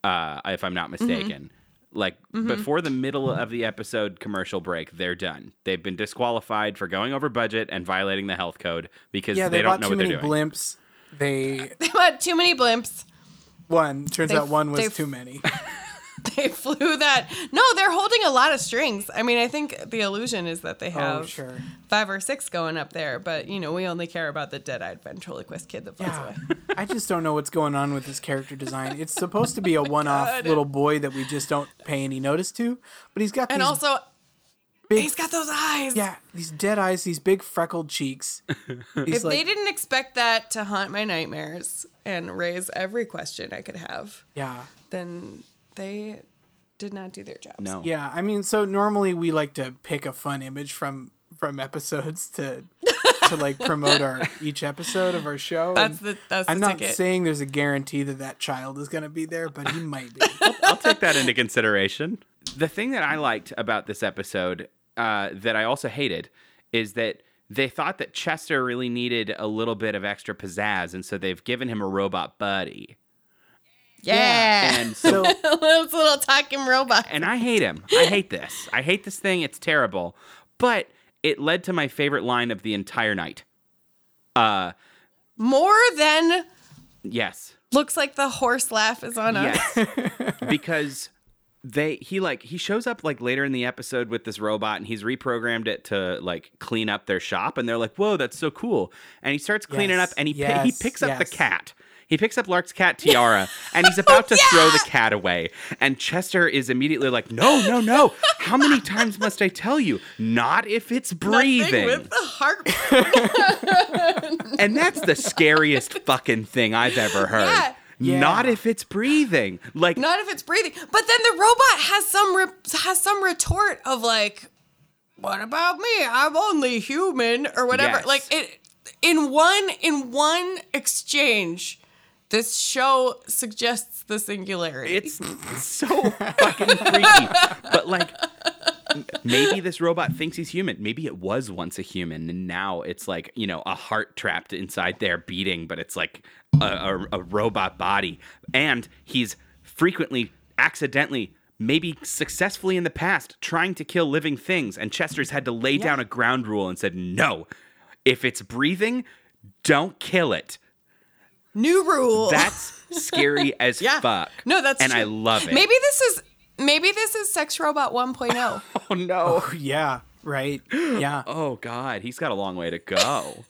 Speaker 1: uh, if I'm not mistaken. Like before the middle of the episode commercial break, they're done. They've been disqualified for going over budget and violating the health code because
Speaker 3: Yeah,
Speaker 1: they,
Speaker 3: they,
Speaker 1: don't
Speaker 3: bought
Speaker 1: know
Speaker 3: too
Speaker 1: what they're
Speaker 3: many
Speaker 1: doing.
Speaker 3: blimps. They
Speaker 2: they had too many blimps.
Speaker 3: one turns
Speaker 2: They-
Speaker 3: out one was
Speaker 2: they-
Speaker 3: too many.
Speaker 2: They flew that. No, they're holding a lot of strings. I mean, I think the illusion is that they have
Speaker 3: oh sure.
Speaker 2: five or six going up there, but you know, we only care about the dead-eyed ventriloquist kid that flies
Speaker 3: Yeah.
Speaker 2: away.
Speaker 3: I just don't know what's going on with this character design. It's supposed to be a one-off
Speaker 2: God.
Speaker 3: little boy that we just don't pay any notice to, but he's got
Speaker 2: And
Speaker 3: these
Speaker 2: also,
Speaker 3: big,
Speaker 2: he's got those eyes.
Speaker 3: yeah, these dead eyes, these big freckled cheeks. He's
Speaker 2: If they didn't expect that to haunt my nightmares and raise every question I could have,
Speaker 3: yeah.
Speaker 2: then they did not do their jobs.
Speaker 1: No.
Speaker 3: Yeah, I mean, so normally we like to pick a fun image from from episodes to to like promote our each episode of our show.
Speaker 2: That's
Speaker 3: and
Speaker 2: the- that's the
Speaker 3: I'm not
Speaker 2: ticket.
Speaker 3: saying there's a guarantee that that child is going to be there, but he might be.
Speaker 1: I'll take that into consideration. The thing that I liked about this episode uh, that I also hated is that they thought that Chester really needed a little bit of extra pizzazz, and so they've given him a robot buddy.
Speaker 2: Yeah.
Speaker 1: And so,
Speaker 3: So
Speaker 2: Those little talking robot.
Speaker 1: and I hate him. I hate this. I hate this thing. It's terrible. But it led to my favorite line of the entire night. Uh,
Speaker 2: More than
Speaker 1: yes.
Speaker 2: looks like the horse laugh is on us.
Speaker 3: Uh-huh.
Speaker 1: Yes. because they he like he shows up like later in the episode with this robot and he's reprogrammed it to like clean up their shop and they're like, "Whoa, that's so cool." And he starts cleaning
Speaker 3: Yes,
Speaker 1: up and he pi- he
Speaker 3: yes,
Speaker 1: picks up the
Speaker 3: yes.
Speaker 1: cat. He picks up Lark's cat tiara and he's about to throw the cat away. And Chester is immediately like, "No, no, no. How many times must I tell you? Not if it's
Speaker 2: Nothing
Speaker 1: breathing."
Speaker 2: With the heart.
Speaker 1: And that's the scariest fucking thing I've ever heard.
Speaker 2: Yeah.
Speaker 3: Yeah.
Speaker 1: Not if it's breathing. Like
Speaker 2: Not if it's breathing. But then the robot has some re- has some retort of like, "What about me? I'm only human," or whatever.
Speaker 1: Yes.
Speaker 2: Like it in one in one exchange, this show suggests the singularity.
Speaker 1: It's so fucking freaky. But like, m- maybe this robot thinks he's human. Maybe it was once a human, and now it's like you know a heart trapped inside there beating, but it's like a, a, a robot body, and he's frequently accidentally. Maybe successfully in the past, trying to kill living things, and Chester's had to lay down a ground rule and said, "No, if it's breathing, don't kill it."
Speaker 2: New rule.
Speaker 1: That's scary as fuck.
Speaker 2: No, that's
Speaker 1: and I
Speaker 2: true.
Speaker 1: love it.
Speaker 2: Maybe this is maybe this is Sex Robot 1.0.
Speaker 1: Oh no.
Speaker 3: yeah, right. Yeah.
Speaker 1: Oh God, he's got a long way to go.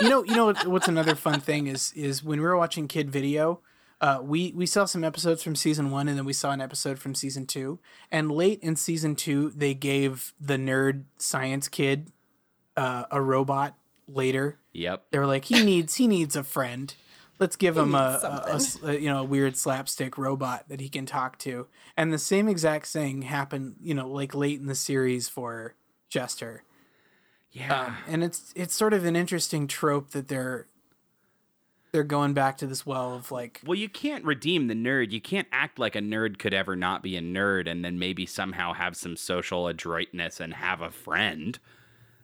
Speaker 3: you know, you know what- what's another fun thing is is when we were watching Kid Video, uh, we we saw some episodes from season one, and then we saw an episode from season two. And late in season two, they gave the nerd science kid uh, a robot. Later,
Speaker 1: yep.
Speaker 3: they were like, he needs he needs a friend. Let's give him a, a- a
Speaker 2: something.
Speaker 3: s- a, you know a weird slapstick robot that he can talk to. And the same exact thing happened, you know, like late in the series for Jester.
Speaker 1: Yeah.
Speaker 3: And it's it's sort of an interesting trope that they're they're going back to this well of like
Speaker 1: well, you can't redeem the nerd. You can't act like a nerd could ever not be a nerd and then maybe somehow have some social adroitness and have a friend.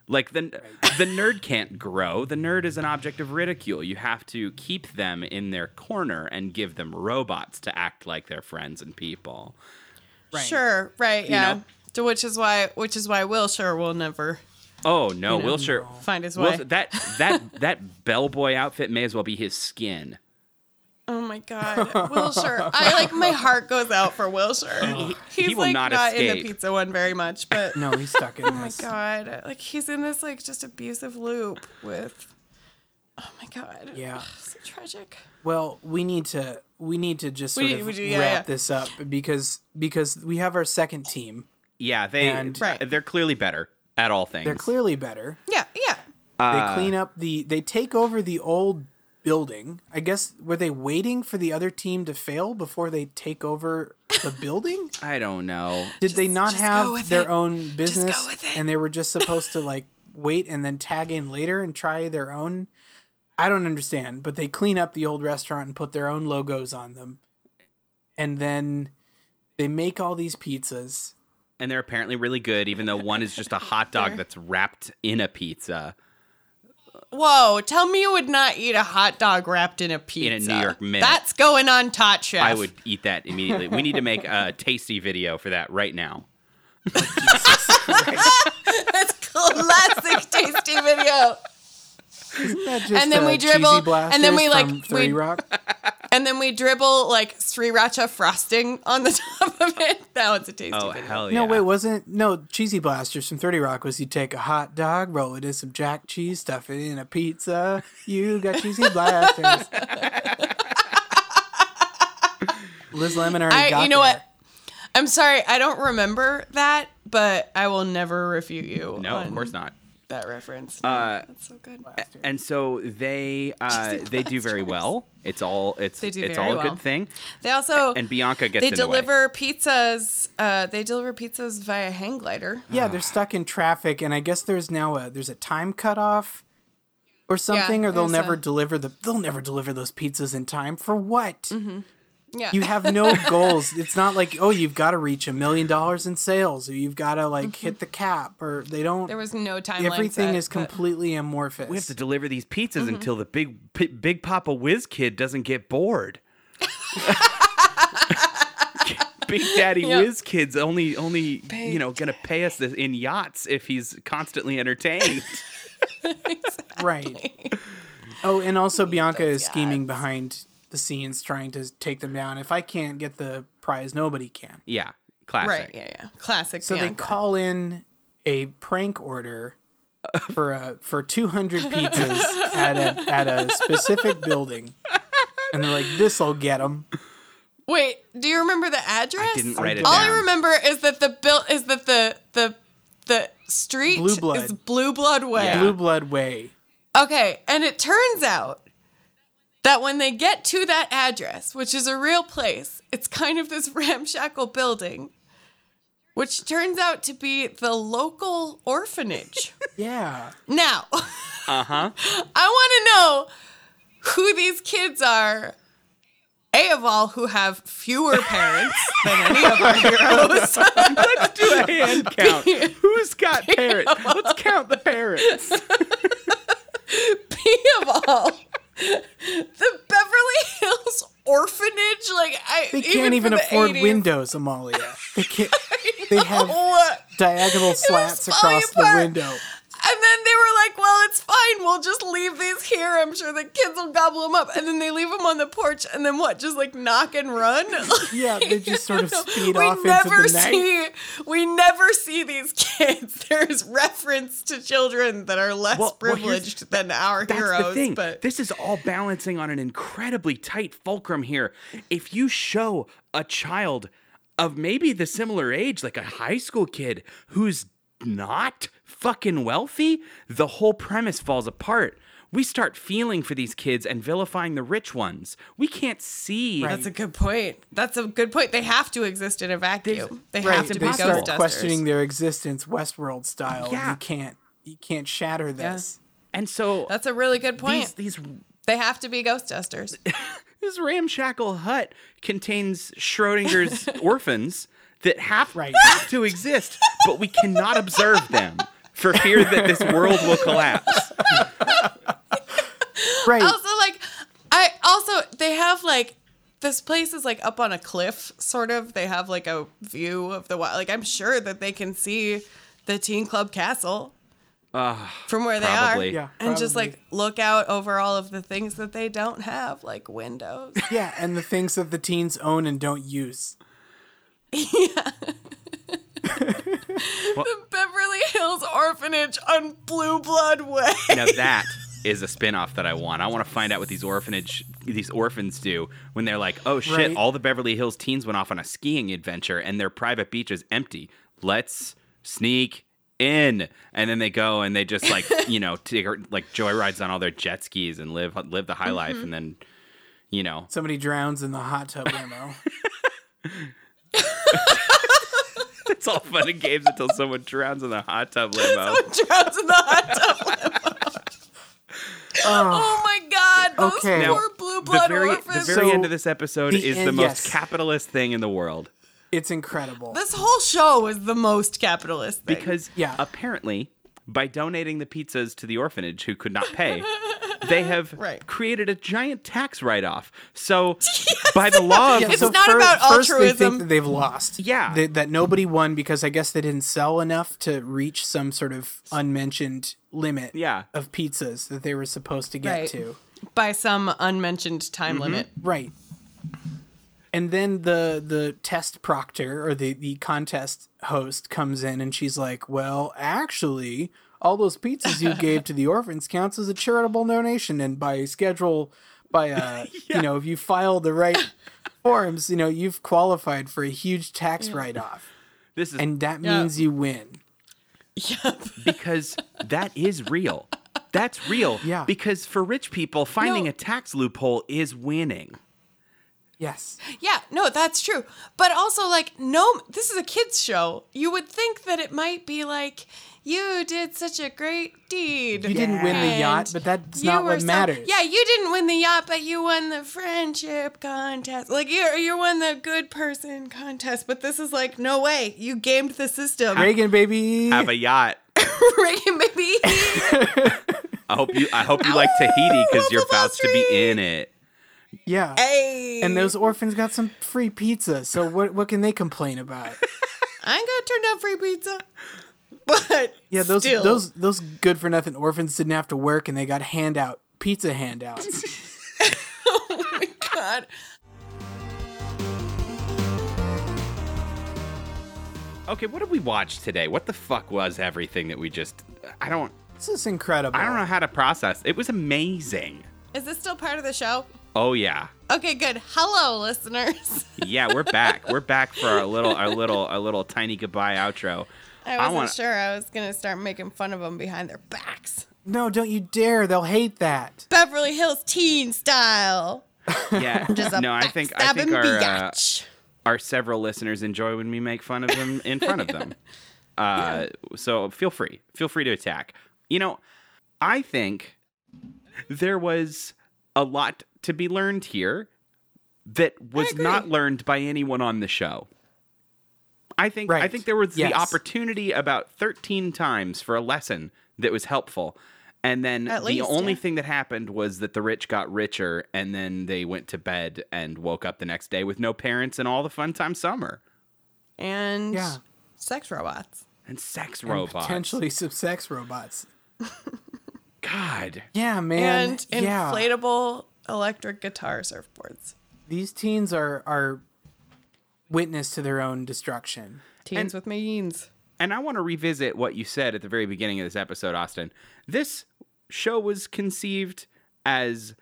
Speaker 1: Like the the nerd can't grow. The nerd is an object of ridicule. You have to keep them in their corner and give them robots to act like their friends and people.
Speaker 2: Sure, right, yeah.
Speaker 1: know?
Speaker 2: So which is why which is why Wilshire will never
Speaker 1: Oh no, Wilshire
Speaker 2: find his way.
Speaker 1: Wilshire- that that that bellboy outfit may as well be his skin.
Speaker 2: oh my god. Wilshire. I like my heart goes out for Wilshire. He's
Speaker 1: he will
Speaker 2: like
Speaker 1: not
Speaker 2: in the
Speaker 1: escape.
Speaker 2: pizza one very much, but
Speaker 3: no, he's stuck in this.
Speaker 2: Oh god, like he's in this like just abusive loop with Oh my god.
Speaker 3: Yeah.
Speaker 2: So tragic.
Speaker 3: Well, we need to we need to just
Speaker 2: We-
Speaker 3: sort of
Speaker 2: we do- yeah,
Speaker 3: wrap
Speaker 2: yeah.
Speaker 3: this up because because we have our second team.
Speaker 1: Yeah, they uh,
Speaker 3: And-
Speaker 2: Right.
Speaker 1: they're clearly better at all things.
Speaker 3: They're clearly better.
Speaker 2: Yeah, yeah.
Speaker 3: they clean up the they take over the old building. I guess were they waiting for the other team to fail before they take over the building?
Speaker 1: I don't know.
Speaker 3: Did they not
Speaker 2: just go
Speaker 3: have
Speaker 2: with
Speaker 3: their
Speaker 2: it.
Speaker 3: own business
Speaker 2: with it.
Speaker 3: and they were just supposed to like wait and then tag in later and try their own? I don't understand, but they clean up the old restaurant and put their own logos on them. And then they make all these pizzas.
Speaker 1: and they're apparently really good, even though one is just a hot dog that's wrapped in a pizza
Speaker 2: Whoa, tell me you would not eat a hot dog wrapped in a pizza.
Speaker 1: a New York minute.
Speaker 2: That's going on Tot Chef.
Speaker 1: I would eat that immediately. We need to make a tasty video for that right now.
Speaker 2: That's classic tasty video.
Speaker 3: Isn't that just
Speaker 2: And then
Speaker 3: the
Speaker 2: we
Speaker 3: Cheesy
Speaker 2: dribble, and then
Speaker 3: Blasters
Speaker 2: we, like,
Speaker 3: from
Speaker 2: we-
Speaker 3: Thirty Rock?
Speaker 2: And then we dribble like sriracha frosting on the top of it. That one's a tasty
Speaker 1: Oh
Speaker 2: video.
Speaker 1: hell yeah!
Speaker 3: No, wait, wasn't no cheesy blasters from Thirty Rock? Was you take a hot dog, roll it in some jack cheese, stuff it in a pizza. You got cheesy blasters. Liz Lemon already
Speaker 2: I,
Speaker 3: got
Speaker 2: you know
Speaker 3: there.
Speaker 2: what? I'm sorry, I don't remember that, but I will never refute you.
Speaker 1: No, of
Speaker 2: on
Speaker 1: course not.
Speaker 2: That reference. Uh, That's so good.
Speaker 1: And so they uh, they do very well. It's all it's
Speaker 2: They do
Speaker 1: it's
Speaker 2: very
Speaker 1: all a
Speaker 2: well.
Speaker 1: good thing.
Speaker 2: They also
Speaker 1: And Bianca gets
Speaker 2: they
Speaker 1: in The way.
Speaker 2: deliver pizzas. Uh, they deliver pizzas via hang glider.
Speaker 3: Yeah, they're stuck in traffic, and I guess there's now a there's a time cutoff or something, or they'll
Speaker 2: there's
Speaker 3: never
Speaker 2: a-
Speaker 3: deliver the they'll never deliver those pizzas in time for what?
Speaker 2: Mm-hmm. Yeah,
Speaker 3: You have no goals. It's not like oh you've got to reach a million dollars in sales, or you've got to like hit the cap, or they don't.
Speaker 2: Mm-hmm. there was no timeline.
Speaker 3: Everything
Speaker 2: set,
Speaker 3: is
Speaker 2: but-
Speaker 3: completely amorphous.
Speaker 1: We have to deliver these pizzas
Speaker 2: Mm-hmm.
Speaker 1: until the big P- big Papa Whiz Kid doesn't get bored. big Daddy
Speaker 2: Yep.
Speaker 1: Whiz Kid's only only you know gonna pay us this in yachts if he's constantly entertained.
Speaker 3: Right. Oh, and also Bianca is scheming behind the scenes, trying to take them down. If I can't get the prize, nobody can.
Speaker 1: yeah, classic.
Speaker 2: Right. Yeah. Yeah. Classic.
Speaker 3: So they
Speaker 2: Bianca.
Speaker 3: call in a prank order for a for two hundred pizzas at a at a specific building, and they're like, "This'll get them."
Speaker 2: Wait. Do you remember the address?
Speaker 1: I didn't write it
Speaker 2: All
Speaker 1: down.
Speaker 2: I remember is that the bill is that the the the street
Speaker 3: Blue Blood.
Speaker 2: is Blue Blood Way.
Speaker 1: Yeah.
Speaker 3: Blue blood way.
Speaker 2: Okay, and it turns out that when they get to that address, which is a real place, it's kind of this ramshackle building, which turns out to be the local orphanage.
Speaker 3: Yeah.
Speaker 2: now, uh huh.
Speaker 1: Uh-huh.
Speaker 2: I want to know who these kids are. A of all, who have fewer parents than any of our heroes.
Speaker 1: Let's do a hand count. Who's got parrots? Let's count the parrots.
Speaker 2: B of all, the Beverly Hills orphanage. Like I
Speaker 3: They can't even,
Speaker 2: for the
Speaker 3: afford
Speaker 2: 80s,
Speaker 3: windows, Amalia. They can't. They have
Speaker 2: What?
Speaker 3: diagonal slats
Speaker 2: falling
Speaker 3: across the
Speaker 2: apart.
Speaker 3: window.
Speaker 2: And then they were like, "Well, it's fine. We'll just leave these here. I'm sure the kids will gobble them up." And then they leave them on the porch. And then what? Just like knock and run.
Speaker 3: Yeah, they just sort of speed
Speaker 2: we
Speaker 3: off into
Speaker 2: never
Speaker 3: the night.
Speaker 2: see. We never see these kids. There's reference to children that are less
Speaker 1: Well- well, here's-
Speaker 2: privileged than our
Speaker 1: That's the
Speaker 2: heroes.
Speaker 1: thing.
Speaker 2: But
Speaker 1: This is all balancing on an incredibly tight fulcrum here. If you show a child of maybe the similar age, like a high school kid, who's not fucking wealthy, the whole premise falls apart. we start feeling for these kids and vilifying the rich ones. We can't see.
Speaker 3: Right.
Speaker 2: That's a good point. That's a good point. They have to exist in a vacuum. They have to be
Speaker 3: they
Speaker 2: ghost
Speaker 3: start
Speaker 2: dusters.
Speaker 3: questioning their existence, Westworld style.
Speaker 1: Yeah.
Speaker 3: You can't, you can't shatter this.
Speaker 1: And so
Speaker 2: That's a really good point.
Speaker 1: these these
Speaker 2: they have to be ghost dusters.
Speaker 1: this ramshackle hut contains Schrodinger's orphans that have,
Speaker 3: Right.
Speaker 1: have to exist, but we cannot observe them for fear that this world will collapse.
Speaker 3: Right.
Speaker 2: also like I also they have like this place is like up on a cliff sort of. They have like a view of the wild. Like I'm sure that they can see the Teen Club Castle from where they
Speaker 1: Ah, probably.
Speaker 2: are.
Speaker 1: Yeah,
Speaker 2: and just
Speaker 3: probably.
Speaker 2: like look out over all of the things that they don't have, like windows.
Speaker 3: yeah, and the things that the teens own and don't use.
Speaker 2: the Beverly Hills Orphanage on Blue Blood Way.
Speaker 1: Now that is a spin-off that I want. I want to find out what these orphanage these orphans do when they're like, "Oh shit,
Speaker 3: Right.
Speaker 1: all the Beverly Hills teens went off on a skiing adventure and their private beach is empty. Let's sneak in." And then they go and they just like, you know, take like joyrides on all their jet skis and live live the high life
Speaker 3: Mm-hmm.
Speaker 1: and then you know,
Speaker 3: Somebody drowns in the hot tub limo.
Speaker 1: it's all fun and games until someone drowns in the hot tub limo.
Speaker 2: Drowns in the hot tub.
Speaker 3: oh,
Speaker 2: Oh my God! Those
Speaker 3: Okay.
Speaker 2: poor
Speaker 1: Now,
Speaker 2: blue
Speaker 1: the
Speaker 2: blood
Speaker 1: very, the
Speaker 2: orphans.
Speaker 1: very
Speaker 3: So,
Speaker 1: end of this episode
Speaker 3: the
Speaker 1: is the
Speaker 3: end-
Speaker 1: most
Speaker 3: yes.
Speaker 1: capitalist thing in the world.
Speaker 3: it's incredible.
Speaker 2: This whole show is the most capitalist thing.
Speaker 1: Because
Speaker 3: Yeah.
Speaker 1: apparently, by donating the pizzas to the orphanage who could not pay, they have
Speaker 2: Right.
Speaker 1: created a giant tax write off. So, by the law of.
Speaker 3: Yeah,
Speaker 2: It's
Speaker 3: so
Speaker 2: not
Speaker 3: fir-
Speaker 2: about
Speaker 3: first They
Speaker 2: altruism.
Speaker 3: think that they've lost.
Speaker 1: Yeah.
Speaker 3: That, that nobody won because I guess they didn't sell enough to reach some sort of unmentioned limit
Speaker 1: Yeah.
Speaker 3: of pizzas that they were supposed to get
Speaker 2: Right.
Speaker 3: to.
Speaker 2: by some unmentioned time
Speaker 3: Mm-hmm.
Speaker 2: limit.
Speaker 3: Right. And then the the test proctor or the the contest host comes in and she's like, "Well, actually, all those pizzas you gave to the orphans counts as a charitable donation and by schedule by uh, you know, if you file the right forms, you know, you've qualified for a huge tax write-off
Speaker 1: This is
Speaker 3: and that
Speaker 2: Yeah.
Speaker 3: means you win."
Speaker 2: Yep.
Speaker 1: because that is real. That's real.
Speaker 3: Yeah.
Speaker 1: Because for rich people, finding
Speaker 2: No.
Speaker 1: a tax loophole is winning.
Speaker 3: Yes.
Speaker 2: Yeah, no, that's true. But also, like, no, this is a kids' show. You would think that it might be like, you did such a great deed.
Speaker 3: You didn't win the yacht,
Speaker 2: And
Speaker 3: but that's
Speaker 2: you
Speaker 3: not
Speaker 2: were
Speaker 3: what
Speaker 2: so-
Speaker 3: matters.
Speaker 2: yeah, you didn't win the yacht, but you won the friendship contest. Like, you you won the good person contest. But this is like, no way. You gamed the system.
Speaker 3: Reagan baby.
Speaker 1: Have a yacht.
Speaker 2: Reagan, maybe.
Speaker 1: I hope you I hope you like Tahiti because you're
Speaker 2: Wolf of Wall
Speaker 1: about to be in it.
Speaker 3: yeah.
Speaker 2: hey.
Speaker 3: And those orphans got some free pizza, so what what can they complain about?
Speaker 2: I ain't gonna turn down free pizza. But
Speaker 3: Yeah, those
Speaker 2: still.
Speaker 3: those those good for nothing orphans didn't have to work and they got handout pizza handouts.
Speaker 2: Oh my god.
Speaker 1: Okay, what did we watch today? What the fuck was everything that we just I don't
Speaker 3: this is incredible.
Speaker 1: I don't know how to process. It was amazing.
Speaker 2: Is this still part of the show?
Speaker 1: Oh yeah.
Speaker 2: Okay, good. Hello, listeners.
Speaker 1: Yeah, we're back. we're back for our little our little our little tiny goodbye outro.
Speaker 2: I wasn't
Speaker 1: wanna-
Speaker 2: sure I was gonna start making fun of them behind their backs.
Speaker 3: No, don't you dare. They'll hate that.
Speaker 2: Beverly Hills teen style.
Speaker 1: Yeah.
Speaker 2: Just a
Speaker 1: no, I think I think
Speaker 2: backstabbing
Speaker 1: our uh,
Speaker 2: biatch.
Speaker 1: our several listeners enjoy when we make fun of them in front of them. Uh, So feel free, feel free to attack. You know, I think there was a lot to be learned here that was
Speaker 2: agree.
Speaker 1: not learned by anyone on the show. I think I
Speaker 3: Right.
Speaker 1: think there was
Speaker 3: Yes.
Speaker 1: the opportunity about 13 times for a lesson that was helpful. And then
Speaker 2: At
Speaker 1: the
Speaker 2: least,
Speaker 1: only
Speaker 2: yeah.
Speaker 1: thing that happened was that the rich got richer and then they went to bed and woke up the next day with no parents and all the fun time summer
Speaker 2: and
Speaker 3: Yeah.
Speaker 2: sex robots.
Speaker 1: and sex
Speaker 3: And
Speaker 1: robots.
Speaker 3: Potentially some sex robots.
Speaker 1: God.
Speaker 3: Yeah, man.
Speaker 2: and
Speaker 3: yeah.
Speaker 2: inflatable electric guitar surfboards.
Speaker 3: These teens are are witness to their own destruction.
Speaker 2: Teens with means.
Speaker 1: And I want to revisit what you said at the very beginning of this episode, Austin. This show was conceived as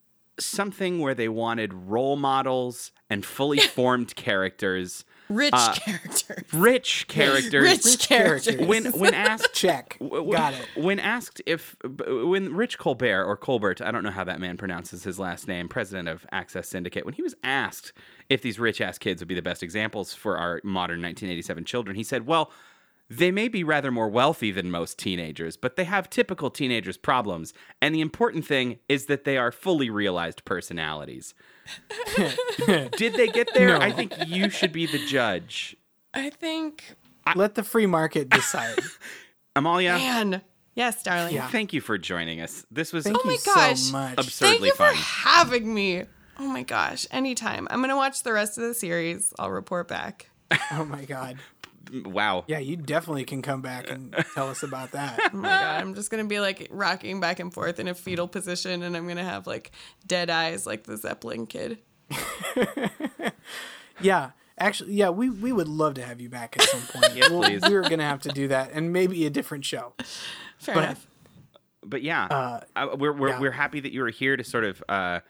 Speaker 1: something where they wanted role models and fully formed characters
Speaker 2: Rich character.
Speaker 1: Uh, Rich characters.
Speaker 2: Rich, character.
Speaker 3: characters.
Speaker 1: When when asked
Speaker 3: Check.
Speaker 1: w- w-
Speaker 3: Got it.
Speaker 1: When asked if when Rich Colbert or Colbert, I don't know how that man pronounces his last name, president of Access Syndicate, when he was asked if these rich ass kids would be the best examples for our modern 1987 children, he said, "Well, they may be rather more wealthy than most teenagers, but they have typical teenagers' problems, and the important thing is that they are fully realized personalities." Did they get there? I think you should be the judge.
Speaker 2: I think.
Speaker 3: Let the free market decide.
Speaker 1: Amalia,
Speaker 2: Man. Yes, darling.
Speaker 3: Yeah.
Speaker 1: thank you for joining us. This was
Speaker 3: Thank
Speaker 2: Oh my
Speaker 3: you
Speaker 2: gosh.
Speaker 3: so much.
Speaker 2: Thank
Speaker 1: absurdly
Speaker 2: you for
Speaker 1: fun.
Speaker 2: having me. Oh my gosh. Anytime. I'm going to watch the rest of the series. I'll report back.
Speaker 3: oh my god.
Speaker 1: Wow.
Speaker 3: Yeah, you definitely can come back and tell us about that.
Speaker 2: Oh my God. I'm just going to be like rocking back and forth in a fetal position and I'm going to have like dead eyes like the Zeppelin kid.
Speaker 3: Yeah. Actually, yeah, we, we would love to have you back at some point.
Speaker 1: Yes,
Speaker 3: We'll-
Speaker 1: please.
Speaker 3: We're going to have to do that and maybe a different show.
Speaker 2: Fair
Speaker 3: But-
Speaker 2: enough.
Speaker 1: But yeah, I- we're we're,
Speaker 3: Uh, yeah.
Speaker 1: we're happy that you were here to sort of uh,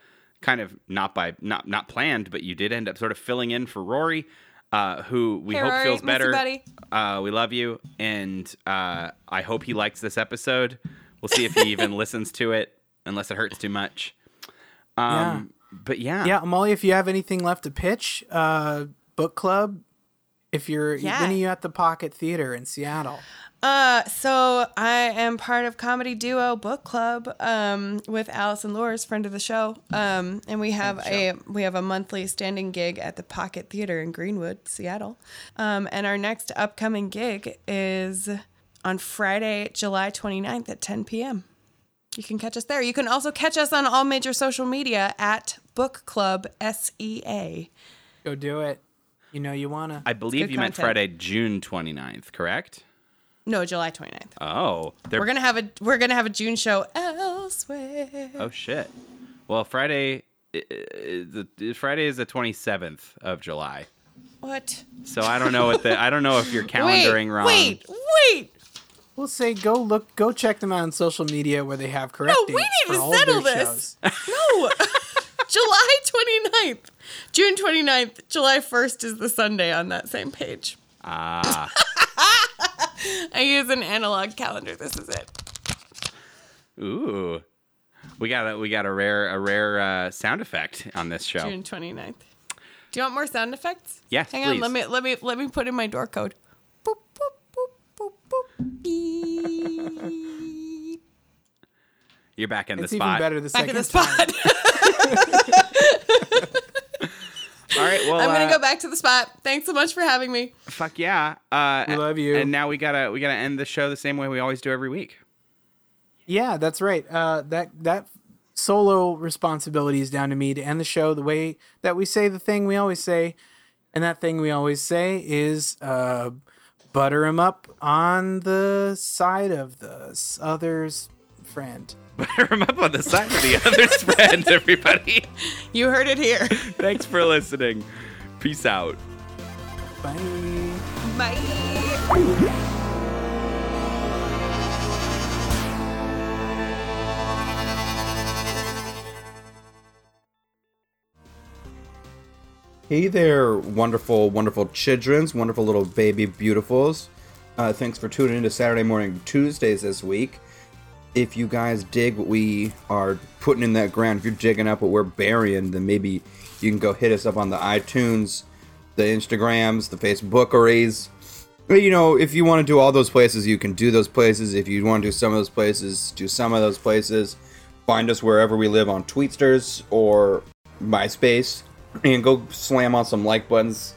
Speaker 1: kind of not by not not planned, but you did end up sort of filling in for Rory, uh, who we
Speaker 2: Hey,
Speaker 1: hope
Speaker 2: Rory.
Speaker 1: feels
Speaker 2: Miss you,
Speaker 1: better.
Speaker 2: buddy.
Speaker 1: Uh, we love you, and uh, I hope he likes this episode. We'll see if he even listens to it, unless it hurts too much. Um, But yeah,
Speaker 3: Yeah, Amalia, if you have anything left to pitch, uh, book club, if you're
Speaker 2: Yeah.
Speaker 3: when are you at the Pocket Theater in Seattle?
Speaker 2: Uh, so I am part of comedy duo book club um, with Allison Lores, friend of the show, um, and we have a we have a monthly standing gig at the Pocket Theater in Greenwood, Seattle, um, and our next upcoming gig is on Friday, July 29th at 10 p.m. You can catch us there. You can also catch us on all major social media at Book Club E SEA.
Speaker 3: Go do it. You know you wanna.
Speaker 1: I believe
Speaker 2: good
Speaker 1: you meant
Speaker 2: content.
Speaker 1: Friday, June 29th, correct?
Speaker 2: No, July 29th.
Speaker 1: Oh, they're
Speaker 2: We're gonna have a we're gonna have a June show elsewhere.
Speaker 1: Oh shit. Well, Friday i- i- the Friday is the 27th of July.
Speaker 2: What?
Speaker 1: So I don't know what the I don't know if you're calendaring
Speaker 2: wait,
Speaker 1: wrong.
Speaker 2: Wait, wait.
Speaker 3: We'll say go look, go check them out on social media where they have correct
Speaker 2: No, we
Speaker 3: dates
Speaker 2: need
Speaker 3: for
Speaker 2: to
Speaker 3: all of
Speaker 2: settle
Speaker 3: their
Speaker 2: this.
Speaker 3: shows.
Speaker 2: No. July 29th. June 29th. July 1st is the Sunday on that same page.
Speaker 1: Ah.
Speaker 2: I use an analog calendar. This is it.
Speaker 1: Ooh. We got a we got a rare a rare uh, sound effect on this show.
Speaker 2: June 29th. Do you want more sound effects?
Speaker 1: Yes,
Speaker 2: Hang
Speaker 1: please.
Speaker 2: on, let me let me let me put in my door code. Boop boop boop boop boop. Beep.
Speaker 1: You're back in
Speaker 3: It's
Speaker 1: the
Speaker 3: even
Speaker 1: spot.
Speaker 3: better the
Speaker 2: Back
Speaker 3: second
Speaker 2: in the
Speaker 3: time.
Speaker 2: spot.
Speaker 1: All right, well
Speaker 2: I'm gonna
Speaker 1: uh,
Speaker 2: go back to the spot. Thanks so much for having me.
Speaker 1: Fuck yeah. Uh
Speaker 3: We love you.
Speaker 1: And now we gotta we gotta end the show the same way we always do every week.
Speaker 3: Yeah, that's right. Uh, that that solo responsibility is down to me to end the show the way that we say the thing we always say, and that thing we always say is uh, butter him up on the side of the s- other's friend.
Speaker 1: Butter 'em up on the side of the other spreads, everybody.
Speaker 2: You heard it here.
Speaker 1: Thanks for listening. Peace out.
Speaker 3: Bye.
Speaker 2: Bye.
Speaker 6: Hey there, wonderful, wonderful childrens, wonderful little baby beautifuls. Uh, thanks for tuning in to Saturday Morning Tuesdays this week. If you guys dig what we are putting in that ground, if you're digging up what we're burying, then maybe you can go hit us up on the iTunes, the Instagrams, the Facebookeries. But, You know, if you want to do all those places, you can do those places. If you want to do some of those places, do some of those places. Find us wherever we live on Tweetsters or MySpace, and go slam on some like buttons.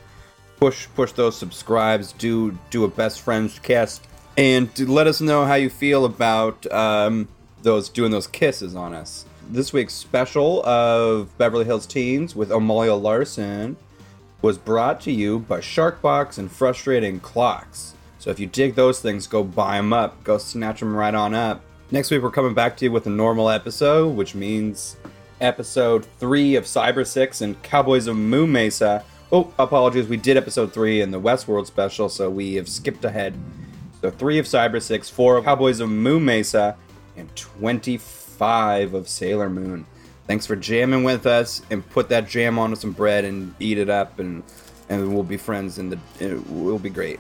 Speaker 6: Push push those subscribes. Do do a best friends cast, and do let us know how you feel about um, those doing those kisses on us. This week's special of Beverly Hills Teens with Amalia Larson was brought to you by Sharkbox and Frustrating Clocks. So if you dig those things, go buy them up. Go snatch them right on up. Next week, we're coming back to you with a normal episode, which means episode three of Cyber Six and Cowboys of Moo Mesa. Oh, apologies, we did episode three in the Westworld special, so we have skipped ahead. So three of Cyber Six, four of Cowboys of Moo Mesa, and 25 of Sailor Moon. Thanks for jamming with us and put that jam onto some bread and eat it up and and uh, we'll be friends, and the it will be great.